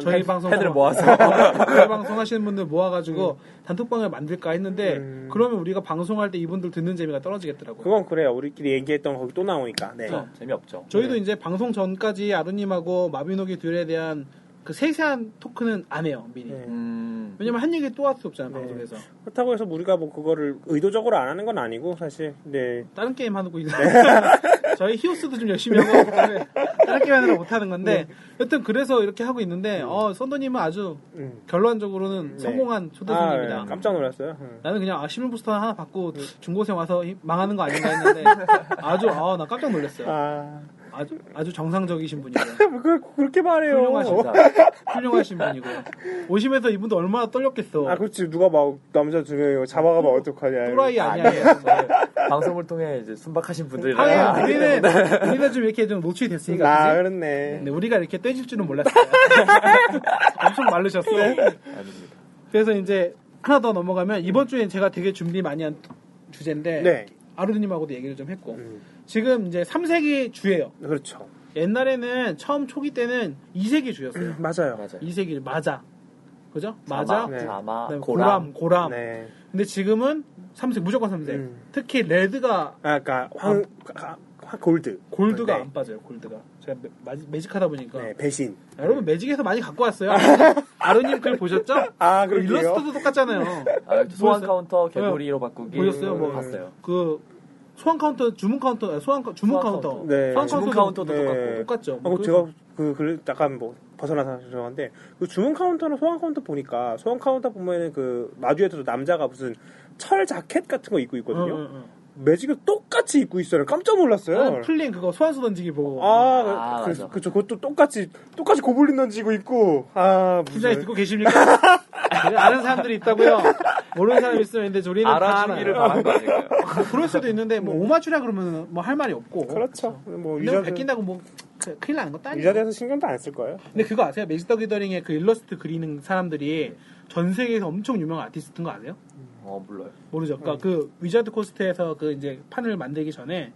[SPEAKER 1] 저희 방송 뭐
[SPEAKER 3] 팬을 모아서. 음.
[SPEAKER 1] 저희 방송 하시는 분들 모아가지고 단톡방을 만들까 했는데
[SPEAKER 2] 음.
[SPEAKER 1] 그러면 우리가 방송할 때 이분들 듣는 재미가 떨어지겠더라고요.
[SPEAKER 2] 그건 그래요. 우리끼리 얘기했던 거 거기 또 나오니까. 네.
[SPEAKER 1] 그렇죠.
[SPEAKER 3] 재미없죠.
[SPEAKER 1] 저희도 이제 방송 전까지 아루님하고 마비노기 듀얼에 대한 그 세세한 토크는 안 해요 미리.
[SPEAKER 2] 네.
[SPEAKER 3] 음.
[SPEAKER 1] 왜냐면 한 얘기 또 할 수 없잖아요
[SPEAKER 2] 네.
[SPEAKER 1] 방송에서.
[SPEAKER 2] 그렇다고 해서 우리가 뭐 그거를 의도적으로 안 하는 건 아니고 사실. 네.
[SPEAKER 1] 다른 게임 하는 거 있어요. 저희 히오스도 좀 열심히 하고 그다음에 다른 게임 하느라 못 하는 건데
[SPEAKER 2] 네.
[SPEAKER 1] 여튼 그래서 이렇게 하고 있는데 어 선도님은 아주
[SPEAKER 2] 음.
[SPEAKER 1] 결론적으로는
[SPEAKER 2] 네.
[SPEAKER 1] 성공한 초대
[SPEAKER 2] 아,
[SPEAKER 1] 손님이다.
[SPEAKER 2] 네. 깜짝 놀랐어요. 음.
[SPEAKER 1] 나는 그냥 아, 시민부스터 하나 받고 중고생 와서 이- 망하는 거 아닌가 했는데 아주 아 나 깜짝 놀랐어요.
[SPEAKER 2] 아.
[SPEAKER 1] 아주 아주 정상적이신 분이고
[SPEAKER 2] 네, 뭐 그걸 그렇게 말해요.
[SPEAKER 1] 훌륭하십니다. 훌륭하신 분이고 오시면서 이분도 얼마나 떨렸겠어.
[SPEAKER 2] 아, 그렇지. 누가 막 남자 두 명이 잡아가면 아, 어떡하냐.
[SPEAKER 1] 또라이 아니야. 얘.
[SPEAKER 3] 아니에요. 저는 방송을 통해 이제 순박하신 분들이
[SPEAKER 1] 하긴 우리는 우리는 좀 이렇게 좀 노출이 됐으니까.
[SPEAKER 2] 네. 아,
[SPEAKER 1] 그치?
[SPEAKER 2] 그렇네.
[SPEAKER 1] 근데 우리가 이렇게 떼질 줄은 몰랐어요. 엄청 마르셨어.
[SPEAKER 2] 네.
[SPEAKER 3] 아닙니다.
[SPEAKER 1] 그래서 이제 하나 더 넘어가면 이번 주에 제가 되게 준비 많이 한 주제인데
[SPEAKER 2] 네.
[SPEAKER 1] 아루드님하고도 얘기를 좀 했고
[SPEAKER 2] 음,
[SPEAKER 1] 지금 이제 3세기 주예요.
[SPEAKER 2] 그렇죠.
[SPEAKER 1] 옛날에는 처음 초기 때는 2세기 주였어요.
[SPEAKER 2] 맞아요.
[SPEAKER 3] 맞아요.
[SPEAKER 1] 2세기 맞아. 그죠? 맞아.
[SPEAKER 3] 자마,
[SPEAKER 2] 음. 네.
[SPEAKER 3] 자마,
[SPEAKER 1] 그다음에
[SPEAKER 3] 고람.
[SPEAKER 1] 고람, 고람.
[SPEAKER 2] 네.
[SPEAKER 1] 근데 지금은 3색, 무조건 3색.
[SPEAKER 2] 음.
[SPEAKER 1] 특히 레드가
[SPEAKER 2] 아, 그니까, 황, 아, 황- 골드.
[SPEAKER 1] 골드가
[SPEAKER 2] 네.
[SPEAKER 1] 안 빠져요. 골드가. 제가 매- 마지- 매직하다 보니까
[SPEAKER 2] 네, 배신.
[SPEAKER 1] 여러분 매직에서 많이 갖고 왔어요. 아르님 글 보셨죠?
[SPEAKER 2] 아,
[SPEAKER 1] 그
[SPEAKER 2] 그러게요.
[SPEAKER 1] 일러스트도 똑같잖아요.
[SPEAKER 3] 아, 소환
[SPEAKER 1] 보였어요?
[SPEAKER 3] 카운터 개구리로 바꾸기.
[SPEAKER 1] 보였어요? 뭐.
[SPEAKER 3] 봤어요.
[SPEAKER 1] 그 소환 카운터, 주문 카운터, 아, 소환 카- 주문
[SPEAKER 3] 소환
[SPEAKER 1] 카운터,
[SPEAKER 2] 카운터. 네.
[SPEAKER 1] 소환
[SPEAKER 3] 주문
[SPEAKER 1] 카운터
[SPEAKER 3] 카운터도
[SPEAKER 2] 네.
[SPEAKER 3] 똑같고.
[SPEAKER 1] 똑같죠.
[SPEAKER 2] 아, 그
[SPEAKER 1] 그-
[SPEAKER 2] 제가 그, 그 약간 뭐 벗어나서 죄송한데 그 주문 카운터나 소환 카운터 보니까 소환 카운터 보면은 그 마주에서도 남자가 무슨 철 자켓 같은 거 입고 있거든요.
[SPEAKER 1] 응, 응, 응. 아,
[SPEAKER 2] 매직을 똑같이 입고 있어요. 깜짝
[SPEAKER 1] 나는
[SPEAKER 2] 놀랐어요.
[SPEAKER 1] 클린 그거 소환수 던지기 보고
[SPEAKER 2] 아,
[SPEAKER 3] 아,
[SPEAKER 2] 그래서
[SPEAKER 3] 맞아.
[SPEAKER 2] 그저 그것도 똑같이 똑같이 고블린 던지고 있고 아
[SPEAKER 1] 부장이
[SPEAKER 2] 무슨
[SPEAKER 1] 듣고 계십니까? 제가 아는 사람들이 있다고요. 모르는 사람이 있으면 있는데 저리는 다
[SPEAKER 3] 알아주기를
[SPEAKER 1] 알아요.
[SPEAKER 3] 바란 거 아닐까요?
[SPEAKER 1] 그럴 수도 있는데 뭐 오마주라 그러면 뭐 할 말이 없고
[SPEAKER 2] 네. 그렇죠. 뭐
[SPEAKER 1] 이런
[SPEAKER 2] 유저들
[SPEAKER 1] 베낀다고 뭐 그- 큰일 나는 것도 아니고
[SPEAKER 2] 유저들에서 신경도 안 쓸 거예요.
[SPEAKER 1] 근데 그거 아세요? 매직 더 기더링의 그 일러스트 그리는 사람들이 전 세계에서 엄청 유명한 아티스트인 거 아세요?
[SPEAKER 3] 어, 몰라요.
[SPEAKER 1] 모르죠. 그러니까 그 위자드 코스트에서 그 이제 판을 만들기 전에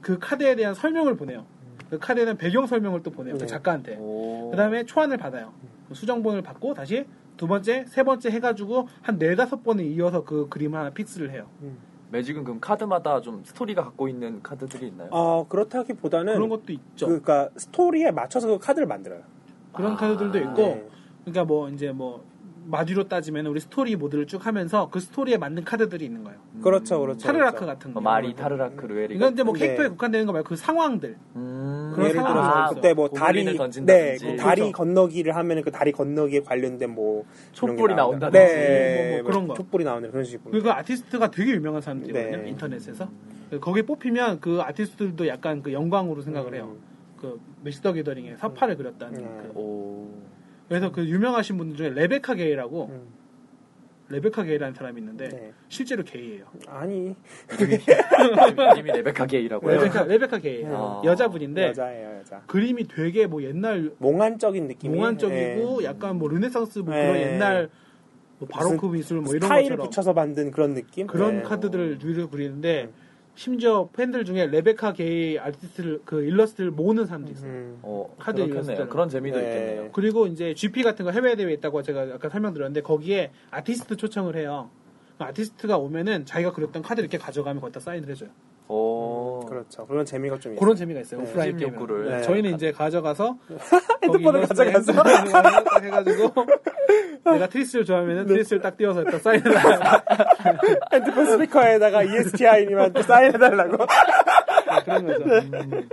[SPEAKER 1] 그 카드에 대한 설명을 보내요. 그 카드에 대한 배경 설명을 또 보내요. 그
[SPEAKER 2] 음.
[SPEAKER 1] 작가한테.
[SPEAKER 3] 네. 오.
[SPEAKER 1] 그다음에 초안을 받아요. 수정본을 받고 다시 두 번째, 세 번째 해가지고 한 네다섯 번에 이어서 그 그림 하나 픽스를 해요.
[SPEAKER 2] 음.
[SPEAKER 3] 매직은 그럼 카드마다 좀 스토리가 갖고 있는 카드들이 있나요?
[SPEAKER 2] 아 그렇다기보다는
[SPEAKER 1] 그런 것도 있죠.
[SPEAKER 2] 그, 그러니까 스토리에 맞춰서 그 카드를 만들어요.
[SPEAKER 1] 그런
[SPEAKER 3] 아,
[SPEAKER 1] 카드들도 있고
[SPEAKER 2] 네.
[SPEAKER 1] 그러니까 뭐 이제 뭐 마디로 따지면 우리 스토리 모드를 쭉 하면서 그 스토리에 맞는 카드들이 있는 거예요.
[SPEAKER 3] 음.
[SPEAKER 2] 그렇죠, 그렇죠.
[SPEAKER 1] 타르라크 같은
[SPEAKER 3] 어,
[SPEAKER 1] 거.
[SPEAKER 3] 마리, 타르라크, 루에리.
[SPEAKER 1] 이건 이제 뭐
[SPEAKER 2] 네.
[SPEAKER 1] 캐릭터에 국한되는 거 말고 그 상황들.
[SPEAKER 3] 음.
[SPEAKER 1] 그런
[SPEAKER 2] 예를
[SPEAKER 1] 상황이
[SPEAKER 2] 들어서
[SPEAKER 1] 있어요.
[SPEAKER 2] 그때 뭐
[SPEAKER 3] 고블린을
[SPEAKER 2] 다리 네,
[SPEAKER 3] 던진다든지.
[SPEAKER 2] 그 다리
[SPEAKER 1] 그렇죠.
[SPEAKER 2] 건너기를 하면은 그 다리 건너기에 관련된 뭐 그런 게
[SPEAKER 3] 촛불이
[SPEAKER 2] 나온다.
[SPEAKER 3] 나온다든지.
[SPEAKER 2] 네,
[SPEAKER 1] 뭐, 뭐 그런 거.
[SPEAKER 2] 촛불이 나오는 그런 식으로.
[SPEAKER 1] 그리고 그 아티스트가 되게 유명한 사람들이거든요.
[SPEAKER 2] 음. 네.
[SPEAKER 1] 인터넷에서. 그 거기 뽑히면 그 아티스트들도 약간 그 영광으로 생각을 해요. 그 매직 더 게더링에 사파를 그렸다는
[SPEAKER 2] 음.
[SPEAKER 1] 그.
[SPEAKER 3] 오.
[SPEAKER 1] 그래서 그 유명하신 분들 중에 레베카 게이라고
[SPEAKER 2] 음,
[SPEAKER 1] 레베카 게이라는 사람이 있는데
[SPEAKER 2] 네.
[SPEAKER 1] 실제로 게이예요.
[SPEAKER 2] 아니
[SPEAKER 3] 이미 레베카 게이라고요?
[SPEAKER 1] 네, 레베카 레베카 게이예요. 어,
[SPEAKER 3] 아.
[SPEAKER 1] 여자분인데
[SPEAKER 2] 네. 여자예요, 여자.
[SPEAKER 1] 그림이 되게 뭐 옛날
[SPEAKER 2] 몽환적인 네. 느낌이.
[SPEAKER 1] 몽환적이고 약간 뭐 르네상스 뭐 그런
[SPEAKER 2] 네.
[SPEAKER 1] 옛날 뭐 바로크 미술 뭐 이런
[SPEAKER 2] 스타일
[SPEAKER 1] 것처럼
[SPEAKER 2] 붙여서 만든 그런 느낌.
[SPEAKER 1] 그런
[SPEAKER 2] 네.
[SPEAKER 1] 카드들을 위로 그리는데 심지어 팬들 중에 레베카 게이 아티스트를 그 일러스트를 모으는 사람도 있어요.
[SPEAKER 2] 음.
[SPEAKER 3] 어,
[SPEAKER 1] 카드 유명했잖아요.
[SPEAKER 3] 그렇겠네요. 그런 재미도
[SPEAKER 2] 네.
[SPEAKER 3] 있겠네요.
[SPEAKER 1] 그리고 이제 GP 같은 거 해외 대회 있다고 제가 아까 설명드렸는데 거기에 아티스트 초청을 해요. 그 아티스트가 오면은 자기가 그렸던 카드 이렇게 가져가면 거기다 사인을 해줘요.
[SPEAKER 3] 오.
[SPEAKER 2] 그렇죠. 그런 재미가 좀 있어요.
[SPEAKER 1] 그런 재미가 있어요.
[SPEAKER 2] 네.
[SPEAKER 1] 오프라인
[SPEAKER 3] 수집 욕구를.
[SPEAKER 1] 게임을.
[SPEAKER 2] 네.
[SPEAKER 1] 저희는 이제 가져가서
[SPEAKER 2] 핸드폰을
[SPEAKER 1] 거기 있는
[SPEAKER 2] 가져가서.
[SPEAKER 1] 핸드폰을 가져가서 해가지고 내가 트리스를 좋아하면
[SPEAKER 2] 네.
[SPEAKER 1] 트리스를 딱 띄워서 일단 사인을 하고
[SPEAKER 2] 핸드폰 스피커에다가 ESTI님한테 사인해달라고.
[SPEAKER 1] 네, 그런 거죠.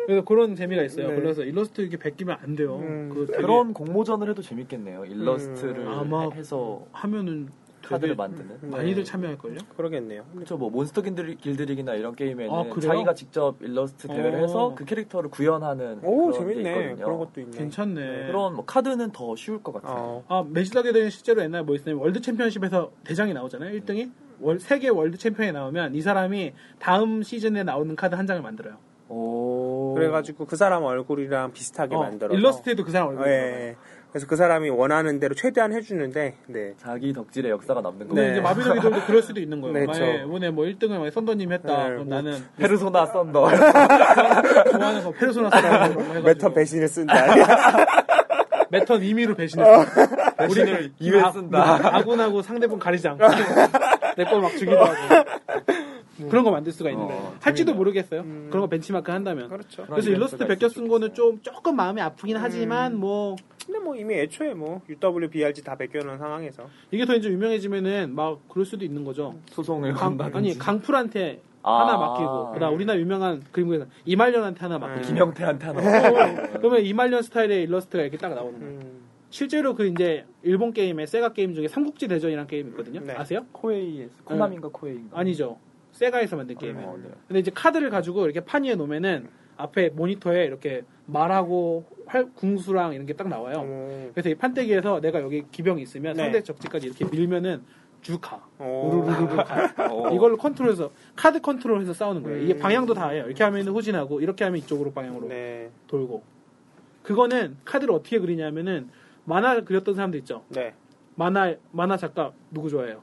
[SPEAKER 1] 그래서 그런 재미가 있어요.
[SPEAKER 2] 네.
[SPEAKER 1] 그래서 일러스트 이렇게 베끼면 안 돼요.
[SPEAKER 2] 음.
[SPEAKER 1] 그 되게
[SPEAKER 3] 그런 공모전을 해도 재밌겠네요. 일러스트를
[SPEAKER 1] 음, 아마
[SPEAKER 3] 해서
[SPEAKER 1] 하면은 되게
[SPEAKER 3] 카드를 만드는.
[SPEAKER 2] 네.
[SPEAKER 1] 많이들 참여할걸요?
[SPEAKER 2] 그러겠네요.
[SPEAKER 3] 그렇죠. 뭐 몬스터 긴들- 길들이기나 이런 게임에는
[SPEAKER 1] 아, 그래요?
[SPEAKER 3] 자기가 직접 일러스트 대회를
[SPEAKER 1] 어.
[SPEAKER 3] 해서 그 캐릭터를 구현하는
[SPEAKER 2] 오
[SPEAKER 3] 그런 게
[SPEAKER 2] 재밌네.
[SPEAKER 3] 있거든요.
[SPEAKER 2] 그런 것도 있네.
[SPEAKER 1] 괜찮네.
[SPEAKER 3] 그런 뭐 카드는 더 쉬울 것 같아요.
[SPEAKER 2] 어.
[SPEAKER 1] 아, 매직더게더링 실제로 옛날에 뭐 있었냐면 월드 챔피언십에서 대장이 나오잖아요. 1등이. 월, 세계 월드 챔피언이 나오면 이 사람이 다음 시즌에 나오는 카드 한 장을 만들어요.
[SPEAKER 3] 오.
[SPEAKER 2] 그래가지고 그 사람 얼굴이랑 비슷하게
[SPEAKER 1] 어,
[SPEAKER 2] 만들어.
[SPEAKER 1] 일러스트에도 그 사람 얼굴이 나와요.
[SPEAKER 2] 예. 그래서 그 사람이 원하는 대로 최대한 해주는데, 네.
[SPEAKER 3] 자기 덕질의 역사가 남는 거예요.
[SPEAKER 1] 근데 이제 마비노기들도 그럴 수도 있는 거예요.
[SPEAKER 2] 네,
[SPEAKER 1] 만약에
[SPEAKER 2] 저-
[SPEAKER 1] 이번에 뭐 1등을 만약에 선더님 했다.
[SPEAKER 2] 네,
[SPEAKER 1] 그럼
[SPEAKER 2] 뭐-
[SPEAKER 1] 나는
[SPEAKER 3] 페르소나 썬더.
[SPEAKER 1] 좋아하는 거 페르소나 쓰라고 해가지고
[SPEAKER 2] 메터 배신을 쓴다.
[SPEAKER 1] 메턴 임의로 배신했어.
[SPEAKER 3] 우리는 이외 쓴다.
[SPEAKER 1] 아군하고 상대분 가리지 않고 내 걸 막 죽이도 하고 그런 거 만들 수가 있는데
[SPEAKER 3] 어,
[SPEAKER 1] 할지도 모르겠어요. 그런 거 벤치마크 한다면.
[SPEAKER 2] 그렇죠.
[SPEAKER 1] 음. 그래서
[SPEAKER 3] 그런
[SPEAKER 1] 일러스트
[SPEAKER 3] 그러니까 이벤트가
[SPEAKER 1] 베껴
[SPEAKER 3] 있을
[SPEAKER 1] 쓴 거는 좀 조금 그러니까. 마음이 아프긴 하지만 뭐
[SPEAKER 2] 근데 뭐 이미 애초에 뭐 UWBRG 다 베껴놓은 상황에서.
[SPEAKER 1] 이게 더 이제 유명해지면은 막 그럴 수도 있는 거죠.
[SPEAKER 3] 소송을
[SPEAKER 1] 강,
[SPEAKER 3] 건다든지.
[SPEAKER 1] 아니 강풀한테
[SPEAKER 3] 아.
[SPEAKER 1] 하나 맡기고 그다음 우리나라 유명한 그림그리는 이말년한테 하나 맡기고
[SPEAKER 3] 김영태한테 하나. 네.
[SPEAKER 1] 어, 그러면 이말년 스타일의 일러스트가 이렇게 딱 나오는 거예요.
[SPEAKER 2] 음.
[SPEAKER 1] 실제로 그 이제 일본 게임의 세가 게임 중에 삼국지 대전이라는 게임 있거든요.
[SPEAKER 2] 네.
[SPEAKER 1] 아세요?
[SPEAKER 3] 코에이에서 코남인가 코에이인가.
[SPEAKER 1] 아니죠. 세가에서 만든 게임이에요.
[SPEAKER 3] 어, 네.
[SPEAKER 1] 근데 이제 카드를 가지고 이렇게 판 위에 놓으면은 앞에 모니터에 이렇게 말하고 활, 궁수랑 이런 게 딱 나와요.
[SPEAKER 2] 어.
[SPEAKER 1] 그래서 이 판때기에서 내가 여기 기병이 있으면
[SPEAKER 2] 네.
[SPEAKER 1] 상대 적지까지 이렇게 밀면은 줄 가.
[SPEAKER 2] 어.
[SPEAKER 1] 우르르르 가.
[SPEAKER 3] 어.
[SPEAKER 1] 이걸로 컨트롤해서 카드 컨트롤해서 싸우는 거예요. 이게
[SPEAKER 2] 음.
[SPEAKER 1] 방향도 다 해요. 이렇게 하면 후진하고 이렇게 하면 이쪽으로 방향으로
[SPEAKER 2] 네.
[SPEAKER 1] 돌고. 그거는 카드를 어떻게 그리냐면은 만화를 그렸던 사람도 있죠.
[SPEAKER 2] 네.
[SPEAKER 1] 만화 만화 작가 누구 좋아해요?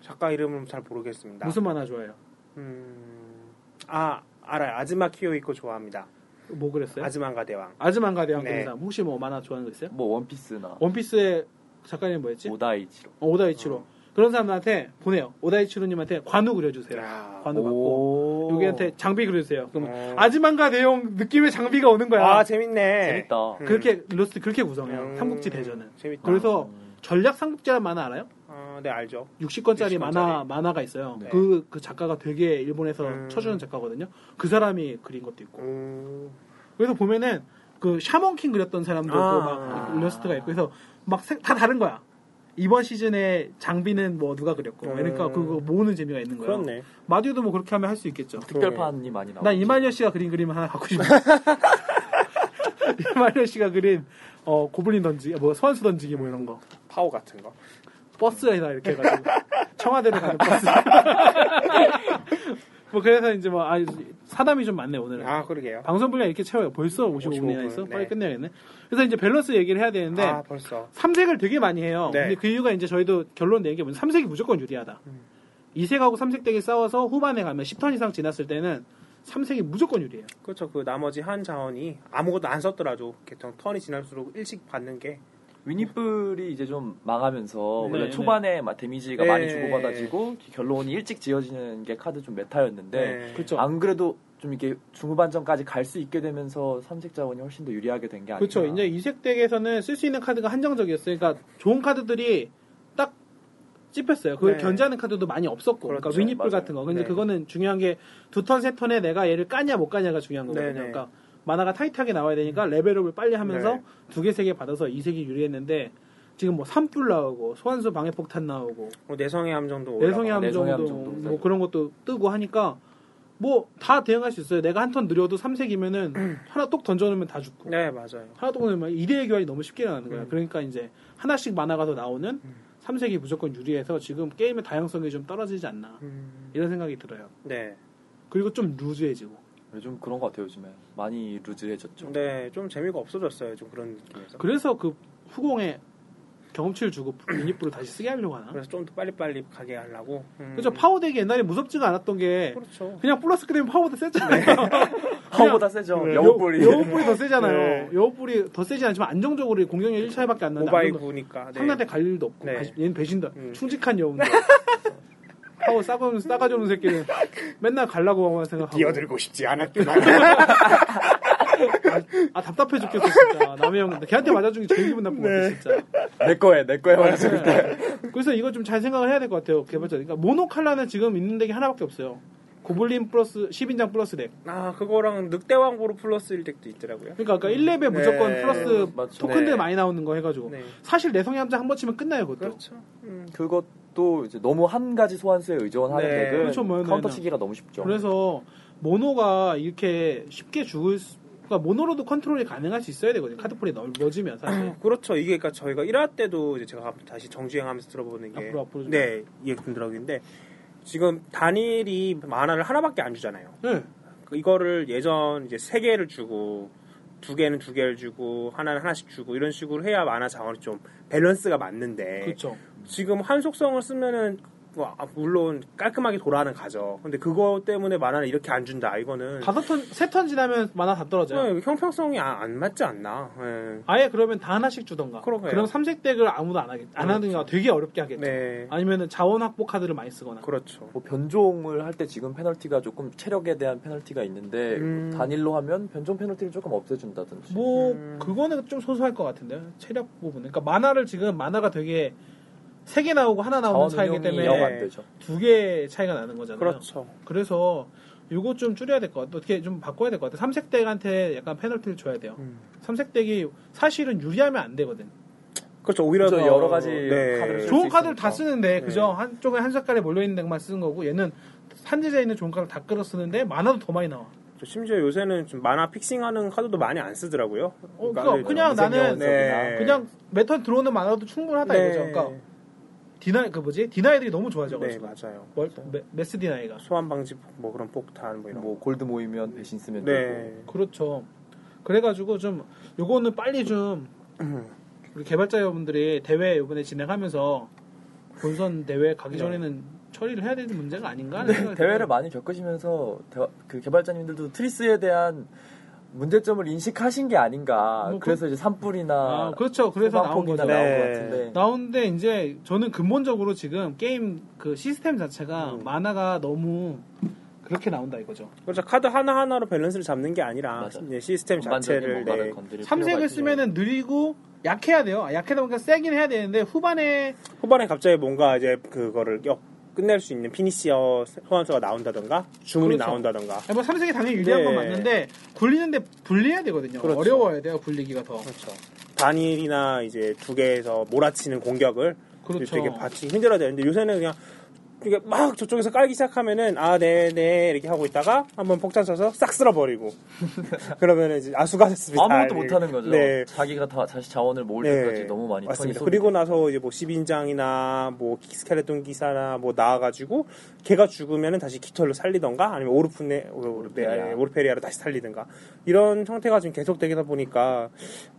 [SPEAKER 2] 작가 이름은 잘 모르겠습니다.
[SPEAKER 1] 무슨 만화 좋아해요?
[SPEAKER 2] 음. 아, 알아요. 아즈마 키요이코 좋아합니다.
[SPEAKER 1] 뭐 그랬어요?
[SPEAKER 2] 아즈만가 대왕.
[SPEAKER 1] 아즈만가 대왕
[SPEAKER 2] 네.
[SPEAKER 1] 그린 사람 혹시 뭐 만화 좋아하는 거 있어요?
[SPEAKER 3] 뭐 원피스나
[SPEAKER 1] 원피스의 작가 이름 뭐였지?
[SPEAKER 3] 오다이치로.
[SPEAKER 1] 어, 오다이치로. 그런 사람한테 보내요. 오다이치로님한테 관우 그려주세요.
[SPEAKER 2] 야.
[SPEAKER 1] 관우 받고 여기한테 장비 그려주세요. 그럼
[SPEAKER 2] 어.
[SPEAKER 1] 음. 아즈만가 대용 느낌의 장비가 오는 거야.
[SPEAKER 2] 아, 재밌네.
[SPEAKER 3] 재밌다.
[SPEAKER 2] 음.
[SPEAKER 1] 그렇게 로스트 그렇게 구성해요.
[SPEAKER 2] 음. 아.
[SPEAKER 1] 삼국지 대전은.
[SPEAKER 2] 재밌다.
[SPEAKER 1] 그래서
[SPEAKER 3] 음.
[SPEAKER 1] 전략 삼국지라는 만화 알아요?
[SPEAKER 2] 어, 네, 알죠.
[SPEAKER 1] 60권짜리
[SPEAKER 2] 60권 짜리.
[SPEAKER 1] 만화 만화가 있어요.
[SPEAKER 2] 네.
[SPEAKER 1] 그 그 작가가 되게 일본에서
[SPEAKER 2] 음.
[SPEAKER 1] 쳐주는 작가거든요. 그 사람이 그린 것도 있고.
[SPEAKER 2] 음.
[SPEAKER 1] 그래서 보면은 그 샤먼킹 그렸던 사람도
[SPEAKER 2] 아.
[SPEAKER 1] 있고 막 일러스트가 있고 그래서 막 다 다른 거야. 이번 시즌에 장비는 뭐 누가 그렸고
[SPEAKER 2] 음.
[SPEAKER 1] 그러니까 그거 모으는 재미가 있는 거야.
[SPEAKER 2] 그렇네.
[SPEAKER 1] 마듀도 뭐 그렇게 하면 할 수 있겠죠.
[SPEAKER 3] 특별판이 많이 나와.
[SPEAKER 1] 난 이말년 씨가 그린 그림을 하나 갖고 싶어. 이말년 씨가 그린 어 고블린 던지기, 뭐 소환수 던지기 뭐 이런 거.
[SPEAKER 2] 파워 같은 거.
[SPEAKER 1] 버스에다 이렇게 해가지고 청와대로 가는 버스. 뭐 그래서 이제 뭐 아, 사담이 좀 많네 오늘은.
[SPEAKER 2] 아, 그러게요.
[SPEAKER 1] 방송 분량 이렇게 채워요. 벌써 55분이나
[SPEAKER 2] 55분,
[SPEAKER 1] 있어.
[SPEAKER 2] 네.
[SPEAKER 1] 빨리 끝내야겠네. 그래서 이제 밸런스 얘기를 해야 되는데
[SPEAKER 2] 아, 벌써.
[SPEAKER 1] 삼색을 되게 많이 해요.
[SPEAKER 2] 네.
[SPEAKER 1] 근데 그 이유가 이제 저희도 결론 낸 게 뭐냐. 삼색이 무조건 유리하다. 이색하고 삼색대기 싸워서 후반에 가면 10턴 이상 지났을 때는 삼색이 무조건 유리해요.
[SPEAKER 2] 그렇죠. 그 나머지 한 자원이 아무것도 안 썼더라도 개통 턴이 지날수록 일찍 받는 게
[SPEAKER 3] 위니플이 이제 좀 망하면서 원래
[SPEAKER 1] 네.
[SPEAKER 3] 초반에 막 데미지가
[SPEAKER 2] 네.
[SPEAKER 3] 많이 주고받아지고 결론이 일찍 지어지는 게 카드 좀 메타였는데
[SPEAKER 2] 네.
[SPEAKER 1] 그렇죠.
[SPEAKER 3] 안 그래도 좀 이렇게 중후반전까지 갈 수 있게 되면서 삼색 자원이 훨씬 더 유리하게 된 게 아니야.
[SPEAKER 1] 그렇죠. 이제 이색덱에서는 쓸 수 있는 카드가 한정적이었어요. 그러니까 좋은 카드들이 딱 찝혔어요. 그걸
[SPEAKER 2] 네.
[SPEAKER 1] 견제하는 카드도 많이 없었고, 그러니까
[SPEAKER 2] 그렇죠.
[SPEAKER 1] 위니풀
[SPEAKER 3] 맞아요.
[SPEAKER 1] 같은 거. 근데
[SPEAKER 2] 네.
[SPEAKER 1] 그거는 중요한 게 두 턴 세 턴에 내가 얘를 까냐 못 까냐가 중요한 거거든요.
[SPEAKER 2] 네, 네.
[SPEAKER 1] 그러니까 만화가 타이트하게 나와야 되니까 레벨업을 빨리 하면서
[SPEAKER 2] 네.
[SPEAKER 1] 두 개 세 개 받아서 이색이 유리했는데 지금 뭐 산불 나오고 소환수 방해 폭탄 나오고
[SPEAKER 2] 뭐 내성의 함정도
[SPEAKER 1] 내성의
[SPEAKER 2] 올라가고.
[SPEAKER 3] 내성의
[SPEAKER 1] 함정도
[SPEAKER 3] 함정도
[SPEAKER 1] 뭐
[SPEAKER 3] 올라가고.
[SPEAKER 1] 그런 것도 뜨고 하니까 뭐 다 대응할 수 있어요. 내가 한 턴 느려도 삼색이면은 하나 똑 던져놓으면 다 죽고.
[SPEAKER 2] 네 맞아요.
[SPEAKER 1] 하나 더 보내면 2대의 교환이 너무 쉽게 나가는 거야.
[SPEAKER 2] 음.
[SPEAKER 1] 그러니까 이제 하나씩 만화가 더 나오는 삼색이 무조건 유리해서 지금 게임의 다양성이 좀 떨어지지 않나. 이런 생각이 들어요.
[SPEAKER 2] 음, 네, 그
[SPEAKER 1] 그리고 좀 루즈해지고.
[SPEAKER 3] 요즘 그런 것 같아요. 요즘에 많이 루즈해졌죠.
[SPEAKER 2] 데좀 재미가 없어졌어요. 좀 그런 느낌에서.
[SPEAKER 1] 그래서 그 후공에 경험치를 주고 유니프를 다시 쓰게 하려고 하나?
[SPEAKER 2] 그래서 좀 더 빨리빨리 가게 하려고. 음.
[SPEAKER 1] 그죠 파워덱이 옛날에 무섭지가 않았던 게
[SPEAKER 2] 그렇죠.
[SPEAKER 1] 그냥 플러스 그램 파워보다 셌잖아요.
[SPEAKER 3] 파워보다 세죠.
[SPEAKER 1] 네.
[SPEAKER 2] 그래요.
[SPEAKER 3] 영불이.
[SPEAKER 1] 여우뿔이 더 세잖아요.
[SPEAKER 2] 네.
[SPEAKER 1] 여우뿔이 더 세지 않지만 안정적으로 공격력 1차에밖에 안 나는데
[SPEAKER 2] 모바일 구니까. 네.
[SPEAKER 1] 상대한테 갈 일도 없고
[SPEAKER 2] 네.
[SPEAKER 1] 가- 얘는 배신다
[SPEAKER 2] 음.
[SPEAKER 1] 충직한 여운데 하고 싸가지 싸가지 없는 새끼는 맨날 갈라고만 생각하고
[SPEAKER 2] 뛰어들고 싶지 않았구나.
[SPEAKER 1] 아 답답해 죽겠어 진짜 남의 형 걔한테 맞아준 게 제일 기분 나쁜 것 같아
[SPEAKER 2] 네.
[SPEAKER 1] 진짜
[SPEAKER 3] 내 거에 내 거에 맞아.
[SPEAKER 1] 네. 그래서 이거 좀 잘 생각을 해야 될 것 같아요 개발자 그러니까 모노칼라는 지금 있는 덱이 하나밖에 없어요 고블린 플러스 10인장 플러스 덱
[SPEAKER 2] 아 그거랑 늑대왕보로 플러스 1덱도 있더라고요.
[SPEAKER 1] 그러니까 아까 1렙에 무조건
[SPEAKER 2] 네.
[SPEAKER 1] 플러스
[SPEAKER 3] 맞죠.
[SPEAKER 1] 토큰들
[SPEAKER 2] 네.
[SPEAKER 1] 많이 나오는 거 해가지고
[SPEAKER 2] 네.
[SPEAKER 1] 사실 내성의 함자 한 번 치면 끝나요 그것도
[SPEAKER 2] 그렇죠. 음.
[SPEAKER 3] 그것도 이제 너무 한 가지 소환수에 의존하는
[SPEAKER 2] 네.
[SPEAKER 3] 덱은
[SPEAKER 1] 그렇죠, 뭐야,
[SPEAKER 3] 카운터
[SPEAKER 1] 나는.
[SPEAKER 3] 치기가 너무 쉽죠.
[SPEAKER 1] 그래서 모노가 이렇게 쉽게 죽을 수, 그러니까 모노로도 컨트롤이 가능할 수 있어야 되거든요. 카드폴이 넓어지면 사실.
[SPEAKER 2] 그렇죠. 이게 그러니까 저희가 1화 때도 이제 제가 다시 정주행하면서 들어보는 게
[SPEAKER 1] 앞으로, 앞으로 좀.
[SPEAKER 2] 네, 이게 좀 들어오는데 지금 단일이 만화를 하나밖에 안 주잖아요.
[SPEAKER 1] 네.
[SPEAKER 2] 그 이거를 예전 이제 세 개를 주고 두 개는 두 개를 주고 하나는 하나씩 주고 이런 식으로 해야 만화 자원이 좀 밸런스가 맞는데
[SPEAKER 1] 그렇죠.
[SPEAKER 2] 지금 한 속성을 쓰면은 뭐, 아, 물론 깔끔하게 돌아는 가죠. 근데 그거 때문에 만화를 이렇게 안 준다. 이거는
[SPEAKER 1] 다섯 턴, 세 턴 지나면 만화 다 떨어져요.
[SPEAKER 2] 네, 형평성이 아- 안 맞지 않나. 네.
[SPEAKER 1] 아예 그러면 다 하나씩 주던가.
[SPEAKER 2] 그러게요. 그렇죠.
[SPEAKER 1] 럼 삼색덱을 아무도 안 하겠, 안 하든가 되게 어렵게 하겠죠.
[SPEAKER 2] 네.
[SPEAKER 1] 아니면은 자원 확보 카드를 많이 쓰거나.
[SPEAKER 2] 그렇죠.
[SPEAKER 3] 뭐 변종을 할 때 지금 페널티가 조금 체력에 대한 페널티가 있는데
[SPEAKER 2] 음.
[SPEAKER 3] 단일로 하면 변종 페널티를 조금 없애준다든지
[SPEAKER 1] 뭐,
[SPEAKER 2] 음.
[SPEAKER 1] 그거는 좀 소소할 것 같은데요. 체력 부분. 그러니까 만화를 지금 만화가 되게 세 개 나오고 하나 나오는
[SPEAKER 3] 자원
[SPEAKER 1] 차이기
[SPEAKER 3] 운용이
[SPEAKER 1] 때문에 어,
[SPEAKER 2] 영화.
[SPEAKER 3] 안 되죠.
[SPEAKER 1] 두 개 차이가 나는 거잖아요.
[SPEAKER 2] 그렇죠.
[SPEAKER 1] 그래서 이거 좀 줄여야 될 것 같아. 어떻게 좀 바꿔야 될 것 같아. 삼색덱한테 약간 페널티를 줘야 돼요.
[SPEAKER 2] 음.
[SPEAKER 1] 삼색덱이 사실은 유리하면 안 되거든.
[SPEAKER 2] 그렇죠. 오히려
[SPEAKER 3] 그렇죠.
[SPEAKER 2] 더-
[SPEAKER 3] 여러 가지
[SPEAKER 2] 네.
[SPEAKER 3] 카드를 쓸
[SPEAKER 1] 좋은
[SPEAKER 3] 수
[SPEAKER 1] 카드를 다
[SPEAKER 3] 있으니까.
[SPEAKER 1] 쓰는데
[SPEAKER 2] 네.
[SPEAKER 1] 그죠? 한쪽에 한 색깔에 몰려 있는 덱만 쓰는 거고 얘는 산지자에 있는 좋은 카드 다 끌어 쓰는데 만화도 더 많이 나와.
[SPEAKER 2] 저 심지어 요새는 좀 만화 픽싱하는 카드도 많이 안 쓰더라고요.
[SPEAKER 1] 어,
[SPEAKER 3] 그러니까
[SPEAKER 2] 그러니까
[SPEAKER 1] 그거 그냥 나는
[SPEAKER 2] 네.
[SPEAKER 1] 그냥 메탈 들어오는 만화도 충분하다 이거죠. 그러니까 디나이 그 뭐지 디나이들이 너무
[SPEAKER 2] 네
[SPEAKER 1] 좋아져가지고
[SPEAKER 2] 맞아요.
[SPEAKER 1] 월- 메- 메스 디나이가
[SPEAKER 2] 소환 방지 뭐 그런 폭탄 뭐 이런
[SPEAKER 3] 뭐 골드 모이면 배신 쓰면 되고
[SPEAKER 2] 네.
[SPEAKER 1] 그렇죠. 그래가지고 좀 요거는 빨리 좀 우리 개발자 여러분들이 대회 이번에 진행하면서 본선 대회 가기 전에는 처리를 해야 되는 문제가 아닌가? 하는 생각이
[SPEAKER 3] 네. 대회를
[SPEAKER 1] 들어요.
[SPEAKER 3] 많이 겪으시면서 대화- 그 개발자님들도 트리스에 대한 문제점을 인식하신 게 아닌가.
[SPEAKER 1] 뭐 그-
[SPEAKER 3] 그래서 이제 산불이나
[SPEAKER 1] 아, 그렇죠. 그래서 나온
[SPEAKER 3] 소방폭이나
[SPEAKER 1] 거죠.
[SPEAKER 2] 네.
[SPEAKER 3] 나온 것 같은데.
[SPEAKER 1] 나온데 이제 저는 근본적으로 지금 게임 그 시스템 자체가
[SPEAKER 2] 음.
[SPEAKER 1] 만화가 너무 그렇게 나온다 이거죠.
[SPEAKER 2] 그렇죠. 카드 하나 하나로 밸런스를 잡는 게 아니라
[SPEAKER 3] 맞아. 뭐
[SPEAKER 2] 예, 시스템 자체를 네.
[SPEAKER 1] 삼색을 쓰면은 느리고 약해야 돼요. 아, 약하다 보니까 세긴 해야 되는데 후반에
[SPEAKER 2] 후반에 갑자기 뭔가 이제 그거를 역 끝낼 수 있는 피니시어 소환서가 나온다던가 주문이
[SPEAKER 1] 그렇죠.
[SPEAKER 2] 나온다던가
[SPEAKER 1] 아, 뭐 삼색이 당연히 유리한
[SPEAKER 2] 네.
[SPEAKER 1] 건 맞는데 굴리는데 분리해야 되거든요.
[SPEAKER 2] 그렇죠.
[SPEAKER 1] 어려워야 돼요 굴리기가 더.
[SPEAKER 2] 그렇죠. 단일이나 이제 두 개에서 몰아치는 공격을
[SPEAKER 1] 그렇죠.
[SPEAKER 2] 되게 받기 힘들어야 되는데 요새는 그냥 이게 막 저쪽에서 깔기 시작하면은 아 네네 이렇게 하고 있다가 한번 폭탄 쳐서 싹 쓸어버리고 그러면 이제 아수가 됐습니다.
[SPEAKER 3] 아무것도 못 하는 거죠.
[SPEAKER 2] 네.
[SPEAKER 3] 자기가 다 다시 자원을 모을 때까지 너무 많이 턴이
[SPEAKER 2] 맞습니다.
[SPEAKER 3] 소비돼.
[SPEAKER 2] 그리고 나서 이제 뭐 10인장이나 뭐 스켈레톤 기사나 뭐 나와가지고 걔가 죽으면은 다시 깃털로 살리던가 아니면 오르프네
[SPEAKER 3] 오르페리아.
[SPEAKER 2] 오르페리아. 오르페리아로 다시 살리던가 이런 형태가 지금 계속 되다 보니까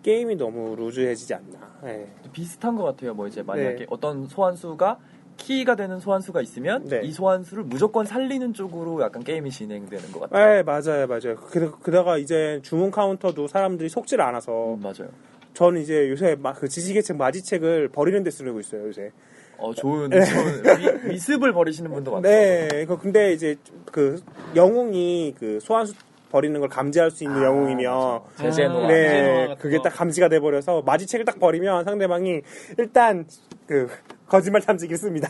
[SPEAKER 2] 게임이 너무 루즈해지지 않나. 예.
[SPEAKER 3] 비슷한 것 같아요. 뭐 이제 만약에
[SPEAKER 2] 네.
[SPEAKER 3] 어떤 소환수가 키가 되는 소환수가 있으면
[SPEAKER 2] 네.
[SPEAKER 3] 이 소환수를 무조건 살리는 쪽으로 약간 게임이 진행되는 것 같아요.
[SPEAKER 2] 예, 맞아요, 맞아요. 그, 그다가 이제 주문 카운터도 사람들이 속질 않아서
[SPEAKER 3] 음, 맞아요.
[SPEAKER 2] 저는 이제 요새 막 그 지식의 책 마지책을 버리는 데 쓰고 있어요, 요새.
[SPEAKER 3] 어 좋은 좋은 미, 습을 벌이시는 분도 많아요.
[SPEAKER 2] 네, 그 근데 이제 그 영웅이 그 소환수 버리는 걸 감지할 수 있는 영웅이면
[SPEAKER 3] 제제노.
[SPEAKER 1] 아,
[SPEAKER 2] 네,
[SPEAKER 1] 같은
[SPEAKER 2] 그게
[SPEAKER 1] 거.
[SPEAKER 2] 딱 감지가 돼버려서 마지책을 딱 버리면 상대방이 일단 그 거짓말 탐지기를 씁니다.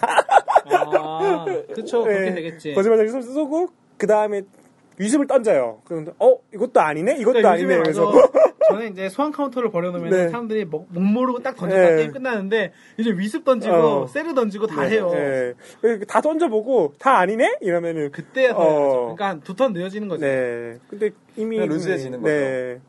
[SPEAKER 1] 아, 그쵸. 그렇게
[SPEAKER 2] 네,
[SPEAKER 1] 되겠지.
[SPEAKER 2] 거짓말 탐지기를 쏘고 그 다음에 유심을 던져요. 그런데 어 이것도 아니네, 이것도
[SPEAKER 1] 그러니까
[SPEAKER 2] 아니네.
[SPEAKER 1] 요즘에
[SPEAKER 2] 그래서
[SPEAKER 1] 와서 저는 이제 소환 카운터를 버려놓으면
[SPEAKER 2] 네.
[SPEAKER 1] 사람들이 뭐- 못 모르고 딱 던져서
[SPEAKER 2] 네.
[SPEAKER 1] 게임 끝나는데 이제 위습 던지고
[SPEAKER 2] 어.
[SPEAKER 1] 세르 던지고 다 해요.
[SPEAKER 2] 네, 네. 다 던져보고 다 아니네 이러면은
[SPEAKER 1] 그때야 더
[SPEAKER 2] 어.
[SPEAKER 1] 해야죠. 그러니까 한 두 턴 늦어지는 거죠.
[SPEAKER 2] 네. 근데 이미
[SPEAKER 3] 그냥 루즈해지는
[SPEAKER 2] 네.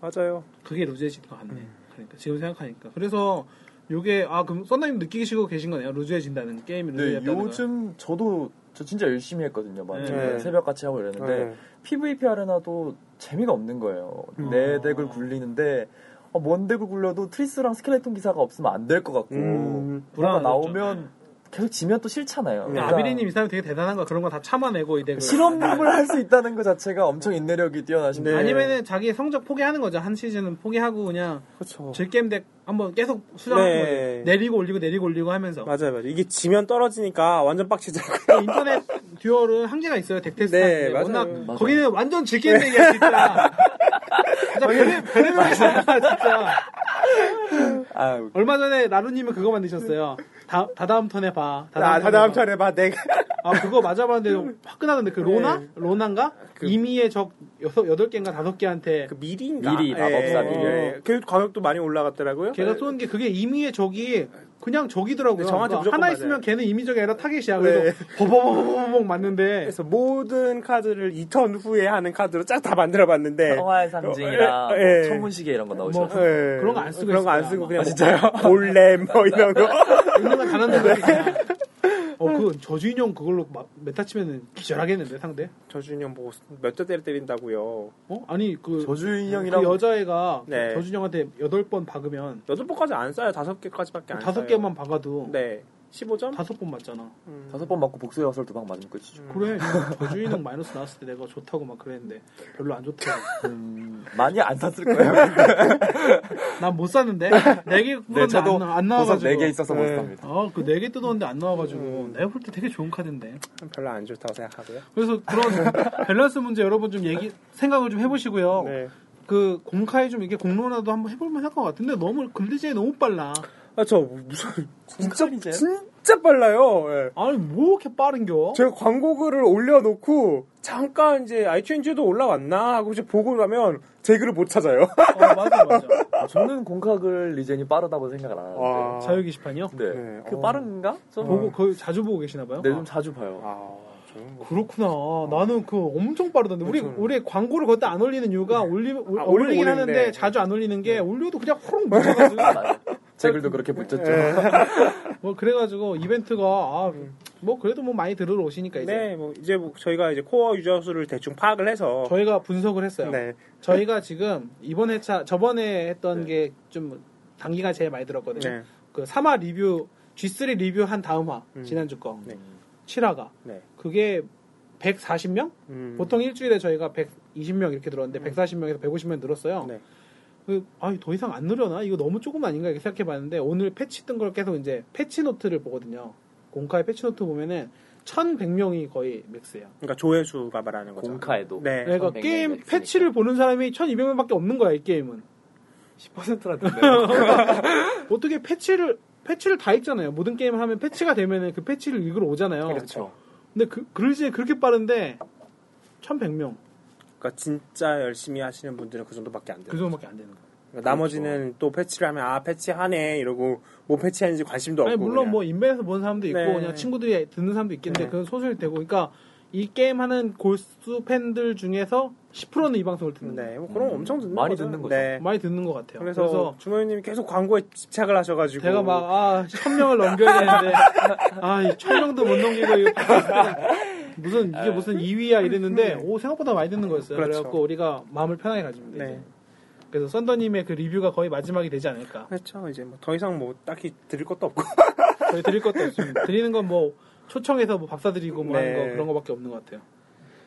[SPEAKER 2] 맞아요.
[SPEAKER 1] 그게 루즈해지는 것 같네.
[SPEAKER 2] 음.
[SPEAKER 1] 그러니까 지금 생각하니까. 그래서 요게 아 그럼 썬더님 느끼시고 계신 거네요. 루즈해진다는 게임이
[SPEAKER 3] 네,
[SPEAKER 1] 루즈해졌다는 거.
[SPEAKER 3] 요즘 저도 저 진짜 열심히 했거든요. 막
[SPEAKER 1] 네.
[SPEAKER 3] 새벽 같이 하고 이랬는데
[SPEAKER 2] 네.
[SPEAKER 3] PVP 아레나도 재미가 없는 거예요.
[SPEAKER 2] 음.
[SPEAKER 3] 내 덱을 굴리는데 어, 뭔 덱을 굴려도 트리스랑 스켈레톤 기사가 없으면 안 될 것 같고
[SPEAKER 2] 음.
[SPEAKER 3] 뭐가
[SPEAKER 1] 불안하죠.
[SPEAKER 3] 나오면 계속 지면 또 네. 싫잖아요.
[SPEAKER 2] 그러니까.
[SPEAKER 1] 근데 아비리님 이 사람이 되게 대단한 거야. 그런 거 다 참아내고 이대
[SPEAKER 3] 실험을 할 수 있다는 것 자체가 엄청 인내력이 뛰어나신
[SPEAKER 2] 네.
[SPEAKER 3] 분.
[SPEAKER 1] 아니면은 자기 성적 포기하는 거죠. 한 시즌은 포기하고 그냥
[SPEAKER 2] 그렇죠.
[SPEAKER 1] 즐겜 덱 한번 계속 수정하는
[SPEAKER 2] 네.
[SPEAKER 1] 거죠. 내리고 올리고 내리고 올리고 하면서.
[SPEAKER 2] 맞아요, 맞아요. 이게 지면 떨어지니까 완전 빡치더라고요.
[SPEAKER 1] 그 인터넷 듀얼은 한계가 있어요. 덱테스트
[SPEAKER 2] 네,
[SPEAKER 1] 하는데.
[SPEAKER 2] 맞아요. 네.
[SPEAKER 1] 워낙
[SPEAKER 3] 맞아요.
[SPEAKER 1] 거기는 완전 즐겜 덱이 할수 있다. 진짜 별의 별의 말이야 진짜.
[SPEAKER 3] 아,
[SPEAKER 1] 얼마 전에 라루님은 그거 만드셨어요. 다, 다다음 턴에 봐.
[SPEAKER 2] 아, 다 다음 차례 봐. 내가
[SPEAKER 1] 아, 그거 맞아봤는데 화끈하던데, 그 로나?
[SPEAKER 2] 네.
[SPEAKER 1] 로나인가? 이미의 적 여섯, 여덟 개인가 다섯 개한테.
[SPEAKER 2] 그 미리인가?
[SPEAKER 3] 미리, 마법사
[SPEAKER 1] 미리.
[SPEAKER 2] 그 가격도 많이 올라갔더라고요.
[SPEAKER 1] 걔가 쏘는 게 그게 이미의 적이 그냥 적이더라고요.
[SPEAKER 2] 네, 정확히
[SPEAKER 1] 그러니까
[SPEAKER 2] 무조건
[SPEAKER 1] 하나
[SPEAKER 2] 맞아요.
[SPEAKER 1] 있으면 걔는 이미 적이 아니라 타겟이야.
[SPEAKER 2] 네.
[SPEAKER 1] 그래서 버버버버버벅 맞는데.
[SPEAKER 2] 그래서 모든 카드를 2턴 후에 하는 카드로 쫙 다 만들어
[SPEAKER 1] 네.
[SPEAKER 2] 봤는데
[SPEAKER 3] 평화의 상징이나
[SPEAKER 2] 어, 예, 예.
[SPEAKER 3] 천문시계 이런 거 나오죠.
[SPEAKER 1] 뭐, 그런 거안 쓰고
[SPEAKER 2] 그런 거 안
[SPEAKER 1] 있어요,
[SPEAKER 2] 쓰고
[SPEAKER 1] 아마.
[SPEAKER 2] 그냥 아, 진짜요? 볼렘 뭐 이런 거.
[SPEAKER 1] 있는 건다
[SPEAKER 2] 네.
[SPEAKER 1] 넣는데. 어, 그 저주인형 그걸로 막 메타 치면은 기절하겠는데, 상대?
[SPEAKER 2] 저준형 뭐몇대 때를 때린다고요.
[SPEAKER 1] 어? 아니, 그.
[SPEAKER 3] 저주
[SPEAKER 1] 그
[SPEAKER 3] 인형이랑
[SPEAKER 1] 여자애가
[SPEAKER 2] 네.
[SPEAKER 1] 저준형한테 여덟 번 박으면
[SPEAKER 2] 여덟 번까지 안 싸요. 다섯 개까지밖에 안 싸요.
[SPEAKER 1] 다섯 개만 박아도
[SPEAKER 2] 네. 음. 15점?
[SPEAKER 1] 다섯 번 맞잖아.
[SPEAKER 3] 다섯 번 맞고 복수의 화살 두 방 맞으면 끝이죠.
[SPEAKER 1] 그래 저주인형 마이너스 나왔을 때 내가 좋다고 막 그랬는데 별로 안 좋더라고
[SPEAKER 3] 음, 많이 안 샀을 거예요.
[SPEAKER 1] 난 못 샀는데 네개
[SPEAKER 3] 네,
[SPEAKER 1] 뜯었는데
[SPEAKER 3] 저도
[SPEAKER 1] 안, 나- 안 나와가지고
[SPEAKER 3] 네개 있어서 못
[SPEAKER 2] 네.
[SPEAKER 3] 삽니다.
[SPEAKER 1] 아그네 개 뜯었는데 안 나와가지고 내가 볼 때 되게 좋은 카드인데
[SPEAKER 2] 별로 안 좋다고 생각하고요.
[SPEAKER 1] 그래서 그런 밸런스 문제 여러분 좀 얘기 생각을 좀 해보시고요
[SPEAKER 2] 네.
[SPEAKER 1] 그 공카에 좀 이게 공론화도 한번 해볼만 할 것 같은데 너무 글리제이 너무 빨라
[SPEAKER 2] 아, 저 무슨 진짜
[SPEAKER 3] 이제?
[SPEAKER 2] 진짜 빨라요. 예.
[SPEAKER 1] 아니 뭐 이렇게 빠른겨
[SPEAKER 2] 제가 광고글을 올려놓고 잠깐 이제 아이튠즈도 올라왔나 하고 이제 보고 나면 제 글을 못 찾아요.
[SPEAKER 1] 어, 맞아 맞아
[SPEAKER 3] 아, 저는 공각을 리젠이 빠르다고 생각을 안 하는데.
[SPEAKER 1] 아,
[SPEAKER 2] 와.
[SPEAKER 1] 자유 게시판이요 그
[SPEAKER 3] 네.
[SPEAKER 2] 네,
[SPEAKER 3] 그
[SPEAKER 2] 어.
[SPEAKER 3] 빠른가? 좀
[SPEAKER 2] 네.
[SPEAKER 1] 보고 거의 자주 보고 계시나 봐요
[SPEAKER 3] 네, 좀 자주 봐요.
[SPEAKER 2] 아, 그렇죠.
[SPEAKER 1] 그렇구나. 나는 그 엄청 빠르던데. 우리
[SPEAKER 2] 엄청.
[SPEAKER 1] 우리 광고를 거기다 안 올리는 이유가 올리 올,
[SPEAKER 2] 아, 올리고
[SPEAKER 1] 리긴
[SPEAKER 2] 올리는데. 네.
[SPEAKER 1] 하는데 자주 안 올리는 게 올려도 그냥 호롱 묻혀가지고
[SPEAKER 3] 맞아요. 제 글도 그렇게 붙였죠.
[SPEAKER 1] 뭐 그래가지고 이벤트가 아, 뭐 그래도 뭐 많이 들으러 오시니까 이제
[SPEAKER 2] 음. 네, 뭐 이제 뭐 저희가 이제 코어 유저 수를 대충 파악을 해서
[SPEAKER 1] 저희가 분석을 했어요.
[SPEAKER 2] 어. 네,
[SPEAKER 1] 저희가 지금 이번 회차 저번에 했던 게 좀 단기간 제일 많이 들었거든요.
[SPEAKER 2] 네,
[SPEAKER 1] 그 3화 리뷰 G3 리뷰 한 다음 화
[SPEAKER 2] 음.
[SPEAKER 1] 지난주 거
[SPEAKER 2] 네.
[SPEAKER 1] 7화가
[SPEAKER 2] 네.
[SPEAKER 1] 그게 140명?
[SPEAKER 2] 음,
[SPEAKER 1] 보통 일주일에 저희가 120명 이렇게 들었는데 140명에서 150명 늘었어요.
[SPEAKER 2] 네.
[SPEAKER 1] 그, 아유, 더 이상 안 늘려나? 이거 너무 조금 아닌가? 이렇게 생각해 봤는데 오늘 패치 뜬 걸 계속 이제 패치 노트를 보거든요. 공카의 패치 노트 보면은 1100명이 거의 맥스예요.
[SPEAKER 2] 그러니까 조회수가 말하는 거죠.
[SPEAKER 3] 공카에도
[SPEAKER 2] 네,
[SPEAKER 1] 그러니까
[SPEAKER 3] 1100명이
[SPEAKER 1] 게임
[SPEAKER 3] 맥스니까.
[SPEAKER 1] 패치를 보는 사람이 1200명밖에 없는 거야, 이 게임은.
[SPEAKER 3] 10%라던데.
[SPEAKER 1] 어떻게 패치를 패치를 다 읽잖아요. 모든 게임을 하면 패치가 되면은 그 패치를 읽으러 오잖아요.
[SPEAKER 3] 그렇죠.
[SPEAKER 1] 근데 그 글씨 그렇게 빠른데 1100명.
[SPEAKER 2] 그러니까 진짜 열심히 하시는 분들은 그 정도밖에
[SPEAKER 3] 네.
[SPEAKER 2] 안 돼요.
[SPEAKER 1] 그 정도밖에 안 되는 거예요.
[SPEAKER 2] 그러니까 나머지는 또 패치를 하면 아 패치하네 이러고 뭐 패치하는지 관심도
[SPEAKER 1] 아니
[SPEAKER 2] 없고
[SPEAKER 1] 물론
[SPEAKER 2] 그냥.
[SPEAKER 1] 뭐 인벤에서 본 사람도 있고
[SPEAKER 2] 네.
[SPEAKER 1] 그냥 친구들이 듣는 사람도 있겠는데
[SPEAKER 2] 네.
[SPEAKER 1] 그건 소수일 테고 그러니까 이 게임 하는 골수 팬들 중에서 10%는 이 방송을 듣는 거예요.
[SPEAKER 2] 네, 뭐 그런 거
[SPEAKER 3] 음,
[SPEAKER 2] 엄청 듣는
[SPEAKER 3] 많이
[SPEAKER 2] 거죠.
[SPEAKER 3] 듣는 거죠.
[SPEAKER 2] 네.
[SPEAKER 1] 많이 듣는 것 같아요.
[SPEAKER 2] 그래서,
[SPEAKER 1] 그래서, 그
[SPEAKER 2] 주모님이 계속 광고에 집착을 하셔가지고
[SPEAKER 1] 제가 막아 1000명을 넘겨야 되는데 아 1000명도 못 넘기고 이거 무슨 이게 무슨 2위야 이랬는데 오 생각보다 많이 듣는 거였어요.
[SPEAKER 2] 아, 그렇죠.
[SPEAKER 1] 그래갖고 우리가 마음을 편하게 가집니다.
[SPEAKER 2] 네.
[SPEAKER 1] 이제. 그래서 썬더님의 그 리뷰가 거의 마지막이 되지 않을까.
[SPEAKER 2] 그렇죠. 이제 뭐 더 이상 뭐 딱히 들을 것도 없고
[SPEAKER 1] 저희 드릴 것도 없습니다. 드리는 건 뭐 초청해서 뭐 밥사 드리고 뭐 하는
[SPEAKER 2] 네.
[SPEAKER 1] 거 그런 거밖에 없는 것 같아요.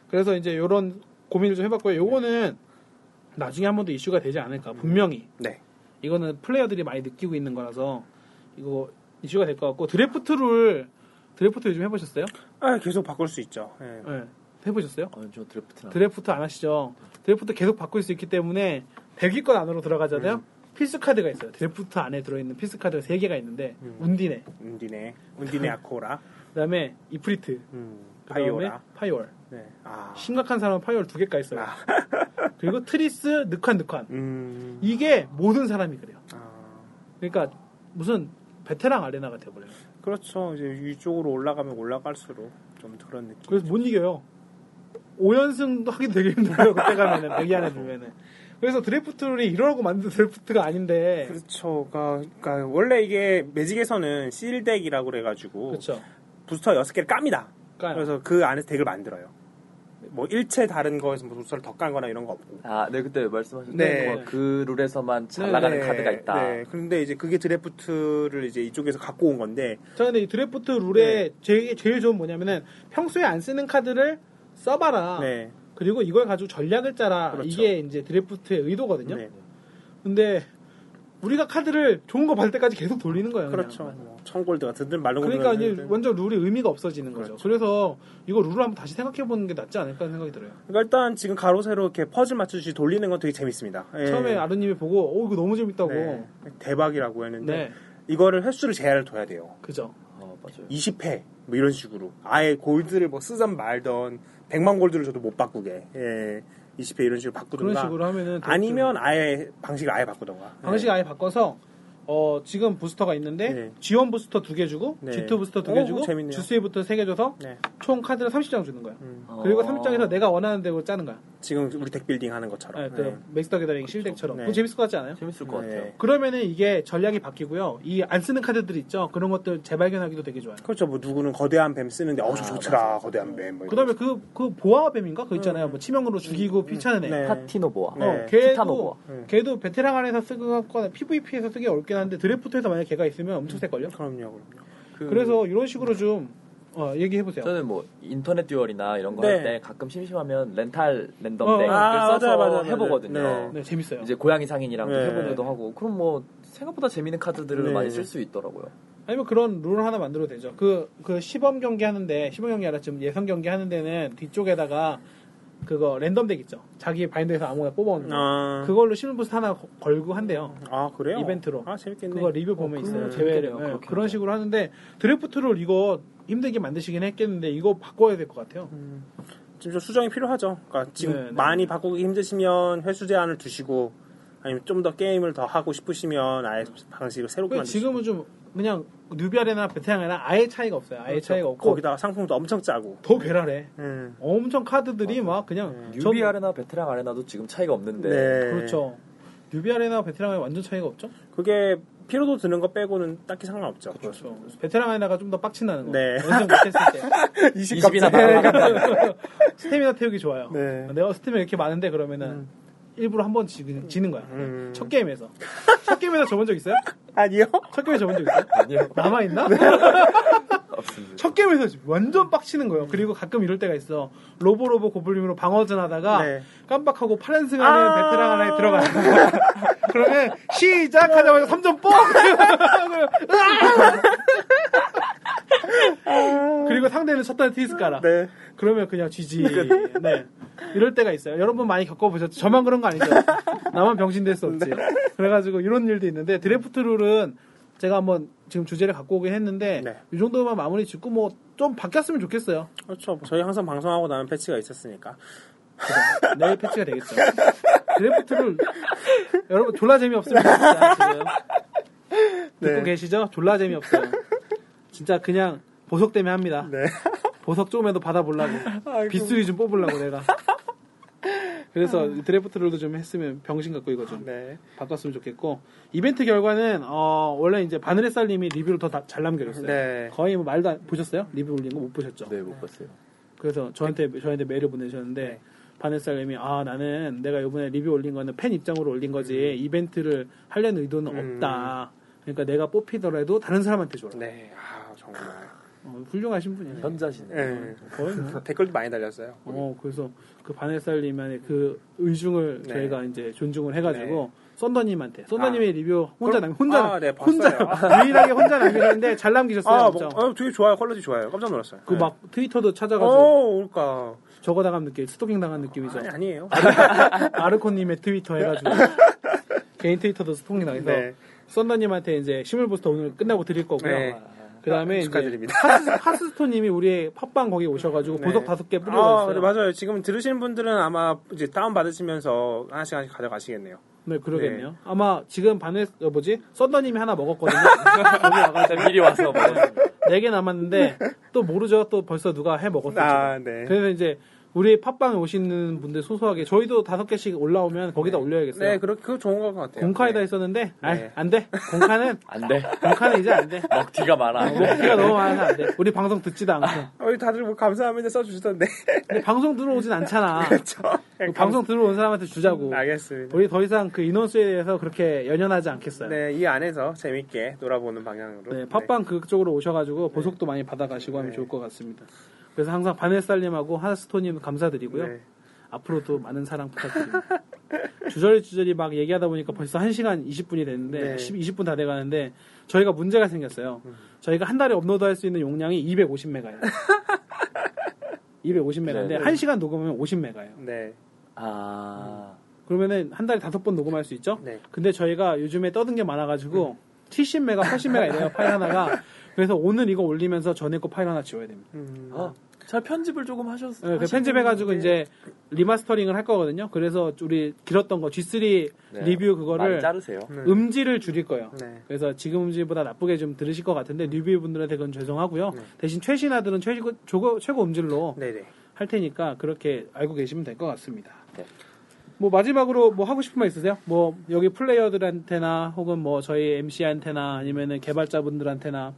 [SPEAKER 1] 그래서 이제 요런 고민을 좀 해봤고요. 요거는 나중에 한 번 더 이슈가 되지 않을까 분명히
[SPEAKER 2] 네.
[SPEAKER 1] 이거는 플레이어들이 많이 느끼고 있는 거라서 이거 이슈가 될 것 같고 드래프트를 드래프트 요즘 해보셨어요?
[SPEAKER 2] 아, 계속 바꿀 수 있죠. 예.
[SPEAKER 1] 예, 해보셨어요?
[SPEAKER 3] 어, 저 드래프트나.
[SPEAKER 1] 드래프트 안 하시죠? 드래프트 계속 바꿀 수 있기 때문에 100위권 안으로 들어가잖아요.
[SPEAKER 2] 음.
[SPEAKER 1] 필수 카드가 있어요. 드래프트 안에 들어있는 필수 카드가 3개가 있는데
[SPEAKER 2] 음.
[SPEAKER 1] 운디네,
[SPEAKER 2] 운디네, 운디네 아코라,
[SPEAKER 1] 그다음에 이프리트,
[SPEAKER 2] 음,
[SPEAKER 1] 그다음에
[SPEAKER 2] 파이오라.
[SPEAKER 1] 파이월.
[SPEAKER 2] 네. 아,
[SPEAKER 1] 심각한 사람은 파이월 두 개가 있어요.
[SPEAKER 2] 아.
[SPEAKER 1] 그리고 트리스, 늑한, 늑한.
[SPEAKER 2] 음,
[SPEAKER 1] 이게 모든 사람이 그래요.
[SPEAKER 2] 아,
[SPEAKER 1] 그러니까 무슨 베테랑 아레나가 돼버려요.
[SPEAKER 2] 그렇죠. 이제 위쪽으로 올라가면 올라갈수록 좀 그런 느낌.
[SPEAKER 1] 그래서 못 이겨요. 5연승도 하기 되게 힘들어요. 그때 가면은, 100위 안에 들면은. 그래서 드래프트를 이러라고 만든 드래프트가 아닌데.
[SPEAKER 2] 그렇죠. 그러니까, 그러니까 원래 이게 매직에서는 실덱이라고 그래가지고
[SPEAKER 1] 그렇죠.
[SPEAKER 2] 부스터 6개를 깝니다.
[SPEAKER 1] 그러니까
[SPEAKER 2] 그래서 그 안에서 덱을 만들어요. 뭐 일체 다른 거에서 뭐 부스터를 더 깐 거나 이런 거 없고.
[SPEAKER 3] 아, 네 그때 말씀하셨던
[SPEAKER 2] 네.
[SPEAKER 3] 거, 그 룰에서만 잘
[SPEAKER 1] 네,
[SPEAKER 3] 나가는
[SPEAKER 2] 네,
[SPEAKER 3] 카드가 있다.
[SPEAKER 2] 네. 그런데 이제 그게 드래프트를 이제 이쪽에서 갖고 온 건데
[SPEAKER 1] 자, 근데 이 드래프트 룰에
[SPEAKER 2] 네.
[SPEAKER 1] 제일, 제일 좋은 뭐냐면은 평소에 안 쓰는 카드를 써봐라.
[SPEAKER 2] 네.
[SPEAKER 1] 그리고 이걸 가지고 전략을 짜라.
[SPEAKER 2] 그렇죠.
[SPEAKER 1] 이게 이제 드래프트의 의도거든요.
[SPEAKER 2] 네.
[SPEAKER 1] 근데 우리가 카드를 좋은 거 받을 때까지 계속 돌리는 거예요. 그냥.
[SPEAKER 2] 그렇죠. 뭐 청골드 같은든 그렇죠. 말로
[SPEAKER 1] 그러니까 이제 완전 룰이 의미가 없어지는 거죠. 그래서 이거 룰을 한번 다시 생각해 보는 게 낫지 않을까 하는 생각이 들어요.
[SPEAKER 2] 그러니까 일단 지금 가로세로 이렇게 퍼즐 맞추듯이 돌리는 건 되게 재밌습니다. 예.
[SPEAKER 1] 처음에 아루님이 보고 오 이거 너무 재밌다고.
[SPEAKER 2] 네.
[SPEAKER 1] 네,
[SPEAKER 2] 대박이라고 했는데 이거를 횟수를 제한을 둬야 돼요.
[SPEAKER 1] 그죠.
[SPEAKER 3] 어, 맞아요.
[SPEAKER 2] 20회 뭐 이런 식으로 아예 골드를 뭐 쓰던 말던 100만 골드를 저도 못 바꾸게 예. 20회 이런
[SPEAKER 1] 그런
[SPEAKER 2] 식으로 바꾸든가
[SPEAKER 1] 식으로 하면은 더
[SPEAKER 2] 아니면 아예 방식을 아예 바꾸던가
[SPEAKER 1] 좀- 그렇죠. 방식 아예 바꿔서 어 지금 부스터가 있는데
[SPEAKER 2] 네.
[SPEAKER 1] G1 부스터 두 개 주고
[SPEAKER 2] 네.
[SPEAKER 1] G2 부스터 두
[SPEAKER 2] 오,
[SPEAKER 1] 개 주고
[SPEAKER 2] 재밌네요.
[SPEAKER 1] G3 부스터 세 개 줘서
[SPEAKER 2] 네.
[SPEAKER 1] 총 카드를 30장 주는 거야.
[SPEAKER 2] 음.
[SPEAKER 1] 그리고
[SPEAKER 3] 어.
[SPEAKER 1] 30장에서 내가 원하는 대로 짜는 거야.
[SPEAKER 2] 지금 우리 덱 빌딩 하는 것처럼
[SPEAKER 1] 네, 그
[SPEAKER 2] 네.
[SPEAKER 1] 맥스터 기다리기 실덱처럼.
[SPEAKER 2] 네.
[SPEAKER 1] 그거 재밌을 것 같지 않아요?
[SPEAKER 3] 재밌을 것
[SPEAKER 2] 네.
[SPEAKER 3] 같아요.
[SPEAKER 1] 그러면은 이게 전략이 바뀌고요. 이 안 쓰는 카드들 있죠. 그런 것들 재발견하기도 되게 좋아요.
[SPEAKER 2] 그렇죠 뭐 누구는 거대한 뱀 쓰는데 어우 저
[SPEAKER 3] 아,
[SPEAKER 2] 좋더라
[SPEAKER 3] 맞아요.
[SPEAKER 2] 거대한 뱀 뭐,
[SPEAKER 1] 그다음에 그 그 보아뱀인가 그 있잖아요. 뭐 치명으로 죽이고 피차는 애.
[SPEAKER 2] 네.
[SPEAKER 3] 파티노보아.
[SPEAKER 2] 네.
[SPEAKER 1] 어,
[SPEAKER 3] 티타노보아.
[SPEAKER 1] 걔도 걔도 베테랑 안에서 쓰거나 PVP에서 쓰기 어렵긴 한데 드래프트에서 만약 걔가 있으면 엄청 셀 걸요.
[SPEAKER 2] 그럼요 그럼요
[SPEAKER 3] 그-
[SPEAKER 1] 그래서 이런 식으로 좀 어, 얘기해 보세요.
[SPEAKER 3] 저는 뭐 인터넷 듀얼이나 이런 거
[SPEAKER 2] 네.
[SPEAKER 3] 할 때 가끔 심심하면 렌탈 랜덤 덱을
[SPEAKER 1] 어,
[SPEAKER 2] 아,
[SPEAKER 3] 써서
[SPEAKER 2] 맞아요, 맞아요, 맞아요.
[SPEAKER 3] 해보거든요.
[SPEAKER 2] 네.
[SPEAKER 1] 네, 재밌어요.
[SPEAKER 3] 이제 고양이 상인이랑도
[SPEAKER 2] 네.
[SPEAKER 3] 해보기도 하고 그럼 뭐 생각보다 재밌는 카드들을
[SPEAKER 2] 네.
[SPEAKER 3] 많이 쓸 수 있더라고요.
[SPEAKER 1] 아니면 그런 룰 하나 만들어도 되죠. 그, 그 시범 경기 하는데, 시범 경기 아니라 지금 예선 경기 하는 데는 뒤쪽에다가 그거 랜덤 덱 있죠. 자기 바인더에서 아무거나 뽑아오는 거.
[SPEAKER 2] 아,
[SPEAKER 1] 그걸로 신문부스 하나 거- 걸고 한대요.
[SPEAKER 2] 아 그래요
[SPEAKER 1] 이벤트로.
[SPEAKER 2] 아 재밌겠네
[SPEAKER 1] 그거 리뷰 보면 있어요.
[SPEAKER 3] 그거
[SPEAKER 1] 제외를.
[SPEAKER 3] 재밌겠네요.
[SPEAKER 1] 예,
[SPEAKER 3] 그렇게
[SPEAKER 1] 그런
[SPEAKER 3] 하면.
[SPEAKER 1] 식으로 하는데, 드래프트를 이거 힘들게 만드시긴 했겠는데, 이거 바꿔야 될 것 같아요.
[SPEAKER 2] 음. 지금 좀 수정이 필요하죠 그러니까 지금
[SPEAKER 1] 네, 네.
[SPEAKER 2] 많이 바꾸기 힘드시면 횟수 제한을 두시고 아니면 좀 더 게임을 더 하고 싶으시면 아예 방식을 새롭게
[SPEAKER 1] 그러니까
[SPEAKER 2] 만드시
[SPEAKER 1] 지금은 좀 그냥 누비아레나 베테랑이나 아예 차이가 없어요. 아예 차이가 없고
[SPEAKER 2] 그렇죠. 거기다가 상품도 엄청 짜고.
[SPEAKER 1] 더 괴랄해.
[SPEAKER 2] 음.
[SPEAKER 1] 엄청 카드들이 막 그냥 전-
[SPEAKER 3] 네. 뉴비 아레나 베테랑 아레나도 지금 차이가 없는데
[SPEAKER 2] 네.
[SPEAKER 1] 그렇죠. 뉴비아레나 베테랑이 완전 차이가 없죠?
[SPEAKER 2] 그게 피로도 드는 거 빼고는 딱히 상관없죠.
[SPEAKER 1] 그렇죠. 베테랑 아레나가 좀 더 빡친다는 거.
[SPEAKER 2] 네.
[SPEAKER 1] 완전 못했을 때.
[SPEAKER 3] 20이나 날아간다.
[SPEAKER 1] 스태미나 태우기 좋아요.
[SPEAKER 2] 네.
[SPEAKER 1] 내가 스태미나 이렇게 많은데 그러면은 일부러 한 번 지는, 지는 거야.
[SPEAKER 2] 음.
[SPEAKER 1] 첫 게임에서. 첫 게임에서 져본 적 있어요?
[SPEAKER 2] 아니요?
[SPEAKER 1] 첫 게임에 져본 적 있어요?
[SPEAKER 3] 아니요.
[SPEAKER 1] 남아있나?
[SPEAKER 2] 네.
[SPEAKER 3] 없습니다.
[SPEAKER 1] 첫 게임에서 완전 빡치는 거예요. 그리고 가끔 이럴 때가 있어. 로보로보 고블린으로 방어전 하다가
[SPEAKER 2] 네.
[SPEAKER 1] 깜빡하고 파란승 하는
[SPEAKER 2] 아.
[SPEAKER 1] 베테랑 하나에 들어가요. 그러면 시작하자마자 3점 뽕! 하고요. 으아! 그리고 상대는 첫 단에 트위스 깔아.
[SPEAKER 2] 네.
[SPEAKER 1] 그러면 그냥 지지. 네. 이럴 때가 있어요. 여러분 많이 겪어보셨죠? 저만 그런 거 아니죠? 나만 병신 될 수
[SPEAKER 2] 네.
[SPEAKER 1] 없지. 그래가지고 이런 일도 있는데 드래프트 룰은 제가 한번 지금 주제를 갖고 오긴 했는데
[SPEAKER 2] 네.
[SPEAKER 1] 이 정도만 마무리 짓고 뭐 좀 바뀌었으면 좋겠어요.
[SPEAKER 2] 그렇죠. 저희 항상 방송하고 나면 패치가 있었으니까.
[SPEAKER 1] 내일 패치가 되겠죠. 드래프트 룰 여러분 졸라 재미없습니다. 진짜 지금.
[SPEAKER 2] 네.
[SPEAKER 1] 듣고 계시죠? 졸라 재미없어요. 진짜 그냥 보석 때문에 합니다.
[SPEAKER 2] 네.
[SPEAKER 1] 보석 조금이라도 받아보려고 빗수이 좀 뽑으려고 내가 그래서 드래프트를도 좀 했으면 병신 갖고 이거 좀
[SPEAKER 2] 네.
[SPEAKER 1] 바꿨으면 좋겠고 이벤트 결과는 어, 원래 이제 바늘의 쌀님이 리뷰를 더 잘 남겨줬어요
[SPEAKER 2] 네.
[SPEAKER 1] 거의 뭐 말도 안, 보셨어요? 리뷰 올린 거 못 보셨죠?
[SPEAKER 3] 네, 못 봤어요.
[SPEAKER 1] 그래서 저한테 저한테 메일을 보내셨는데 바늘 쌀님이 아 나는 내가 요번에 리뷰 올린 거는 팬 입장으로 올린 거지 이벤트를 하려는 의도는
[SPEAKER 2] 음.
[SPEAKER 1] 없다 그러니까 내가 뽑히더라도 다른 사람한테 줘라
[SPEAKER 2] 네. 아, 정말.
[SPEAKER 1] 어, 훌륭하신 분이에요
[SPEAKER 3] 현자시네.
[SPEAKER 2] 네.
[SPEAKER 1] 거의 뭐
[SPEAKER 2] 댓글도 많이 달렸어요.
[SPEAKER 1] 어, 그래서 그 바네살님의 그 의중을
[SPEAKER 2] 네.
[SPEAKER 1] 저희가 이제 존중을 해가지고 썬더님한테 썬더님의 리뷰 혼자
[SPEAKER 2] 아. 그럼-
[SPEAKER 1] 남 혼자
[SPEAKER 2] 아, 네,
[SPEAKER 1] 혼자 유일하게 혼자 남기셨는데 잘 남기셨어요.
[SPEAKER 2] 아,
[SPEAKER 1] 진짜.
[SPEAKER 2] 뭐, 아, 되게 좋아요. 퀄리티 좋아요. 깜짝 놀랐어요. 네.
[SPEAKER 1] 그 막 트위터도 찾아가서
[SPEAKER 2] 어, 그러니까.
[SPEAKER 1] 저거 당한 느낌, 스토킹 당한 느낌이죠.
[SPEAKER 2] 아니, 네. 아니에요.
[SPEAKER 1] 아르코님의 트위터 해가지고 개인 트위터도 스토킹 당해서
[SPEAKER 2] 네.
[SPEAKER 1] 썬더님한테 이제 시물부스터 오늘 끝나고 드릴 거고요.
[SPEAKER 2] 네.
[SPEAKER 1] 그 다음에 이제
[SPEAKER 2] 축하드립니다.
[SPEAKER 1] 하스, 하스스토님이 우리의 팟빵 거기 오셔가지고
[SPEAKER 2] 네.
[SPEAKER 1] 보석 다섯 개
[SPEAKER 2] 아,
[SPEAKER 1] 뿌려가셨어요.
[SPEAKER 2] 네, 맞아요. 지금 들으시는 분들은 아마 이제 다운 받으시면서 하나씩 하나씩 가져가시겠네요.
[SPEAKER 1] 네, 그러겠네요. 아마 지금 반에 어, 뭐지? 썬더님이 하나 먹었거든요.
[SPEAKER 3] 제가 미리 와서 뭐. 먹었습니다.
[SPEAKER 1] 네 개 남았는데 또 모르죠. 또 벌써 누가 해 먹었을지.
[SPEAKER 2] 아, 네.
[SPEAKER 1] 그래서 이제 우리 팟빵에 오시는 분들 소소하게 저희도 다섯 개씩 올라오면 거기다 올려야겠어요.
[SPEAKER 2] 네, 그렇게 그거 좋은 것 같아요.
[SPEAKER 1] 공카에다
[SPEAKER 2] 네.
[SPEAKER 1] 있었는데 아이,
[SPEAKER 2] 네.
[SPEAKER 1] 안 돼. 공카는
[SPEAKER 3] 안 돼.
[SPEAKER 1] 공카는 이제 안 돼.
[SPEAKER 3] 먹튀가 많아.
[SPEAKER 2] 네.
[SPEAKER 1] 목표가 너무 많아서 안 돼. 우리 방송 듣지도 않고.
[SPEAKER 2] 어, 다들 뭐 감사합니다 써주시던데.
[SPEAKER 1] 근데 방송 들어오진 않잖아.
[SPEAKER 2] 저,
[SPEAKER 1] 방송 들어온 사람한테 주자고.
[SPEAKER 2] 알겠습니다.
[SPEAKER 1] 우리 더 이상 그 인원수에 대해서 그렇게 연연하지 않겠어요.
[SPEAKER 2] 네, 이 안에서 재밌게 놀아보는 방향으로. 네.
[SPEAKER 1] 네, 팟빵 그쪽으로 오셔가지고 보석도 많이 받아가시고 하면 좋을 것 같습니다. 그래서 항상 바네살님하고 하스토님 감사드리고요.
[SPEAKER 2] 네.
[SPEAKER 1] 앞으로도 많은 사랑 부탁드립니다. 주저리 주저리 막 얘기하다 보니까 벌써 1시간 20분이
[SPEAKER 2] 네. 음.
[SPEAKER 1] 됐는데, 10, 20분 다 돼가는데, 저희가 문제가 생겼어요. 저희가 한 달에 업로드할 수 있는 용량이 250메가예요. 250메가인데,
[SPEAKER 3] 네, 네.
[SPEAKER 1] 1시간 녹음하면 50메가예요.
[SPEAKER 2] 네.
[SPEAKER 3] 아.
[SPEAKER 1] 그러면은 한 달에 다섯 번 녹음할 수 있죠?
[SPEAKER 2] 네.
[SPEAKER 1] 근데 저희가 요즘에 떠든 게
[SPEAKER 3] 음.
[SPEAKER 1] 많아가지고 70메가, 80메가 이래요 파일 하나가. 그래서 오늘 이거 올리면서 전에 거 파일 하나 지워야 됩니다.
[SPEAKER 2] 음,
[SPEAKER 3] 아, 잘 편집을 조금 하셨어요.
[SPEAKER 1] 어? 네, 그 편집해가지고 이제 리마스터링을 할 거거든요. 그래서 우리 길었던 거 G3
[SPEAKER 3] 네.
[SPEAKER 1] 리뷰
[SPEAKER 3] 많이
[SPEAKER 1] 그거를
[SPEAKER 3] 자르세요.
[SPEAKER 2] 네.
[SPEAKER 1] 음질을 줄일 거예요.
[SPEAKER 2] 네.
[SPEAKER 1] 그래서 지금 음질보다 나쁘게 좀 들으실 것 같은데 리뷰 분들한테 그건 죄송하고요.
[SPEAKER 2] 네.
[SPEAKER 1] 대신 최신화들은 최고, 최고, 최고 음질로
[SPEAKER 2] 네네.
[SPEAKER 1] 할 테니까 그렇게 알고 계시면 될 것 같습니다.
[SPEAKER 3] 네.
[SPEAKER 1] 뭐 마지막으로 뭐 하고 싶은 말 있으세요? 뭐 여기 플레이어들한테나 혹은 뭐 저희 MC한테나 아니면은 개발자분들한테나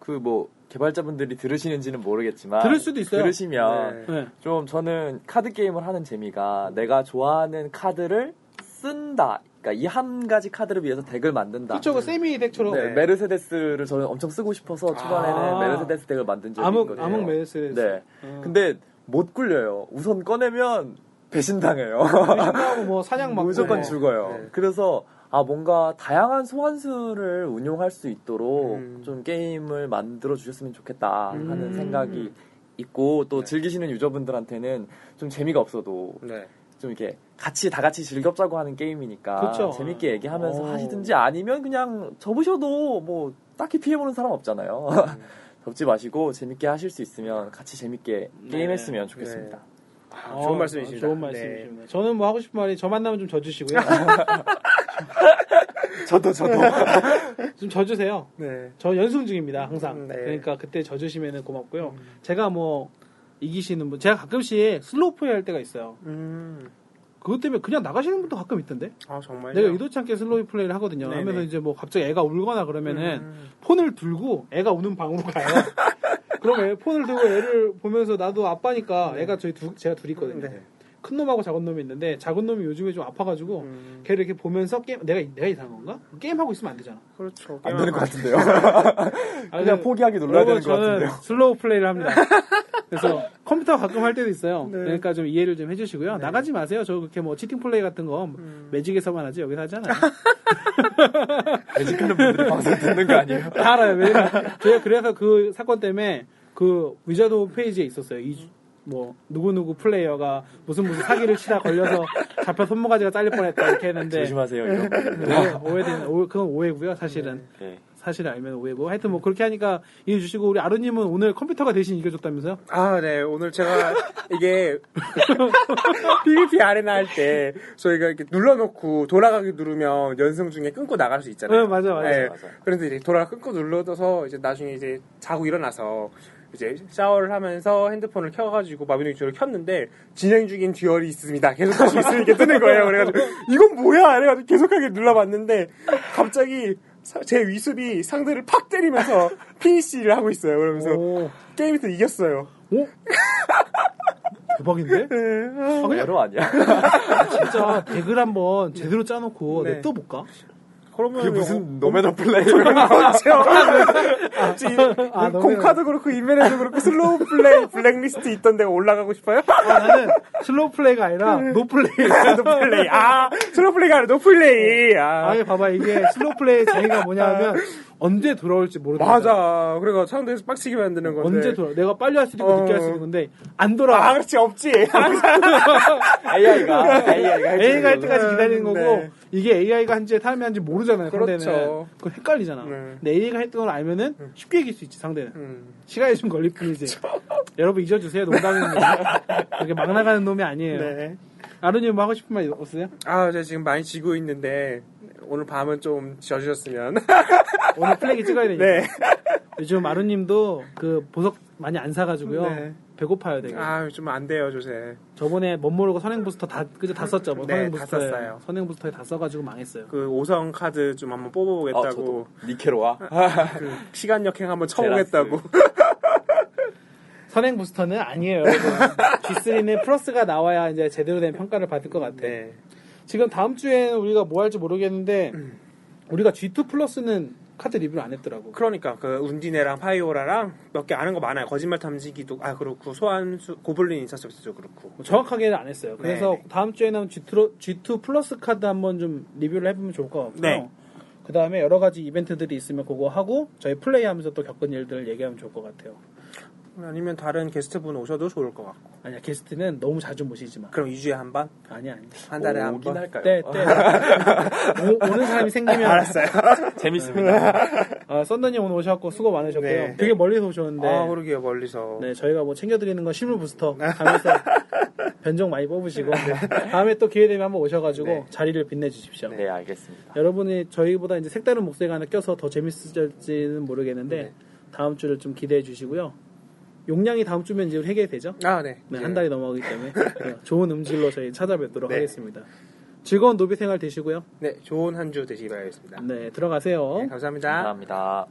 [SPEAKER 3] 그 뭐 개발자분들이 들으시는지는 모르겠지만
[SPEAKER 1] 들을 수도 있어요.
[SPEAKER 3] 들으시면
[SPEAKER 2] 네.
[SPEAKER 1] 네.
[SPEAKER 3] 좀 저는 카드 게임을 하는 재미가 내가 좋아하는 카드를 쓴다. 그러니까 이 한 가지 카드를 위해서 덱을 만든다.
[SPEAKER 1] 그쪽은 세미 덱처럼
[SPEAKER 3] 네, 메르세데스를 저는 엄청 쓰고 싶어서 초반에는
[SPEAKER 1] 아.
[SPEAKER 3] 메르세데스 덱을 만든 적이
[SPEAKER 1] 암흑
[SPEAKER 3] 있거든요.
[SPEAKER 1] 암흑 메르세데스.
[SPEAKER 3] 네.
[SPEAKER 1] 어.
[SPEAKER 3] 근데 못 굴려요. 우선 꺼내면 배신당해요.
[SPEAKER 1] 배신하고 뭐 사냥 막
[SPEAKER 3] 무조건
[SPEAKER 1] 뭐.
[SPEAKER 3] 죽어요.
[SPEAKER 2] 네.
[SPEAKER 3] 그래서 아 뭔가 다양한 소환수를 운용할 수 있도록
[SPEAKER 2] 음.
[SPEAKER 3] 좀 게임을 만들어 주셨으면 좋겠다
[SPEAKER 1] 음. 네.
[SPEAKER 3] 하는 생각이 있고 또 즐기시는 유저분들한테는 좀 재미가 없어도
[SPEAKER 2] 네.
[SPEAKER 3] 좀 이렇게 같이 다 같이 즐겁자고 하는 게임이니까
[SPEAKER 1] 그쵸.
[SPEAKER 3] 재밌게 얘기하면서
[SPEAKER 1] 오.
[SPEAKER 3] 하시든지 아니면 그냥 접으셔도 뭐 딱히 피해 보는 사람 없잖아요. 접지 마시고 재밌게 하실 수 있으면 같이 재밌게
[SPEAKER 1] 네.
[SPEAKER 3] 게임했으면 좋겠습니다.
[SPEAKER 2] 아, 좋은 말씀이십니다.
[SPEAKER 1] 좋은
[SPEAKER 2] 네.
[SPEAKER 1] 말씀이십니다. 저는 뭐 하고 싶은 말이 저 만나면 좀 져주시고요. 네.
[SPEAKER 3] 저도 저도.
[SPEAKER 1] 좀 져주세요.
[SPEAKER 2] 네.
[SPEAKER 1] 저 연습 중입니다, 항상.
[SPEAKER 2] 네. 음.
[SPEAKER 1] 그러니까 그때 져주시면 고맙고요. 제가 뭐 이기시는 분, 제가 가끔씩 슬로우 플레이 할 때가 있어요.
[SPEAKER 2] 음.
[SPEAKER 1] 그것 때문에 그냥 나가시는 분도 가끔 있던데.
[SPEAKER 2] 아 정말요?
[SPEAKER 1] 내가 의도치 않게 슬로우 플레이를 하거든요.
[SPEAKER 2] 네네.
[SPEAKER 1] 하면서 이제 뭐 갑자기 애가 울거나 그러면은
[SPEAKER 2] 음.
[SPEAKER 1] 폰을 들고 애가 우는 방으로 가요. 그럼 애 폰을 들고 애를 보면서 나도 아빠니까 애가 저희 두, 제가 둘이 있거든요.
[SPEAKER 2] 네.
[SPEAKER 1] 큰 놈하고 작은 놈이 있는데 작은 놈이 요즘에 좀 아파가지고
[SPEAKER 2] 음.
[SPEAKER 1] 걔를 이렇게 보면서 게임 내가 내가 이상한 건가? 게임 하고 있으면 안 되잖아.
[SPEAKER 2] 그렇죠.
[SPEAKER 3] 안 되는 것 같은데요.
[SPEAKER 1] 아,
[SPEAKER 3] 그냥
[SPEAKER 1] 그-
[SPEAKER 3] 포기하기 놀라야
[SPEAKER 1] 여러분,
[SPEAKER 3] 되는 것 같은데요.
[SPEAKER 1] 저는 슬로우 플레이를 합니다. 그래서 컴퓨터 가끔 할 때도 있어요.
[SPEAKER 2] 네.
[SPEAKER 1] 그러니까 좀 이해를 좀 해주시고요. 나가지 마세요. 저 그렇게 뭐 치팅 플레이 같은 거 매직에서만 하지 여기서 하잖아요.
[SPEAKER 3] 매직클럽 분들이 방송 듣는 거 아니에요?
[SPEAKER 1] 다 알아요. 왜냐면 제가 그래서 그 사건 때문에 그 위자드 홈페이지에 있었어요. 이, 뭐 누구누구 플레이어가 무슨 무슨 사기를 치다 걸려서 잡혀 손모가지가 잘릴 뻔했다 이렇게
[SPEAKER 3] 네.
[SPEAKER 1] 했는데
[SPEAKER 3] 조심하세요. 이런 거.
[SPEAKER 1] 오해, 오해된 오해, 그건 오해고요. 사실은
[SPEAKER 3] 네.
[SPEAKER 1] 사실 알면 오해고 하여튼 뭐 그렇게 하니까 이해 주시고 우리 아루님은 오늘 컴퓨터가 대신 이겨줬다면서요?
[SPEAKER 2] 아, 네. 오늘 제가 이게 PVP 아레나 할 때 저희가 이렇게 눌러놓고 돌아가기 누르면 연승 중에 끊고 나갈 수 있잖아요.
[SPEAKER 1] 네, 맞아, 맞아.
[SPEAKER 3] 맞아.
[SPEAKER 2] 그런데 이제 돌아 끊고 눌러서 이제 나중에 이제 자고 일어나서 이제 샤워를 하면서 핸드폰을 켜가지고 마비노기 듀얼을 켰는데 진행 중인 듀얼이 있습니다. 계속 다시 이렇게 뜨는 거예요. 그래가지고 이건 뭐야? 그래가지고 계속하게 눌러봤는데 갑자기 사- 제 위습이 상대를 팍 때리면서 피니시를 하고 있어요. 그러면서
[SPEAKER 1] 오,
[SPEAKER 2] 게임에서 이겼어요.
[SPEAKER 1] 오? 대박인데?
[SPEAKER 2] 네.
[SPEAKER 1] 아, 그냥
[SPEAKER 3] 어, 여러 아니야?
[SPEAKER 1] 진짜 덱을 한번 제대로 짜놓고
[SPEAKER 2] 네.
[SPEAKER 1] 냅둬볼까? 어,
[SPEAKER 2] 그러면
[SPEAKER 3] 그게 무슨 노매너 플레이예요?
[SPEAKER 1] 아, 너무
[SPEAKER 2] 공카도 그렇고 인맨에도 그렇고 슬로우 플레이 블랙리스트 있던 데가 올라가고 싶어요?
[SPEAKER 1] 아, 나는 슬로우 플레이가 아니라
[SPEAKER 2] 네.
[SPEAKER 1] 노 플레이.
[SPEAKER 2] 노 플레이. 아, 슬로우 플레이가 아니라 노 플레이. 아.
[SPEAKER 1] 아니 봐봐 이게 슬로우 플레이 재미가 뭐냐면 언제 돌아올지 모르는 거잖아.
[SPEAKER 2] 맞아. 그래가 상대에서 빡치게 만드는 건데.
[SPEAKER 1] 언제 돌아 내가 빨리 할 수도 있고 늦게 할 수도
[SPEAKER 2] 어.
[SPEAKER 1] 있는데 안
[SPEAKER 2] 아,
[SPEAKER 1] 돌아
[SPEAKER 2] 그렇지. 없지. 아,
[SPEAKER 3] AI가 AI가
[SPEAKER 1] AI가 할 때까지 기다리는 거고
[SPEAKER 2] 네.
[SPEAKER 1] 이게 AI가 한지 타임이 한지 모르잖아요 상대는
[SPEAKER 2] 그렇죠.
[SPEAKER 1] 그건 헷갈리잖아
[SPEAKER 2] 네.
[SPEAKER 1] 근데 AI가 했던 걸 알면은 쉽게 이길 수 있지 상대는
[SPEAKER 2] 음. 그렇죠.
[SPEAKER 1] 시간이 좀 걸릴 뿐이지 여러분 잊어주세요 농담입니다 그렇게 막 나가는 놈이 아니에요
[SPEAKER 2] 네.
[SPEAKER 1] 아르님 뭐 하고 싶은 말 없으세요?
[SPEAKER 2] 아, 제가 지금 많이 지고 있는데 오늘 밤은 좀 져주셨으면.
[SPEAKER 1] 오늘 플래기 찍어야 되니까
[SPEAKER 2] 네.
[SPEAKER 1] 요즘 아루님도 그 보석 많이 안 사가지고요
[SPEAKER 2] 네.
[SPEAKER 1] 배고파요 되게
[SPEAKER 2] 아, 좀 안 돼요, 조세.
[SPEAKER 1] 저번에 멋 모르고 선행 부스터 다 그제 다 썼죠. 뭐
[SPEAKER 2] 네,
[SPEAKER 1] 선행
[SPEAKER 2] 다
[SPEAKER 1] 부스터에
[SPEAKER 2] 썼어요.
[SPEAKER 1] 선행 부스터에 다 써가지고 망했어요.
[SPEAKER 2] 그 5성 카드 좀 한번
[SPEAKER 3] 아, 저도
[SPEAKER 2] 뽑아보겠다고. 그
[SPEAKER 3] 니케로와
[SPEAKER 2] 시간 역행 한번 쳐보겠다고.
[SPEAKER 1] 선행 부스터는 아니에요. 여러분. G3는 플러스가 나와야 이제 제대로 된 평가를 받을 것 같아. 요
[SPEAKER 2] 네.
[SPEAKER 1] 지금 다음 주에는 우리가 뭐 할지 모르겠는데 우리가 G2 플러스는 카드 리뷰를 안 했더라고.
[SPEAKER 2] 그러니까 그 운디네랑 파이오라랑 몇 개 아는 거 많아요. 거짓말 탐지기도 아 그렇고 소환수 고블린 인사서비스도 그렇고.
[SPEAKER 1] 뭐 정확하게는 안 했어요. 그래서
[SPEAKER 2] 네.
[SPEAKER 1] 다음 주에는 G2, G2 플러스 카드 한번 좀 리뷰를 해보면 좋을 것 같고요.
[SPEAKER 2] 네.
[SPEAKER 1] 그 다음에 여러 가지 이벤트들이 있으면 그거 하고 저희 플레이하면서 또 겪은 일들을 얘기하면 좋을 것 같아요.
[SPEAKER 2] 아니면 다른 게스트분 오셔도 좋을 것 같고.
[SPEAKER 1] 아니야 게스트는 너무 자주 모시지 마.
[SPEAKER 2] 그럼 2주에 한 번?
[SPEAKER 1] 아니야 아니야.
[SPEAKER 2] 한 달에 한 번?
[SPEAKER 3] 오긴
[SPEAKER 2] 네.
[SPEAKER 3] 할까요? 어.
[SPEAKER 1] 때, 때. 오, 는 사람이 생기면. 알았어요.
[SPEAKER 3] 재밌습니다.
[SPEAKER 1] 아, 썬더님 오늘 오셔갖고 수고 많으셨고요.
[SPEAKER 2] 네.
[SPEAKER 1] 되게 멀리서 오셨는데.
[SPEAKER 2] 아 그러게요 아. 멀리서.
[SPEAKER 1] 네, 저희가 뭐 챙겨드리는 건 실물 부스터 가면서 변종 많이 뽑으시고. 다음에 또 기회 되면 한번 오셔가지고
[SPEAKER 2] 네.
[SPEAKER 1] 자리를 빛내주십시오.
[SPEAKER 3] 네 알겠습니다.
[SPEAKER 1] 여러분이 저희보다 이제 색다른 목소리가 하나 껴서 더 재밌을지는 모르겠는데,
[SPEAKER 2] 네.
[SPEAKER 1] 다음 주를 좀 기대해 주시고요. 용량이 다음 주면 이제 해결되죠?
[SPEAKER 2] 아 네.
[SPEAKER 1] 네,
[SPEAKER 2] 네.
[SPEAKER 1] 한 달이 넘어가기 때문에 네, 좋은 음질로 저희 찾아뵙도록
[SPEAKER 2] 네.
[SPEAKER 1] 하겠습니다. 즐거운 노비 생활 되시고요.
[SPEAKER 2] 네 좋은 한 주 되시기 바라겠습니다.
[SPEAKER 1] 네, 들어가세요.
[SPEAKER 2] 네, 감사합니다.
[SPEAKER 3] 감사합니다.